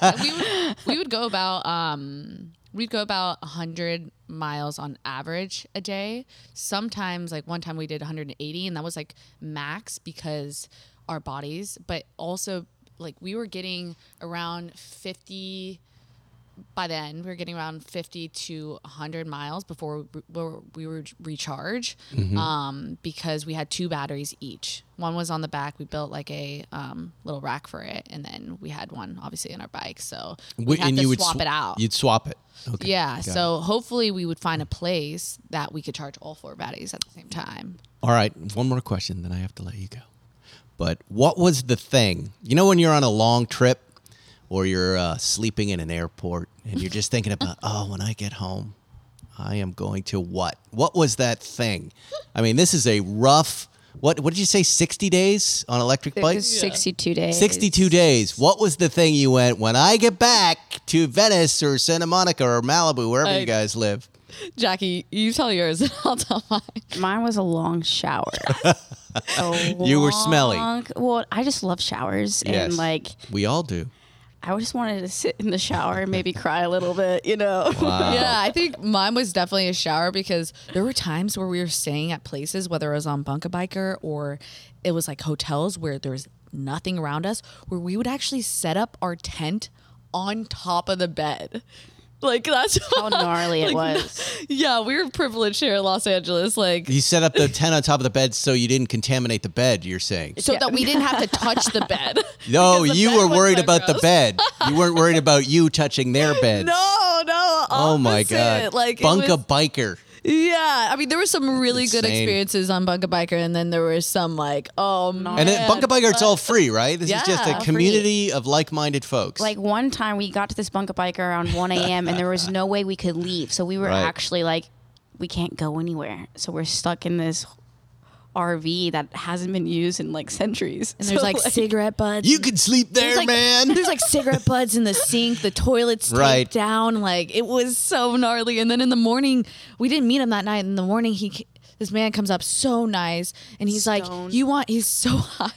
Speaker 6: And we would we would go about um we'd go about 100 miles on average a day sometimes like one time we did 180 and that was like max because our bodies but also like we were getting around 50 by then we were getting around 50 to 100 miles before we were, we were recharge um, because we had two batteries each one was on the back we built like a um, little rack for it and then we had one obviously in our bike so we had to swap
Speaker 1: sw-
Speaker 6: it out
Speaker 1: You'd swap it. Okay.
Speaker 6: yeah so hopefully we would find a place that we could charge all four batteries at the same time
Speaker 1: All right, one more question, then I have to let you go. But what was the thing? You know, when you're on a long trip or you're uh, sleeping in an airport and you're just thinking about, oh, when I get home, I am going to what? What was that thing? I mean, this is a rough. What what did you say? Sixty days on electric bikes.
Speaker 5: 62 days.
Speaker 1: 62 days. What was the thing you went when I get back to Venice or Santa Monica or Malibu, wherever you guys live?
Speaker 6: jackie you tell yours and i'll tell mine
Speaker 5: Mine was a long shower. A
Speaker 1: You were smelly.
Speaker 5: long- Well, I just love showers. And, like,
Speaker 1: we all do.
Speaker 5: I just wanted to sit in the shower and maybe cry a little bit, you know?
Speaker 6: Yeah, I think mine was definitely a shower because there were times where we were staying at places, whether it was on Bunkabiker or it was like hotels where there was nothing around us, where we would actually set up our tent on top of the bed. Like that's
Speaker 5: How gnarly it was.
Speaker 6: yeah, we were privileged here in Los Angeles, like
Speaker 1: You set up the tent on top of the bed so you didn't contaminate the bed, you're saying.
Speaker 6: so that we didn't have to touch the bed.
Speaker 1: No,
Speaker 6: the
Speaker 1: you
Speaker 6: bed
Speaker 1: were
Speaker 6: was
Speaker 1: worried
Speaker 6: so
Speaker 1: about the
Speaker 6: gross.
Speaker 1: bed. You weren't worried about you touching their bed.
Speaker 6: No, no.
Speaker 1: oh my
Speaker 6: opposite.
Speaker 1: god.
Speaker 6: Like it
Speaker 1: Bunka
Speaker 6: was-
Speaker 1: biker.
Speaker 6: Yeah, I mean there were some really good
Speaker 1: insane.
Speaker 6: experiences on Bunka Biker, and then there were some like oh man.
Speaker 1: And it, Bunka biker it's all free, right? This is just a
Speaker 6: Yeah, free.
Speaker 1: community of like-minded folks.
Speaker 5: like one time we got to this bunker bike around 1 a.m. and there was no way we could leave. So we were
Speaker 1: Right.
Speaker 5: actually like, we can't go anywhere. So we're stuck in this RV that hasn't been used in like centuries.
Speaker 6: And there's
Speaker 5: So,
Speaker 6: like, cigarette butts.
Speaker 1: you could sleep there,
Speaker 6: there's like,
Speaker 1: man.
Speaker 6: There's like cigarette butts in the sink. The toilet's taped
Speaker 1: Right.
Speaker 6: down. Like it was so gnarly. And then in the morning, we didn't meet him that night. In the morning, he ca- this man comes up so nice, and he's like, "You want?" He's so high,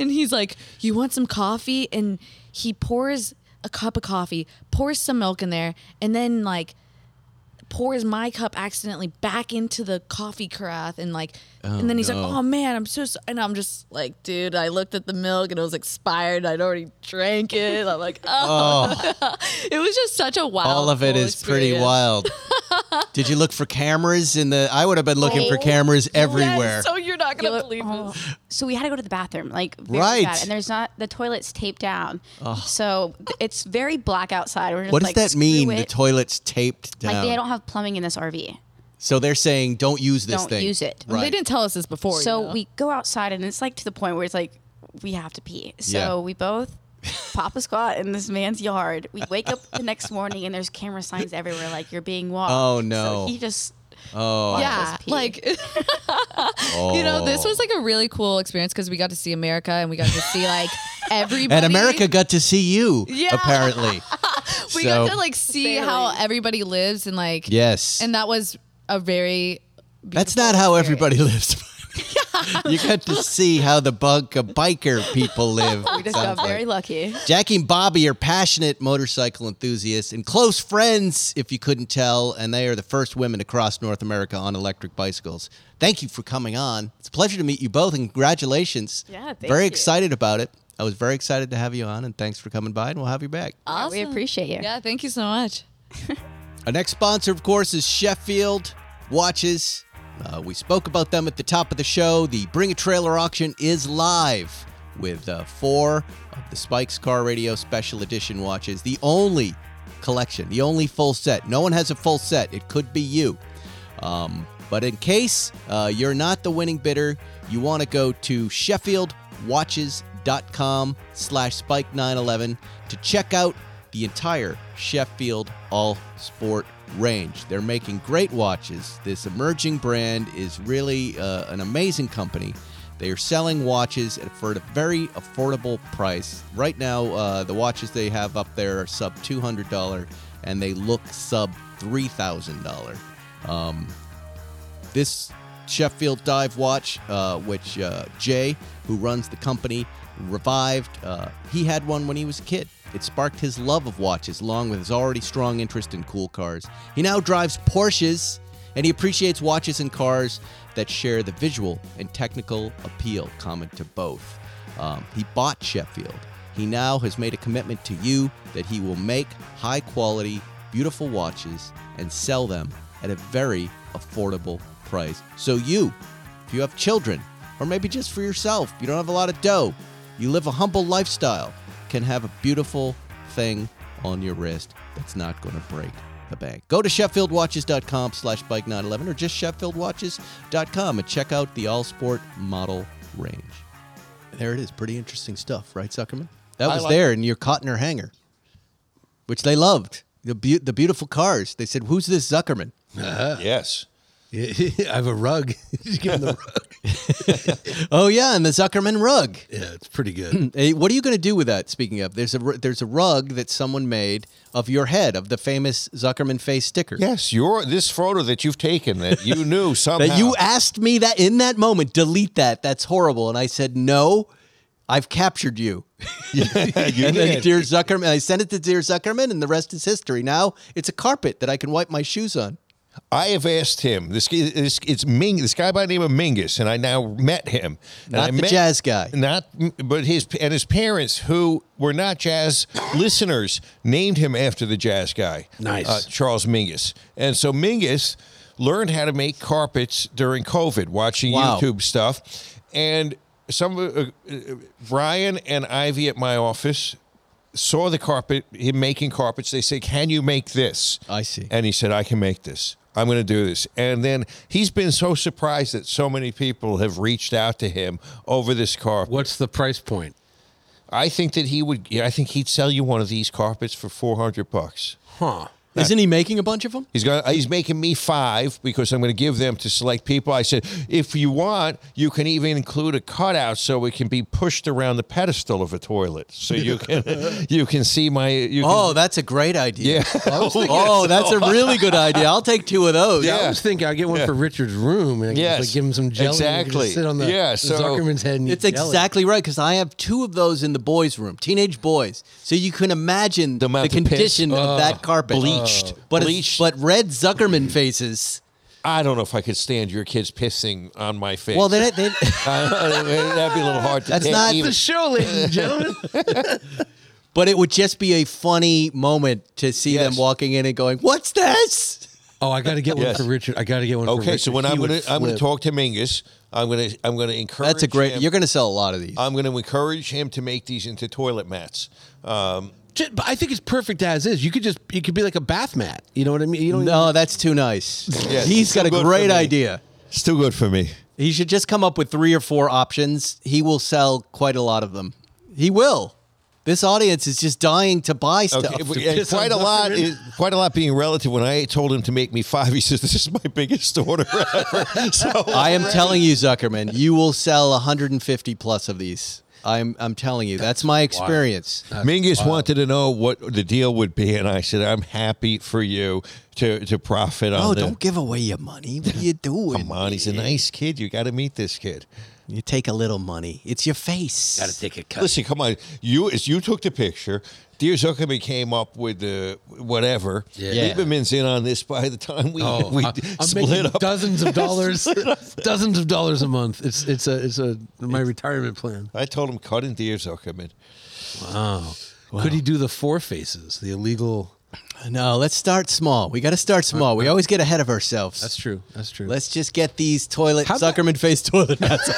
Speaker 6: and he's like, "You want some coffee?" And he pours a cup of coffee, pours some milk in there, and then like pours my cup accidentally back into the coffee carafe and like and then he's
Speaker 1: no.
Speaker 6: like oh man i'm so, so and i'm just like dude i looked at the milk and it was expired i'd already drank it i'm like oh, it was just such a wild
Speaker 1: all of it
Speaker 6: cool
Speaker 1: is pretty
Speaker 6: experience.
Speaker 1: wild. Did you look for cameras in the I would have been looking for cameras everywhere.
Speaker 6: Oh. Yes, so you're not gonna believe
Speaker 5: oh.
Speaker 6: this
Speaker 5: So we had to go to the bathroom, like very
Speaker 1: Right.
Speaker 5: bad. And there's not the toilet's taped down. So th- it's very black outside. We're just
Speaker 1: what does
Speaker 5: like,
Speaker 1: that
Speaker 5: "Screw
Speaker 1: mean? The
Speaker 5: it."
Speaker 1: toilet's taped down.
Speaker 5: like they don't have plumbing in this RV.
Speaker 1: so they're saying don't use this
Speaker 5: Don't
Speaker 1: thing.
Speaker 5: use it.
Speaker 1: Right.
Speaker 6: they didn't tell us this before
Speaker 5: So
Speaker 6: you know?
Speaker 5: we go outside, and it's like to the point where it's like we have to pee. So
Speaker 1: Yeah.
Speaker 5: we both pop a squat in this man's yard. We wake up the next morning, and there's camera signs everywhere, like you're being watched.
Speaker 1: Oh,
Speaker 5: So
Speaker 1: no.
Speaker 5: he just
Speaker 1: oh,
Speaker 6: yeah
Speaker 5: pee.
Speaker 6: like you know this was like a really cool experience because we got to see america and we got to see like everybody
Speaker 1: and America got to see you
Speaker 6: Yeah.
Speaker 1: apparently. so,
Speaker 6: we got to like see how everybody lives and like
Speaker 1: yes,
Speaker 6: and that was a very
Speaker 1: that's not how everybody lives. you got to see how the bunka biker people live.
Speaker 5: we just got very lucky.
Speaker 1: Jackie and Bobby are passionate motorcycle enthusiasts and close friends, if you couldn't tell, and they are the first women to cross North America on electric bicycles. Thank you for coming on. It's a pleasure to meet you both, and congratulations.
Speaker 5: Yeah, thank
Speaker 1: Very
Speaker 5: you.
Speaker 1: excited about it. I was very excited to have you on, and thanks for coming by, and we'll have you back.
Speaker 5: Yeah, We
Speaker 6: Awesome.
Speaker 5: appreciate you.
Speaker 6: yeah thank you so much
Speaker 1: Our next sponsor, of course, is Sheffield Watches. Uh, we spoke about them at the top of the show. The Bring a Trailer auction is live with uh, four of the Spikes Car Radio Special Edition watches. The only collection, the only full set. No one has a full set. It could be you. Um, but in case uh, you're not the winning bidder, you want to go to sheffieldwatches.com slash spike911 to check out the entire Sheffield All Sport range. They're making great watches. This emerging brand is really uh, an amazing company They are selling watches at for a very affordable price. Right now, uh, the watches they have up there are sub $200 and they look sub $3,000 this Sheffield dive watch, uh, which uh, Jay, who runs the company, revived. Uh, he had one when he was a kid. It sparked his love of watches, along with his already strong interest in cool cars. He now drives Porsches, and he appreciates watches and cars that share the visual and technical appeal common to both. Um, he bought Sheffield. He now has made a commitment to you that he will make high quality, beautiful watches and sell them at a very affordable price. So, you, if you have children, or maybe just for yourself, you don't have a lot of dough, you live a humble lifestyle, can have a beautiful thing on your wrist that's not going to break the bank. Go to sheffieldwatches.com slash bike911 or just sheffieldwatches.com and check out the All Sport model range. There it is. Pretty interesting stuff, right, Zuckerman? That
Speaker 4: I
Speaker 1: was
Speaker 4: like-
Speaker 1: there in your Cotner hangar, which they loved. The, beau the beautiful cars. They said, Who's this Zuckerman?
Speaker 4: Yes.
Speaker 3: I have a rug. Just give him the rug.
Speaker 1: Oh, yeah, and the Zuckerman rug.
Speaker 3: Yeah, it's pretty good.
Speaker 1: Hey, what are you going to do with that? Speaking of, there's a ru- there's a rug that someone made of your head of the famous Zuckerman face sticker.
Speaker 4: Yes, your this photo that you've taken that you knew somehow.
Speaker 1: That you asked me that in that moment, delete that. That's horrible. And I said, no, I've captured you. and then dear Zuckerman, I sent it to dear Zuckerman, and the rest is history. Now it's a carpet that I can wipe my shoes on.
Speaker 4: I have asked him. This, this it's Ming. This guy by the name of Mingus, and I now met him. And
Speaker 1: Not
Speaker 4: I
Speaker 1: the
Speaker 4: met-
Speaker 1: jazz guy.
Speaker 4: Not, but his and his parents, who were not jazz listeners, named him after the jazz guy.
Speaker 3: Nice.
Speaker 4: uh, Charles Mingus. And so Mingus learned how to make carpets during COVID, watching
Speaker 1: Wow.
Speaker 4: YouTube stuff, and some uh, uh, Brian and Ivy at my office. Saw the carpet, him making carpets. They say, "Can you make this?"
Speaker 1: I see.
Speaker 4: and he said, I can make this. I'm going to do this. And then he's been so surprised that so many people have reached out to him over this carpet.
Speaker 3: What's the price point?
Speaker 4: I think that he would, yeah, I think he'd sell you one of these carpets for 400 bucks.
Speaker 3: Huh.
Speaker 1: Isn't he making a bunch of them?
Speaker 4: He's going. to He's making me five because I'm going to give them to select people. I said, if you want, you can even include a cutout so it can be pushed around the pedestal of a toilet, so you can you can see my. You can,
Speaker 1: Oh, that's a great idea.
Speaker 4: Yeah.
Speaker 1: I was thinking- oh, that's a really good idea. I'll take two of those.
Speaker 4: Yeah.
Speaker 3: I was thinking I get one for Richard's room and I can
Speaker 4: Yes.
Speaker 3: just, like, give him some jelly. and he can
Speaker 4: Exactly.
Speaker 3: just sit on the
Speaker 4: Yeah,
Speaker 3: the
Speaker 4: so-
Speaker 3: Zuckerman's head. And eat
Speaker 1: It's
Speaker 3: jelly.
Speaker 1: exactly right because I have two of those in the boys' room, teenage boys. So you can imagine the,
Speaker 4: The amount of piss. Oh.
Speaker 1: condition of that carpet,
Speaker 4: bleached.
Speaker 1: but it's-
Speaker 4: Bleached.
Speaker 1: but red Zuckerman faces.
Speaker 4: I don't know if I could stand your kids pissing on my face.
Speaker 1: Well, they, they
Speaker 4: Uh, that'd be a little hard to
Speaker 1: That's
Speaker 4: take
Speaker 1: not
Speaker 4: even.
Speaker 1: the
Speaker 3: Show, ladies and gentlemen.
Speaker 1: but it would just be a funny moment to see them
Speaker 4: Yes.
Speaker 1: walking in and going, "What's this?"
Speaker 3: Oh, I got to get one
Speaker 4: Yes.
Speaker 3: for Richard. I got to get one. for
Speaker 4: okay.
Speaker 3: Richard.
Speaker 4: So when
Speaker 3: He
Speaker 4: I'm
Speaker 3: would
Speaker 4: gonna I'm gonna
Speaker 3: flip.
Speaker 4: talk to Mingus, I'm gonna I'm gonna encourage.
Speaker 1: That's a great.
Speaker 4: Him,
Speaker 1: You're going to sell a lot of these.
Speaker 4: I'm gonna encourage him to make these into toilet mats. Um,
Speaker 3: Ju- But I think it's perfect as is. You could just it could be like a bath mat. You know what I mean? You don't
Speaker 1: no, that's too nice.
Speaker 4: Yeah,
Speaker 1: He's
Speaker 4: it's
Speaker 1: got
Speaker 4: too
Speaker 1: a
Speaker 4: good for
Speaker 1: great
Speaker 4: me.
Speaker 1: idea.
Speaker 4: still good for me.
Speaker 1: He should just come up with three or four options. He will sell quite a lot of them. He will. This audience is just dying to buy stuff.
Speaker 4: Okay, and
Speaker 3: piss
Speaker 4: quite a
Speaker 3: on
Speaker 4: lot
Speaker 3: Zuckerman.
Speaker 4: is quite a lot being relative. When I told him to make me five, he says this is my biggest order ever. So
Speaker 1: I am telling you, Zuckerman, you will sell 150 plus of these. I'm I'm telling you, that's my experience.
Speaker 4: Mingus wanted to know what the deal would be, and I said I'm happy for you to to profit on.
Speaker 1: Oh,
Speaker 4: the,
Speaker 1: don't give away your money. What are you doing?
Speaker 4: Come on, he's a nice kid. You got to meet this kid.
Speaker 1: You take a little money. It's your face.
Speaker 3: take a cut.
Speaker 4: Listen, come on. You as you took the picture, Dear Zuckerman came up with the whatever.
Speaker 3: Yeah.
Speaker 4: Lieberman's in on this by the time we,
Speaker 3: Oh,
Speaker 4: we
Speaker 3: I- I'm
Speaker 4: split
Speaker 3: making
Speaker 4: up.
Speaker 3: dozens of dollars, dozens of dollars a month. It's it's a it's a my retirement plan.
Speaker 4: I told him cut in Dear Zuckerman.
Speaker 3: Wow. Could he do the four faces? The illegal.
Speaker 1: No, let's start small. We got to start small. We always get ahead of ourselves.
Speaker 3: That's true. That's true.
Speaker 1: Let's just get these toilet
Speaker 3: How about-
Speaker 1: Zuckerman face toilet mats.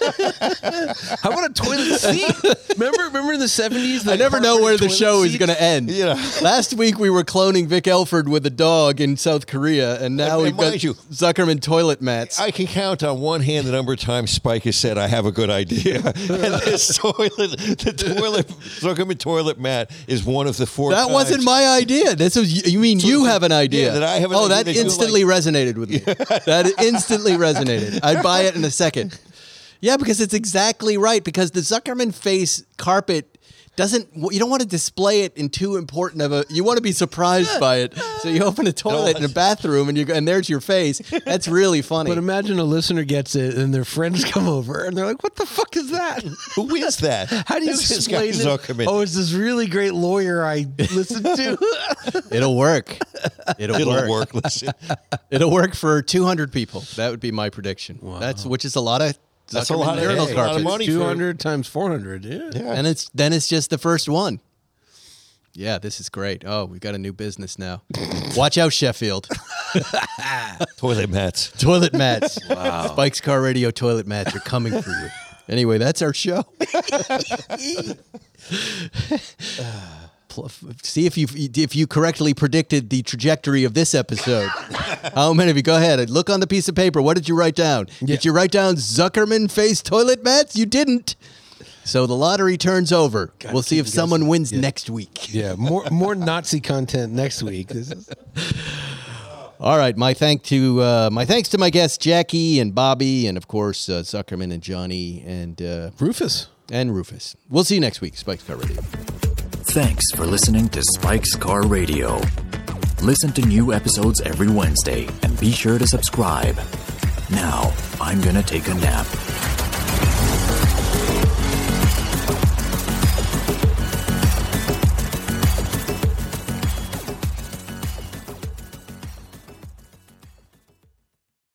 Speaker 3: How about a toilet seat? remember, remember in the seventies.
Speaker 1: I never know where the show is going to end.
Speaker 4: Yeah.
Speaker 1: Last week we were cloning Vic Elford with a dog in South Korea, and now
Speaker 4: And-
Speaker 1: we've
Speaker 4: and
Speaker 1: got
Speaker 4: mind you-
Speaker 1: Zuckerman toilet mats.
Speaker 4: I can count on one hand the number of times Spike has said, I have a good idea. and this toilet, the toilet, Zuckerman toilet mat is one of the four.
Speaker 1: that wasn't
Speaker 4: times-
Speaker 1: my idea. This was you mean you have an idea?
Speaker 4: Yeah, that I have an
Speaker 1: oh,
Speaker 4: idea
Speaker 1: that
Speaker 4: that you
Speaker 1: instantly resonated with me. that instantly resonated. I'd buy it in a second. Yeah, because it's exactly right. Because the Zuckerman face carpet doesn't, you don't want to display it in too important of a, you want to be surprised by it. So you open a toilet in a bathroom and you go, and there's your face. That's really funny.
Speaker 3: But imagine a listener gets it and their friends come over and they're like, "What the fuck is that?
Speaker 4: Who is that?
Speaker 3: How do you
Speaker 4: That's this guy
Speaker 3: explain it?
Speaker 4: Zuckerman.
Speaker 3: Oh, it's this really great lawyer I listened to.
Speaker 1: It'll work. It'll,
Speaker 4: It'll
Speaker 1: work.
Speaker 4: work. Listen,
Speaker 1: It'll work for 200 people. That would be my prediction. That's, which is a lot of,
Speaker 4: That's a
Speaker 1: Zuckerman
Speaker 4: lot of-
Speaker 1: urinal
Speaker 4: yeah, a lot of
Speaker 1: carpets.
Speaker 4: money.
Speaker 3: Two hundred times four hundred. Yeah.
Speaker 1: And it's, then it's just the first one. Yeah, this is great. Oh, we got a new business now. Watch out, Sheffield.
Speaker 4: toilet mats.
Speaker 1: Toilet mats. Spike's Car Radio toilet mats are coming for you. Anyway, that's our show. Pl- f- See if you if you correctly predicted the trajectory of this episode. How many of you? Go ahead. Look on the piece of paper. What did you write down? Did you write down Zuckerman face toilet mats? You didn't. So the lottery turns over. we'll see if someone wins next week.
Speaker 3: Yeah, more more Nazi content next week. This is,
Speaker 1: All right, my thank to uh, my thanks to my guests Jackie and Bobby, and of course uh, Zuckerman and Johnny and uh,
Speaker 3: Rufus.
Speaker 1: and Rufus. We'll see you next week, Spike's Car Radio.
Speaker 2: Thanks for listening to Spike's Car Radio. Listen to new episodes every Wednesday and be sure to subscribe. Now, I'm gonna take a nap.